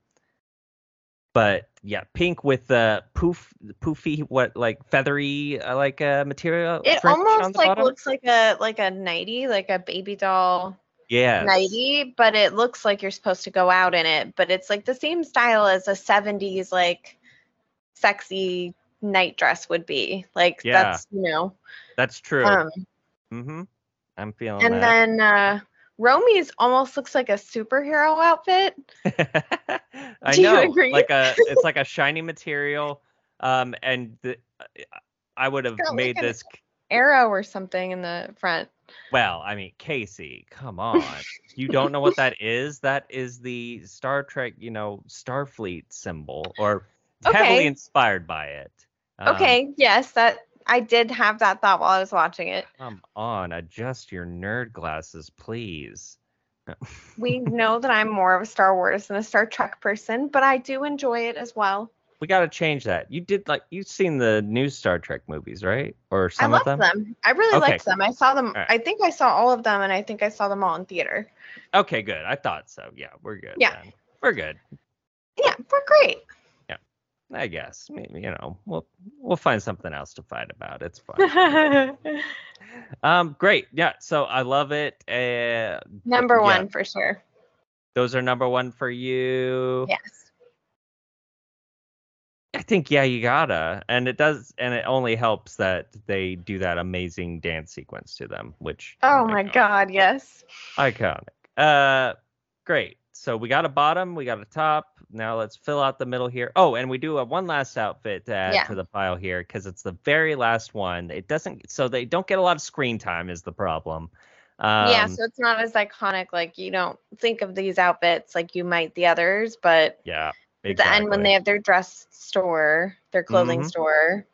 [SPEAKER 2] but yeah, pink with the poof, poofy, what like feathery uh, like uh, material.
[SPEAKER 1] It
[SPEAKER 2] fringe on
[SPEAKER 1] almost
[SPEAKER 2] the
[SPEAKER 1] like
[SPEAKER 2] bottom?
[SPEAKER 1] looks like a like a nighty, like a baby doll
[SPEAKER 2] yes.
[SPEAKER 1] nighty, but it looks like you're supposed to go out in it. But it's like the same style as a 70s like sexy night dress would be. Like
[SPEAKER 2] Yeah.
[SPEAKER 1] that's you know.
[SPEAKER 2] That's true.
[SPEAKER 1] Um
[SPEAKER 2] mm-hmm. I'm feeling
[SPEAKER 1] and
[SPEAKER 2] that.
[SPEAKER 1] then uh Romy's almost looks like a superhero outfit.
[SPEAKER 2] <laughs> I
[SPEAKER 1] Do you
[SPEAKER 2] know.
[SPEAKER 1] agree?
[SPEAKER 2] Like a,
[SPEAKER 1] <laughs>
[SPEAKER 2] it's like a shiny material. Um, and the, I would have
[SPEAKER 1] got like
[SPEAKER 2] made
[SPEAKER 1] an-
[SPEAKER 2] this.
[SPEAKER 1] Arrow or something in the front.
[SPEAKER 2] Well, I mean, Casey, come on. you don't know what
[SPEAKER 1] <laughs>
[SPEAKER 2] that is? That is the Star Trek, you know, Starfleet symbol, or
[SPEAKER 1] Okay.
[SPEAKER 2] heavily inspired by it. Um,
[SPEAKER 1] okay, yes, that I did have that thought while I was watching it.
[SPEAKER 2] Come on, adjust your nerd glasses, please. <laughs>
[SPEAKER 1] We know that I'm more of a Star Wars than a Star Trek person, but I do enjoy it as well.
[SPEAKER 2] We got to change that. You did like you've seen the new Star Trek movies, right? Or some
[SPEAKER 1] I
[SPEAKER 2] of
[SPEAKER 1] loved
[SPEAKER 2] them?
[SPEAKER 1] them. I really
[SPEAKER 2] Okay.
[SPEAKER 1] liked them. I saw them.
[SPEAKER 2] right.
[SPEAKER 1] I think I saw all of them, and I think I saw them all in theater.
[SPEAKER 2] Okay, good. I thought so. Yeah, we're good.
[SPEAKER 1] Yeah.
[SPEAKER 2] then. We're good.
[SPEAKER 1] Yeah, we're
[SPEAKER 2] <laughs>
[SPEAKER 1] great.
[SPEAKER 2] I guess. Maybe, You know, we'll we'll find something else to fight about.
[SPEAKER 1] <laughs>
[SPEAKER 2] It's fun.
[SPEAKER 1] Number
[SPEAKER 2] um, great. Yeah. So I love it. Uh, Yeah.
[SPEAKER 1] one for sure.
[SPEAKER 2] those are number one for you.
[SPEAKER 1] Yes.
[SPEAKER 2] I think yeah, you gotta. And it does, and it only helps that they do that amazing dance sequence to them, which
[SPEAKER 1] Oh my God, yes.
[SPEAKER 2] Iconic. Uh, great. So we got a bottom, we got a top. Now let's fill out the middle here. Oh, and we do have one last outfit to add
[SPEAKER 1] Yeah.
[SPEAKER 2] to the pile here because it's the very last one. It doesn't, so they don't get a lot of screen time is the problem. Um,
[SPEAKER 1] yeah, so it's not as iconic. Like you don't think of these outfits like you might the others, but
[SPEAKER 2] yeah.
[SPEAKER 1] at the end when
[SPEAKER 2] exactly.
[SPEAKER 1] they have their dress store, their clothing
[SPEAKER 2] Mhm.
[SPEAKER 1] store.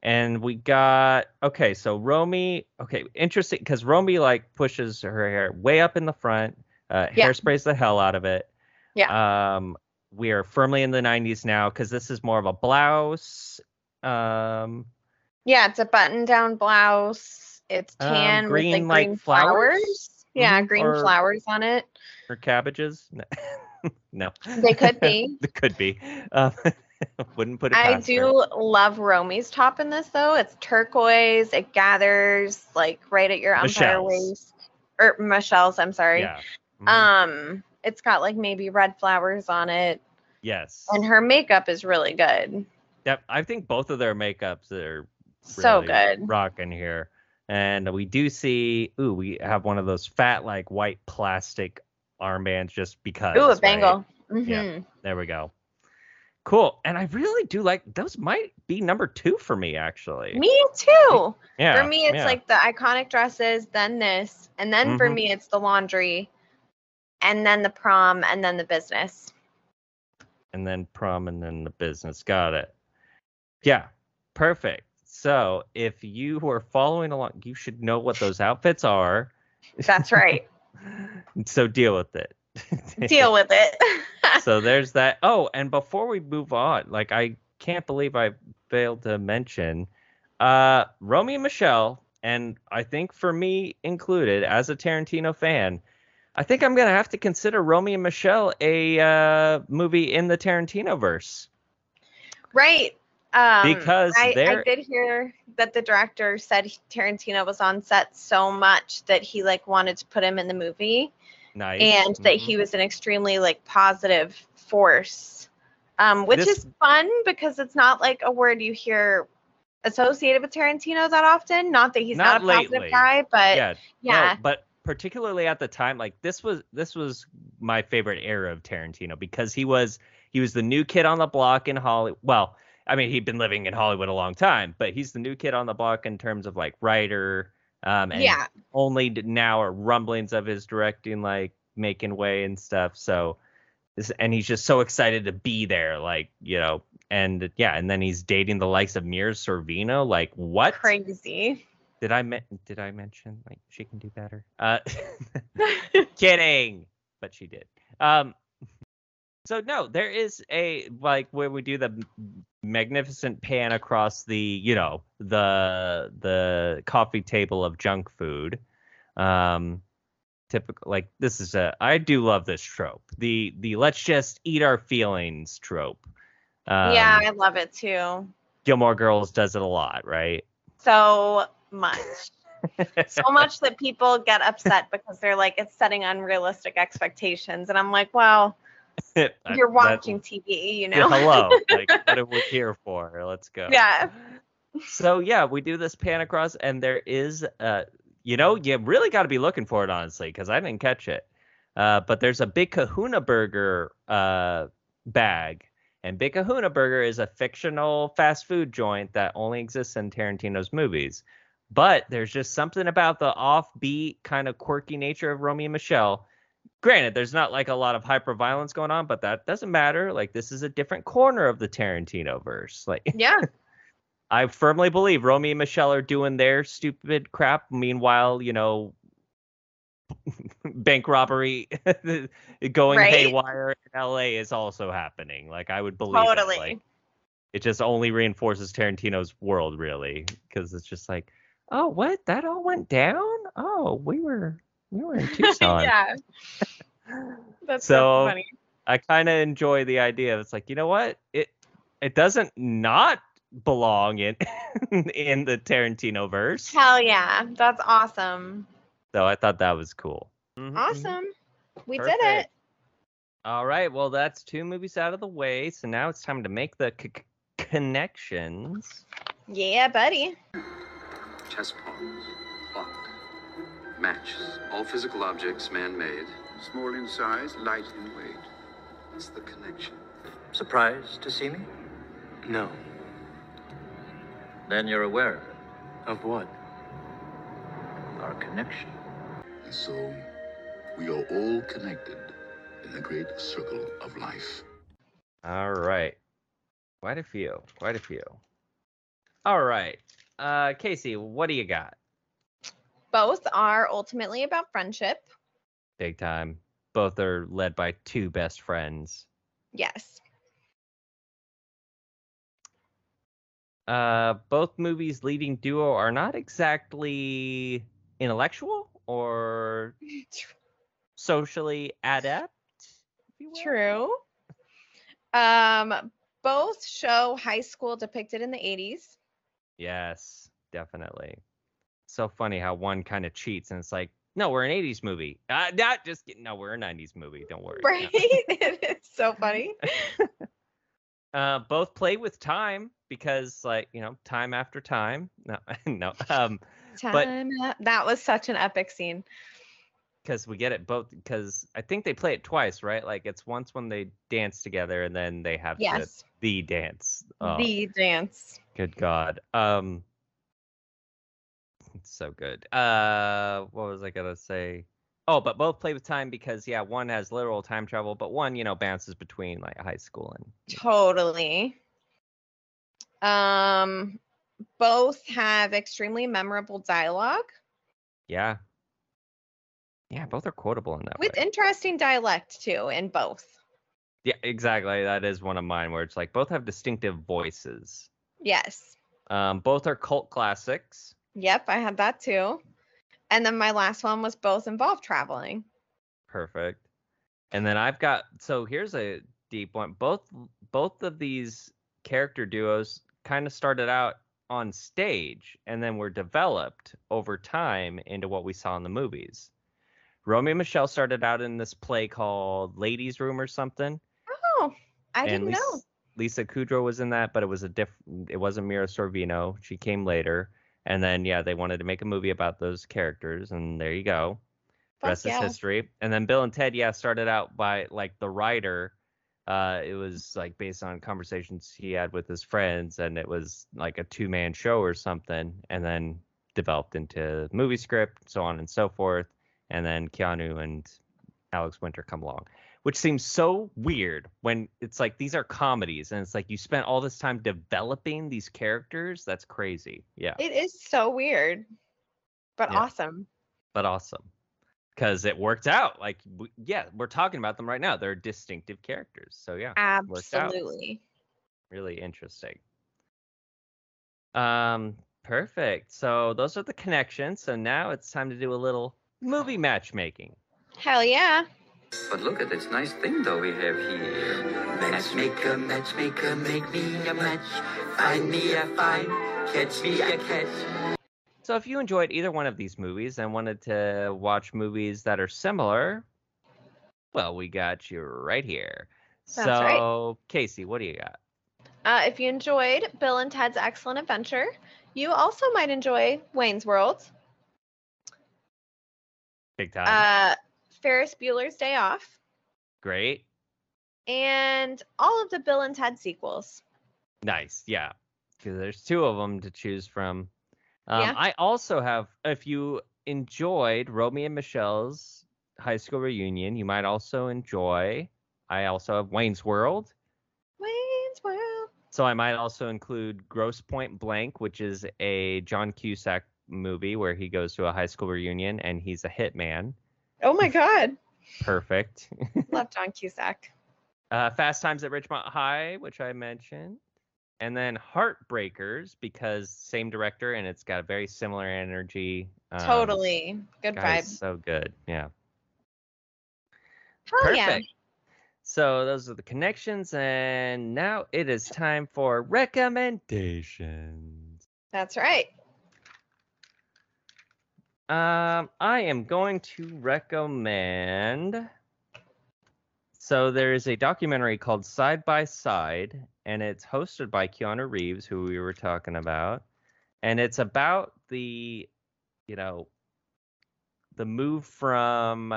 [SPEAKER 2] and we got okay so romy okay interesting because romy like pushes her hair way up in the front uh
[SPEAKER 1] Yeah.
[SPEAKER 2] hairsprays the hell out of it um we are firmly in the 90s now because this is more of a blouse um
[SPEAKER 1] Yeah, it's a button-down blouse. It's
[SPEAKER 2] Um,
[SPEAKER 1] tan with the
[SPEAKER 2] green, like,
[SPEAKER 1] green flowers.
[SPEAKER 2] flowers?
[SPEAKER 1] Yeah,
[SPEAKER 2] Mhm,
[SPEAKER 1] green
[SPEAKER 2] or-
[SPEAKER 1] flowers on
[SPEAKER 2] <laughs>
[SPEAKER 1] it.
[SPEAKER 2] or cabbages no, <laughs> no.
[SPEAKER 1] They could be.
[SPEAKER 2] <laughs> They could be um <laughs> wouldn't put it
[SPEAKER 1] I
[SPEAKER 2] past her.
[SPEAKER 1] do love Romy's top in this though. It's turquoise. It gathers like right at your umpire
[SPEAKER 2] Michelle's.
[SPEAKER 1] waist. Or Michelle's, I'm sorry.
[SPEAKER 2] yeah Mhm.
[SPEAKER 1] Um, it's got like maybe red flowers on it,
[SPEAKER 2] yes
[SPEAKER 1] and her makeup is really good.
[SPEAKER 2] Yep, i think both of their makeups are
[SPEAKER 1] So
[SPEAKER 2] really
[SPEAKER 1] good.
[SPEAKER 2] rocking here. And we do see, ooh, we have one of those fat, like white plastic armbands just because.
[SPEAKER 1] Ooh, a
[SPEAKER 2] right?
[SPEAKER 1] bangle.
[SPEAKER 2] Yeah.
[SPEAKER 1] Mhm.
[SPEAKER 2] There we go. Cool. And I really do like those, might be number two for me, actually.
[SPEAKER 1] Me too.
[SPEAKER 2] yeah,
[SPEAKER 1] for me, it's
[SPEAKER 2] yeah.
[SPEAKER 1] like the iconic dresses, then this, and then for
[SPEAKER 2] Mhm.
[SPEAKER 1] me, it's the laundry, and then the prom, and then the business.
[SPEAKER 2] And then prom and then the business. Got it. Yeah, perfect. So if you were following along, you should know what those outfits are.
[SPEAKER 1] That's right.
[SPEAKER 2] <laughs> So deal with it. <laughs>
[SPEAKER 1] Deal with it.
[SPEAKER 2] so there's that. Oh, and before we move on, like I can't believe I failed to mention uh Romy and Michelle, and I think for me included as a Tarantino fan, I think I'm gonna have to consider Romy and Michelle a uh movie in the Tarantino verse.
[SPEAKER 1] Right. Um,
[SPEAKER 2] Because
[SPEAKER 1] I, I
[SPEAKER 2] there-
[SPEAKER 1] did hear that the director said he- Tarantino was on set so much that he like wanted to put him in the movie
[SPEAKER 2] Nice.
[SPEAKER 1] and that
[SPEAKER 2] Mhm.
[SPEAKER 1] he was an extremely like positive force. Um, which
[SPEAKER 2] This-
[SPEAKER 1] is fun because it's not like a word you hear associated with Tarantino that often. Not that he's not,
[SPEAKER 2] Not
[SPEAKER 1] a positive
[SPEAKER 2] lately.
[SPEAKER 1] guy, but yeah.
[SPEAKER 2] yeah, no, but particularly at the time, like this was this was my favorite era of Tarantino because he was he was the new kid on the block in Hollywood. Well, I mean, he'd been living in Hollywood a long time, but he's the new kid on the block in terms of like writer. Um, and
[SPEAKER 1] yeah.
[SPEAKER 2] only d- now are rumblings of his directing, like making way and stuff. So this, and he's just so excited to be there, like you know, and yeah, and then he's dating the likes of Mira Sorvino. Like what?
[SPEAKER 1] Crazy.
[SPEAKER 2] Did I men- did I mention like she can do better?
[SPEAKER 1] <laughs>
[SPEAKER 2] Uh, <laughs> kidding, but she did. Um, so no, there is a like where we do the m- magnificent pan across the you know the the coffee table of junk food. Um, typical like this is a I do love this trope the the let's just eat our feelings trope. Um,
[SPEAKER 1] yeah, I love it too.
[SPEAKER 2] Gilmore Girls does it a lot, right?
[SPEAKER 1] So much. so
[SPEAKER 2] <laughs>
[SPEAKER 1] much that people get upset because they're like it's setting unrealistic expectations and i'm like well
[SPEAKER 2] That-
[SPEAKER 1] you're
[SPEAKER 2] that-
[SPEAKER 1] watching tv you
[SPEAKER 2] Yeah, <laughs>
[SPEAKER 1] know <laughs>
[SPEAKER 2] hello. Like, what are we here for? Let's go.
[SPEAKER 1] Yeah.
[SPEAKER 2] So yeah, we do this pan across, and there is uh, you know, you really got to be looking for it honestly, because I didn't catch it. Uh, but there's a big Kahuna burger uh bag. And Big Kahuna Burger is a fictional fast food joint that only exists in Tarantino's movies. But there's just something about the offbeat, kind of quirky nature of Romeo and Michelle. Granted, there's not like a lot of hyper violence going on, but that doesn't matter. Like this is a different corner of the Tarantino verse. Like
[SPEAKER 1] Yeah.
[SPEAKER 2] I firmly believe Romeo and Michelle are doing their stupid crap. Meanwhile, you know, <laughs> bank robbery <laughs> going
[SPEAKER 1] Right.
[SPEAKER 2] haywire in LA is also happening. Like I would believe it.
[SPEAKER 1] Totally.
[SPEAKER 2] Like, it just only reinforces Tarantino's world, really, because it's just like, oh, what? That all went down? Oh, we were we
[SPEAKER 1] <laughs>
[SPEAKER 2] were in Tucson.
[SPEAKER 1] yeah. That's
[SPEAKER 2] So-
[SPEAKER 1] so funny.
[SPEAKER 2] I kind of enjoy the idea. of It's like you know what it it doesn't not belong in <laughs> in the Tarantino verse.
[SPEAKER 1] Hell yeah. That's awesome.
[SPEAKER 2] So I thought that was cool.
[SPEAKER 1] Awesome. We did it.
[SPEAKER 2] Mm-hmm. Perfect. All right. Well, that's two movies out of the way. So now it's time to make the c- c- connections.
[SPEAKER 1] Yeah, buddy.
[SPEAKER 3] Chess pawns, clock, matches, all physical objects man-made. Small in size, light in weight. It's the connection.
[SPEAKER 4] Surprised to see me? No. Then you're aware of it. Of what? Our connection.
[SPEAKER 5] And so, we are all connected in the great circle of life.
[SPEAKER 2] All right. Quite a few. Quite a few. All right. Uh, Casey, what do you got?
[SPEAKER 1] Both are ultimately about friendship.
[SPEAKER 2] Big time. Both are led by two best
[SPEAKER 1] <laughs>
[SPEAKER 2] friends.
[SPEAKER 1] Yes.
[SPEAKER 2] Uh, both movies' leading duo are not exactly intellectual or socially adept. if you will.
[SPEAKER 1] True. Um, both show high school depicted in the 80s.
[SPEAKER 2] Yes, definitely. So funny how one kind of cheats and it's like, no, we're an 80s movie. Uh, not just kidding. No, we're a 90s movie. Don't worry. No.
[SPEAKER 1] <laughs> Right? it's so funny.
[SPEAKER 2] Uh, both play with time because, like, you know, time after time. No, <laughs> no. Um, But-
[SPEAKER 1] Time out- that was such an epic scene.
[SPEAKER 2] because we get it both because I think they play it twice, right? Like it's once when they dance together and then they have the,
[SPEAKER 1] Yes.
[SPEAKER 2] the dance. Oh,
[SPEAKER 1] The dance.
[SPEAKER 2] good God. Um, it's so good. Uh, what was I gonna say? Oh, but both play with time because yeah, one has literal time travel, but one you know bounces between like high school and
[SPEAKER 1] Totally. Um, both have extremely memorable dialogue
[SPEAKER 2] yeah, yeah, both are quotable in that
[SPEAKER 1] with
[SPEAKER 2] way.
[SPEAKER 1] interesting dialect too in both.
[SPEAKER 2] Yeah, exactly. That is one of mine where it's like both have distinctive voices.
[SPEAKER 1] Yes.
[SPEAKER 2] Um, both are cult classics.
[SPEAKER 1] Yep, I had that too. And then my last one was both involved traveling.
[SPEAKER 2] Perfect. And then I've got so here's a deep one. Both both of these character duos kind of started out on stage and then were developed over time into what we saw in the movies. Romeo and Michelle started out in this play called Ladies Room or something.
[SPEAKER 1] Oh, I
[SPEAKER 2] and
[SPEAKER 1] didn't
[SPEAKER 2] Lis-
[SPEAKER 1] know.
[SPEAKER 2] Lisa Kudrow was in that, but it was a diff it wasn't Mira Sorvino. She came later. And then yeah, they wanted to make a movie about those characters, and there you go
[SPEAKER 1] Fuck
[SPEAKER 2] rest
[SPEAKER 1] yeah.
[SPEAKER 2] is history. And then Bill and Ted, yeah, started out by like the writer. Uh, it was like based on conversations he had with his friends, and it was like a two man show or something, and then developed into movie script, so on and so forth. And then Keanu and Alex Winter come along, which seems so weird when it's like these are comedies, and it's like you spent all this time developing these characters. That's crazy. Yeah.
[SPEAKER 1] It is so weird, but
[SPEAKER 2] Yeah.
[SPEAKER 1] awesome.
[SPEAKER 2] but awesome because it worked out. Like, w yeah, we're talking about them right now. They're distinctive characters. So yeah, Worked out.
[SPEAKER 1] Absolutely.
[SPEAKER 2] really interesting. Um, perfect. So those are the connections. So now it's time to do a little movie matchmaking.
[SPEAKER 1] Hell yeah.
[SPEAKER 3] But look at this nice thing though we have here. Matchmaker, matchmaker, make me a match. Find me a find, catch me a catch.
[SPEAKER 2] So if you enjoyed either one of these movies and wanted to watch movies that are similar, well, we got you right here.
[SPEAKER 1] That's right.
[SPEAKER 2] so Casey, what do you got?
[SPEAKER 1] Uh, if you enjoyed Bill and Ted's Excellent Adventure, you also might enjoy Wayne's World,
[SPEAKER 2] Big time. Um,
[SPEAKER 1] uh, Ferris Bueller's Day Off,
[SPEAKER 2] Great.
[SPEAKER 1] and all of the Bill and Ted sequels.
[SPEAKER 2] Nice. Yeah. Because there's two of them to choose from. Um,
[SPEAKER 1] Yeah.
[SPEAKER 2] I also have, if you enjoyed Romeo and Michelle's high school reunion, you might also enjoy, I also have Wayne's World.
[SPEAKER 1] Wayne's World.
[SPEAKER 2] So I might also include Gross Point Blank, which is a John Cusack movie where he goes to a high school reunion and he's a hitman.
[SPEAKER 1] Oh my God.
[SPEAKER 2] Perfect.
[SPEAKER 1] <laughs> Love John Cusack.
[SPEAKER 2] Uh, Fast Times at Richmond High, which I mentioned, and then Heartbreakers because same director and it's got a very similar energy. Um,
[SPEAKER 1] totally. Good
[SPEAKER 2] guy
[SPEAKER 1] vibe.
[SPEAKER 2] is so good. Yeah.
[SPEAKER 1] Hell Oh, yeah.
[SPEAKER 2] So those are the connections, and now it is time for recommendations.
[SPEAKER 1] That's right.
[SPEAKER 2] Um, I am going to recommend. So there is a documentary called Side by Side, and it's hosted by Keanu Reeves, who we were talking about, and it's about the, you know, the move from,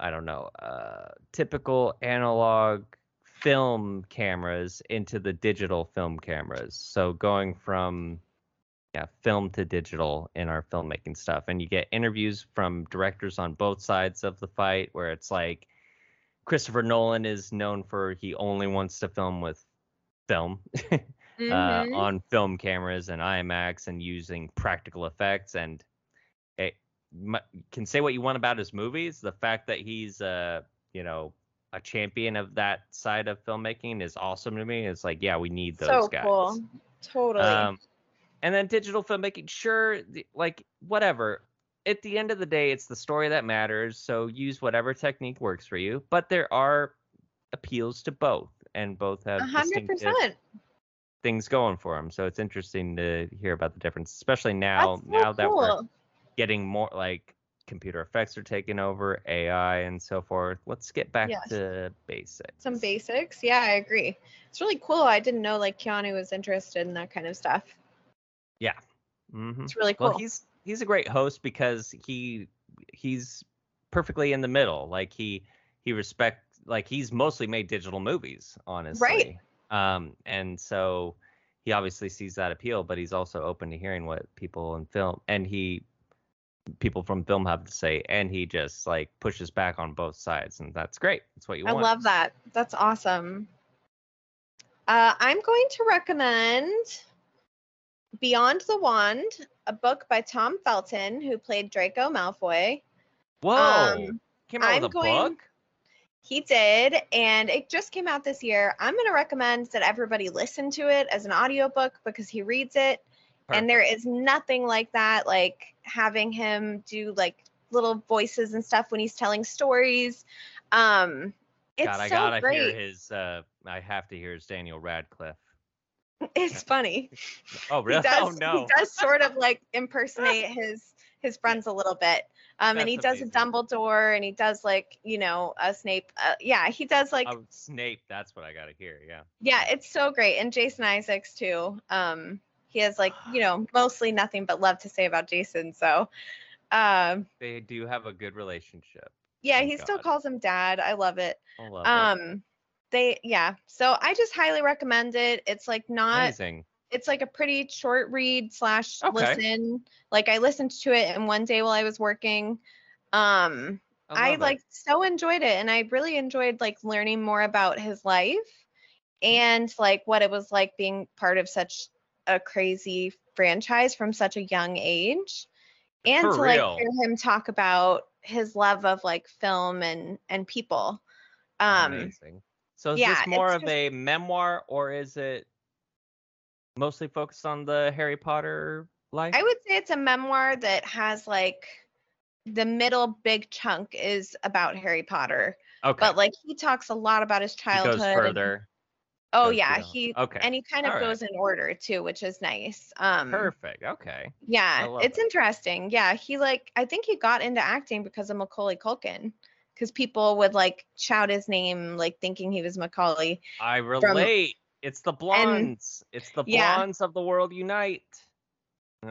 [SPEAKER 2] I don't know, uh, typical analog film cameras into the digital film cameras. So going from yeah, film to digital in our filmmaking stuff. And you get interviews from directors on both sides of the fight where it's like Christopher Nolan is known for he only wants to film with film <laughs>
[SPEAKER 1] Mhm.
[SPEAKER 2] uh, on film cameras and IMAX and using practical effects. And it m- can say what you want about his movies. The fact that he's, uh, you know, a champion of that side of filmmaking is awesome to me. It's like, yeah, we need those
[SPEAKER 1] so
[SPEAKER 2] guys.
[SPEAKER 1] cool. Totally.
[SPEAKER 2] Um, and then digital filmmaking, sure, the- like whatever. At the end of the day, it's the story that matters. So use whatever technique works for you. But there are appeals to both, and both have
[SPEAKER 1] A hundred
[SPEAKER 2] distinctive
[SPEAKER 1] percent.
[SPEAKER 2] things going for them. So it's interesting to hear about the difference, especially
[SPEAKER 1] That's
[SPEAKER 2] now.
[SPEAKER 1] so
[SPEAKER 2] now that we're
[SPEAKER 1] cool.
[SPEAKER 2] getting more like computer effects are taking over, AI and so forth. Let's get back
[SPEAKER 1] Yes.
[SPEAKER 2] to basics.
[SPEAKER 1] some basics. Yeah, I agree. It's really cool. I didn't know like Keanu was interested in that kind of stuff.
[SPEAKER 2] hmm
[SPEAKER 1] It's really cool.
[SPEAKER 2] Well, he's he's a great host because he he's perfectly in the middle. Like he he respect like he's mostly made digital movies, honestly. Right. Um, and so he obviously sees that appeal, but he's also open to hearing what people in film and he people from film have to say, and he just like pushes back on both sides, and that's great. That's what you
[SPEAKER 1] I
[SPEAKER 2] want.
[SPEAKER 1] love that. That's awesome. Uh, I'm going to recommend Beyond the Wand, a book by Tom Felton, who played Draco Malfoy.
[SPEAKER 2] Whoa!
[SPEAKER 1] um,
[SPEAKER 2] Came out
[SPEAKER 1] I'm
[SPEAKER 2] with a
[SPEAKER 1] going-
[SPEAKER 2] book.
[SPEAKER 1] He did, and it just came out this year. I'm going to recommend that everybody listen to it as an audiobook because he reads it. And there is nothing like that, like having him do like little voices and stuff when he's telling stories. Um, it's
[SPEAKER 2] God, I
[SPEAKER 1] so
[SPEAKER 2] gotta
[SPEAKER 1] great.
[SPEAKER 2] hear his. Uh, I have to hear his Daniel Radcliffe.
[SPEAKER 1] <laughs> It's funny.
[SPEAKER 2] Oh
[SPEAKER 1] He
[SPEAKER 2] really? <laughs>
[SPEAKER 1] does,
[SPEAKER 2] oh no.
[SPEAKER 1] He does sort of like
[SPEAKER 2] <laughs>
[SPEAKER 1] impersonate his his friends a little bit. Um, and he does
[SPEAKER 2] That's
[SPEAKER 1] a
[SPEAKER 2] amazing.
[SPEAKER 1] Dumbledore, and he does like you know a Snape. Uh, yeah, he does like
[SPEAKER 2] oh, Snape. That's what I gotta hear. Yeah.
[SPEAKER 1] yeah, it's so great. And Jason Isaacs too. Um, he has
[SPEAKER 2] <sighs>
[SPEAKER 1] like you know mostly nothing but love to say about Jason. So, um,
[SPEAKER 2] They do have a good relationship.
[SPEAKER 1] yeah,
[SPEAKER 2] Thank
[SPEAKER 1] he still
[SPEAKER 2] Oh God.
[SPEAKER 1] calls him dad. I love it.
[SPEAKER 2] I love it.
[SPEAKER 1] Um, they yeah. So I just highly recommend it. It's like not
[SPEAKER 2] Amazing.
[SPEAKER 1] it's like a pretty short read slash
[SPEAKER 2] Okay.
[SPEAKER 1] listen. Like I listened to it in one day while I was working. Um I,
[SPEAKER 2] love it.
[SPEAKER 1] like so enjoyed it and I really enjoyed like learning more about his life and like what it was like being part of such a crazy franchise from such a young age. And
[SPEAKER 2] For
[SPEAKER 1] to like
[SPEAKER 2] real.
[SPEAKER 1] hear him talk about his love of like film and and people. Um
[SPEAKER 2] Amazing. So is
[SPEAKER 1] yeah,
[SPEAKER 2] this more
[SPEAKER 1] it's
[SPEAKER 2] of
[SPEAKER 1] just-
[SPEAKER 2] a memoir or is it mostly focused on the Harry Potter life?
[SPEAKER 1] I would say it's a memoir that has like the middle big chunk is about Harry Potter,
[SPEAKER 2] okay.
[SPEAKER 1] but like he talks a lot about his
[SPEAKER 2] He
[SPEAKER 1] childhood.
[SPEAKER 2] goes
[SPEAKER 1] and-
[SPEAKER 2] further.
[SPEAKER 1] Oh
[SPEAKER 2] goes
[SPEAKER 1] yeah,
[SPEAKER 2] beyond.
[SPEAKER 1] he
[SPEAKER 2] Okay.
[SPEAKER 1] and he kind of
[SPEAKER 2] All right.
[SPEAKER 1] goes in order too, which is nice. Um
[SPEAKER 2] Perfect. Okay.
[SPEAKER 1] yeah,
[SPEAKER 2] love
[SPEAKER 1] it's
[SPEAKER 2] it.
[SPEAKER 1] interesting. Yeah, he like I think he got into acting because of Macaulay Culkin cuz people would like shout his name like thinking he was Macaulay.
[SPEAKER 2] I relate. It's the blondes. it's the
[SPEAKER 1] yeah.
[SPEAKER 2] blondes of the world unite.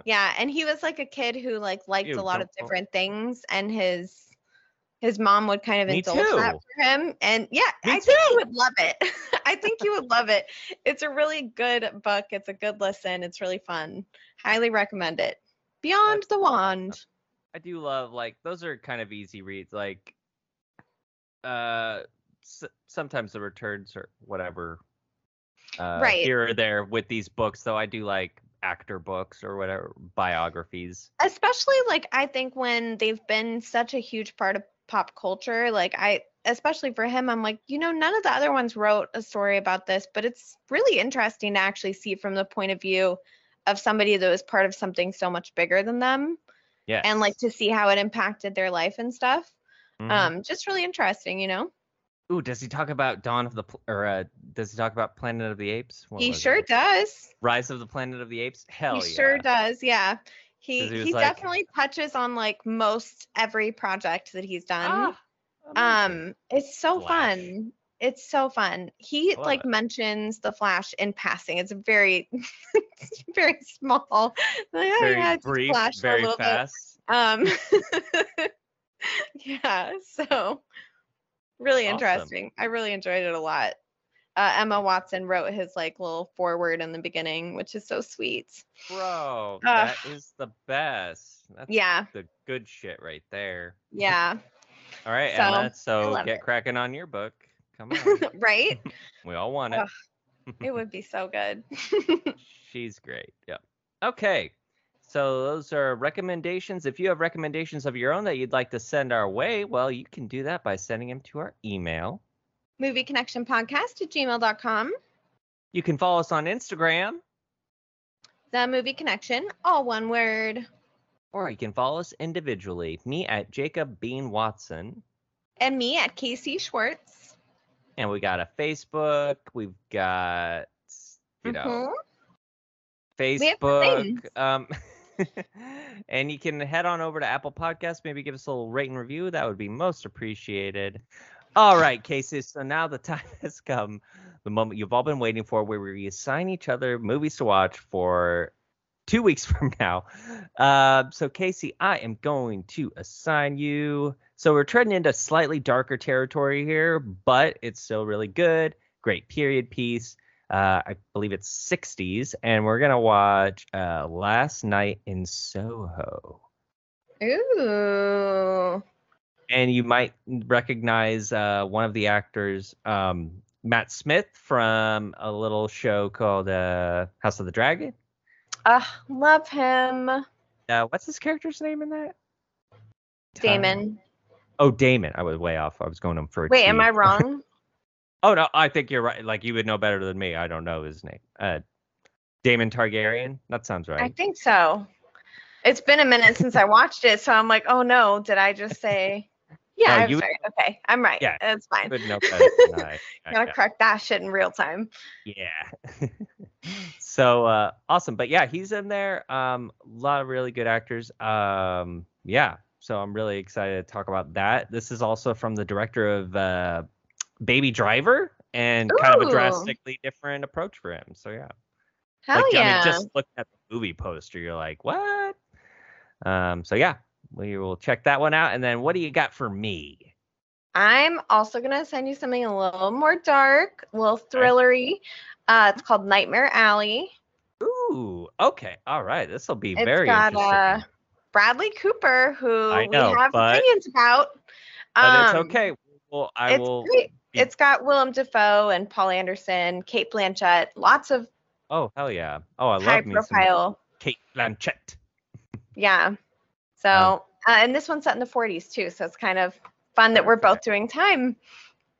[SPEAKER 1] Yeah, and he was like a kid who like liked
[SPEAKER 2] Ew,
[SPEAKER 1] a lot
[SPEAKER 2] don't-
[SPEAKER 1] of
[SPEAKER 2] don't-
[SPEAKER 1] different things and his His mom would kind of
[SPEAKER 2] Me
[SPEAKER 1] indulge that
[SPEAKER 2] too.
[SPEAKER 1] for him. And yeah,
[SPEAKER 2] Me
[SPEAKER 1] I think you would love it. <laughs> I think you would love it. It's a really good book. It's a good listen. It's really fun. Highly recommend it. Beyond the Wand.
[SPEAKER 2] I do love like those are kind of easy reads. Like, uh, s- sometimes the returns or whatever, uh,
[SPEAKER 1] Right.
[SPEAKER 2] here or there with these books. Though I do like actor books or whatever biographies.
[SPEAKER 1] especially like i think when they've been such a huge part of pop culture like i especially for him i'm like you know none of the other ones wrote a story about this but it's really interesting to actually see from the point of view of somebody that was part of something so much bigger than them
[SPEAKER 2] Yeah.
[SPEAKER 1] and like to see how it impacted their life and stuff
[SPEAKER 2] Mhm.
[SPEAKER 1] um just really interesting you know
[SPEAKER 2] Ooh, does he talk about Dawn of the Pl- or uh, does he talk about Planet of the Apes? What
[SPEAKER 1] he
[SPEAKER 2] was it?
[SPEAKER 1] sure does
[SPEAKER 2] Rise of the Planet of the Apes. Hell
[SPEAKER 1] he
[SPEAKER 2] yeah.
[SPEAKER 1] sure does yeah he
[SPEAKER 2] 'Cause he
[SPEAKER 1] he,
[SPEAKER 2] was like-
[SPEAKER 1] definitely touches on like most every project that he's done
[SPEAKER 2] Ah, amazing.
[SPEAKER 1] um it's so
[SPEAKER 2] Flash.
[SPEAKER 1] fun it's so fun he
[SPEAKER 2] love
[SPEAKER 1] like
[SPEAKER 2] it.
[SPEAKER 1] mentions the flash in passing it's very <laughs> it's very small <laughs> Like, "Oh,
[SPEAKER 2] very
[SPEAKER 1] yeah, it's just
[SPEAKER 2] brief,
[SPEAKER 1] Flash for a
[SPEAKER 2] very
[SPEAKER 1] little bit."
[SPEAKER 2] fast.
[SPEAKER 1] um <laughs> yeah so really
[SPEAKER 2] Awesome.
[SPEAKER 1] interesting i really enjoyed it a lot uh, emma watson wrote his like little foreword in the beginning which is so sweet
[SPEAKER 2] Bro,
[SPEAKER 1] Ugh.
[SPEAKER 2] that is the best. That's
[SPEAKER 1] yeah
[SPEAKER 2] the good shit right there.
[SPEAKER 1] yeah
[SPEAKER 2] All right,
[SPEAKER 1] So,
[SPEAKER 2] Emma. So
[SPEAKER 1] love
[SPEAKER 2] get
[SPEAKER 1] it.
[SPEAKER 2] cracking on your book.
[SPEAKER 1] <laughs>
[SPEAKER 2] Come on. <laughs>
[SPEAKER 1] right
[SPEAKER 2] we all want it.
[SPEAKER 1] Ugh. it would be so good <laughs>
[SPEAKER 2] She's great. Yep. Okay. So those are recommendations. If you have recommendations of your own that you'd like to send our way, well, you can do that by sending them to our email.
[SPEAKER 1] movie connection podcast at gmail.com
[SPEAKER 2] You can follow us on Instagram
[SPEAKER 1] The Movie Connection, all one word.
[SPEAKER 2] or you can follow us individually. Me at Jacob Bean Watson.
[SPEAKER 1] And me at Casey Schwartz.
[SPEAKER 2] And we got a Facebook. We've got you know
[SPEAKER 1] Mhm. have
[SPEAKER 2] Facebook. Um, <laughs> and you can head on over to Apple Podcasts. Maybe give us a little rate and review. That would be most appreciated. All right, Casey. So now the <laughs> time has come, the moment you've all been waiting for, where we assign each other movies to watch for two weeks <laughs> from now. Uh, so, Casey, I am going to assign you. So, we're treading into slightly darker territory here, but it's still really good. Great period piece uh, I believe it's 60s, and we're gonna watch uh, Last Night in Soho.
[SPEAKER 1] Mm-hmm. Ooh.
[SPEAKER 2] And you might recognize uh, one of the actors, um, Matt Smith, from a little show called uh, House of the Dragon.
[SPEAKER 1] Uh, love him.
[SPEAKER 2] Uh, what's his character's name in that?
[SPEAKER 1] Damon.
[SPEAKER 2] Oh, Damon. I was way off. I was going on for. a
[SPEAKER 1] Wait, am
[SPEAKER 2] T.
[SPEAKER 1] I wrong?
[SPEAKER 2] Oh no, I think you're right. Like you would know better than me. I don't know his name. Uh, Damon Targaryen. That sounds <laughs> right.
[SPEAKER 1] I think so. It's been a minute since I watched it, so I'm like, oh no, did I just say? Yeah,
[SPEAKER 2] No,
[SPEAKER 1] I'm
[SPEAKER 2] you-
[SPEAKER 1] sorry. Okay, I'm right.
[SPEAKER 2] Yeah,
[SPEAKER 1] Yeah, it's
[SPEAKER 2] You
[SPEAKER 1] fine.
[SPEAKER 2] would know better than I.
[SPEAKER 1] <laughs> Gotta
[SPEAKER 2] Yeah.
[SPEAKER 1] correct that shit in real time.
[SPEAKER 2] Yeah. <laughs> so uh awesome. But yeah, he's in there. Um a lot of really good actors. Um yeah. So I'm really excited to talk about that. This is also from the director of uh Baby Driver and kind of a
[SPEAKER 1] Ooh.
[SPEAKER 2] drastically different approach for him. So yeah.
[SPEAKER 1] Hell
[SPEAKER 2] like I
[SPEAKER 1] yeah.
[SPEAKER 2] mean just look at the movie poster, you're like, "What?" Um so yeah, we will check that one out and then what do you got for me?
[SPEAKER 1] I'm also gonna send you something a little more dark, a little thrillery. Uh, it's called Nightmare Alley.
[SPEAKER 2] Ooh, okay. All right. This will be
[SPEAKER 1] It's
[SPEAKER 2] very
[SPEAKER 1] got,
[SPEAKER 2] interesting.
[SPEAKER 1] uh, Bradley Cooper, who
[SPEAKER 2] I know,
[SPEAKER 1] we have
[SPEAKER 2] but-
[SPEAKER 1] opinions about.
[SPEAKER 2] but
[SPEAKER 1] Um,
[SPEAKER 2] it's okay. Well, I
[SPEAKER 1] it's
[SPEAKER 2] will.
[SPEAKER 1] great.
[SPEAKER 2] be-
[SPEAKER 1] It's got Willem Dafoe and Paul Anderson, Kate Blanchett, lots of
[SPEAKER 2] Oh hell yeah! Oh, I
[SPEAKER 1] high
[SPEAKER 2] love me some
[SPEAKER 1] profile.
[SPEAKER 2] Kate Blanchett.
[SPEAKER 1] Yeah. So,
[SPEAKER 2] Um,
[SPEAKER 1] uh, and this one's set in the 40s too, so it's kind of fun that we're both doing time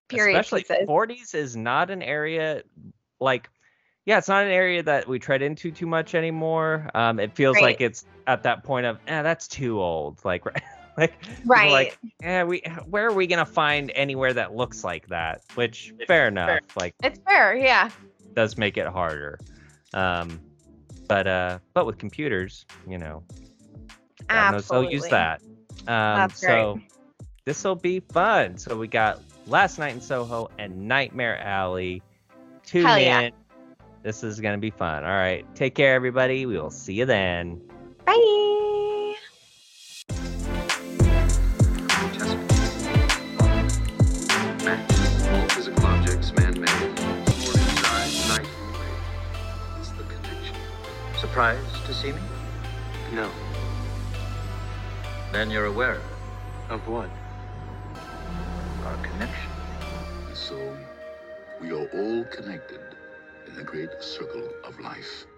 [SPEAKER 1] period
[SPEAKER 2] Especially
[SPEAKER 1] pieces.
[SPEAKER 2] 40s is not an area like, yeah, it's not an area that we tread into too much anymore. Um, it feels
[SPEAKER 1] Right.
[SPEAKER 2] like it's at that point of, eh, that's too old. Like, <laughs> right- like, people are
[SPEAKER 1] Right.
[SPEAKER 2] Like, yeah, we where are we gonna find anywhere that looks like that? Which fair enough. Like,
[SPEAKER 1] it's fair, yeah.
[SPEAKER 2] does make it harder. Um, but uh, but with computers, you know, God knows they'll
[SPEAKER 1] Absolutely.
[SPEAKER 2] use that. Um,
[SPEAKER 1] That's right.
[SPEAKER 2] so this will be fun. So we got Last Night in Soho and Nightmare Alley. Tune
[SPEAKER 1] Hell yeah.
[SPEAKER 2] in. This is going to be fun. All right. Take care, everybody. We will see you then.
[SPEAKER 1] Bye.
[SPEAKER 3] Test. All physical objects man-made. Small in size, light in weight. It's the connection.
[SPEAKER 4] Surprised to see me?
[SPEAKER 3] No.
[SPEAKER 4] Then you're aware. Of what? Our connection.
[SPEAKER 5] And so, we are all connected in the great circle of life.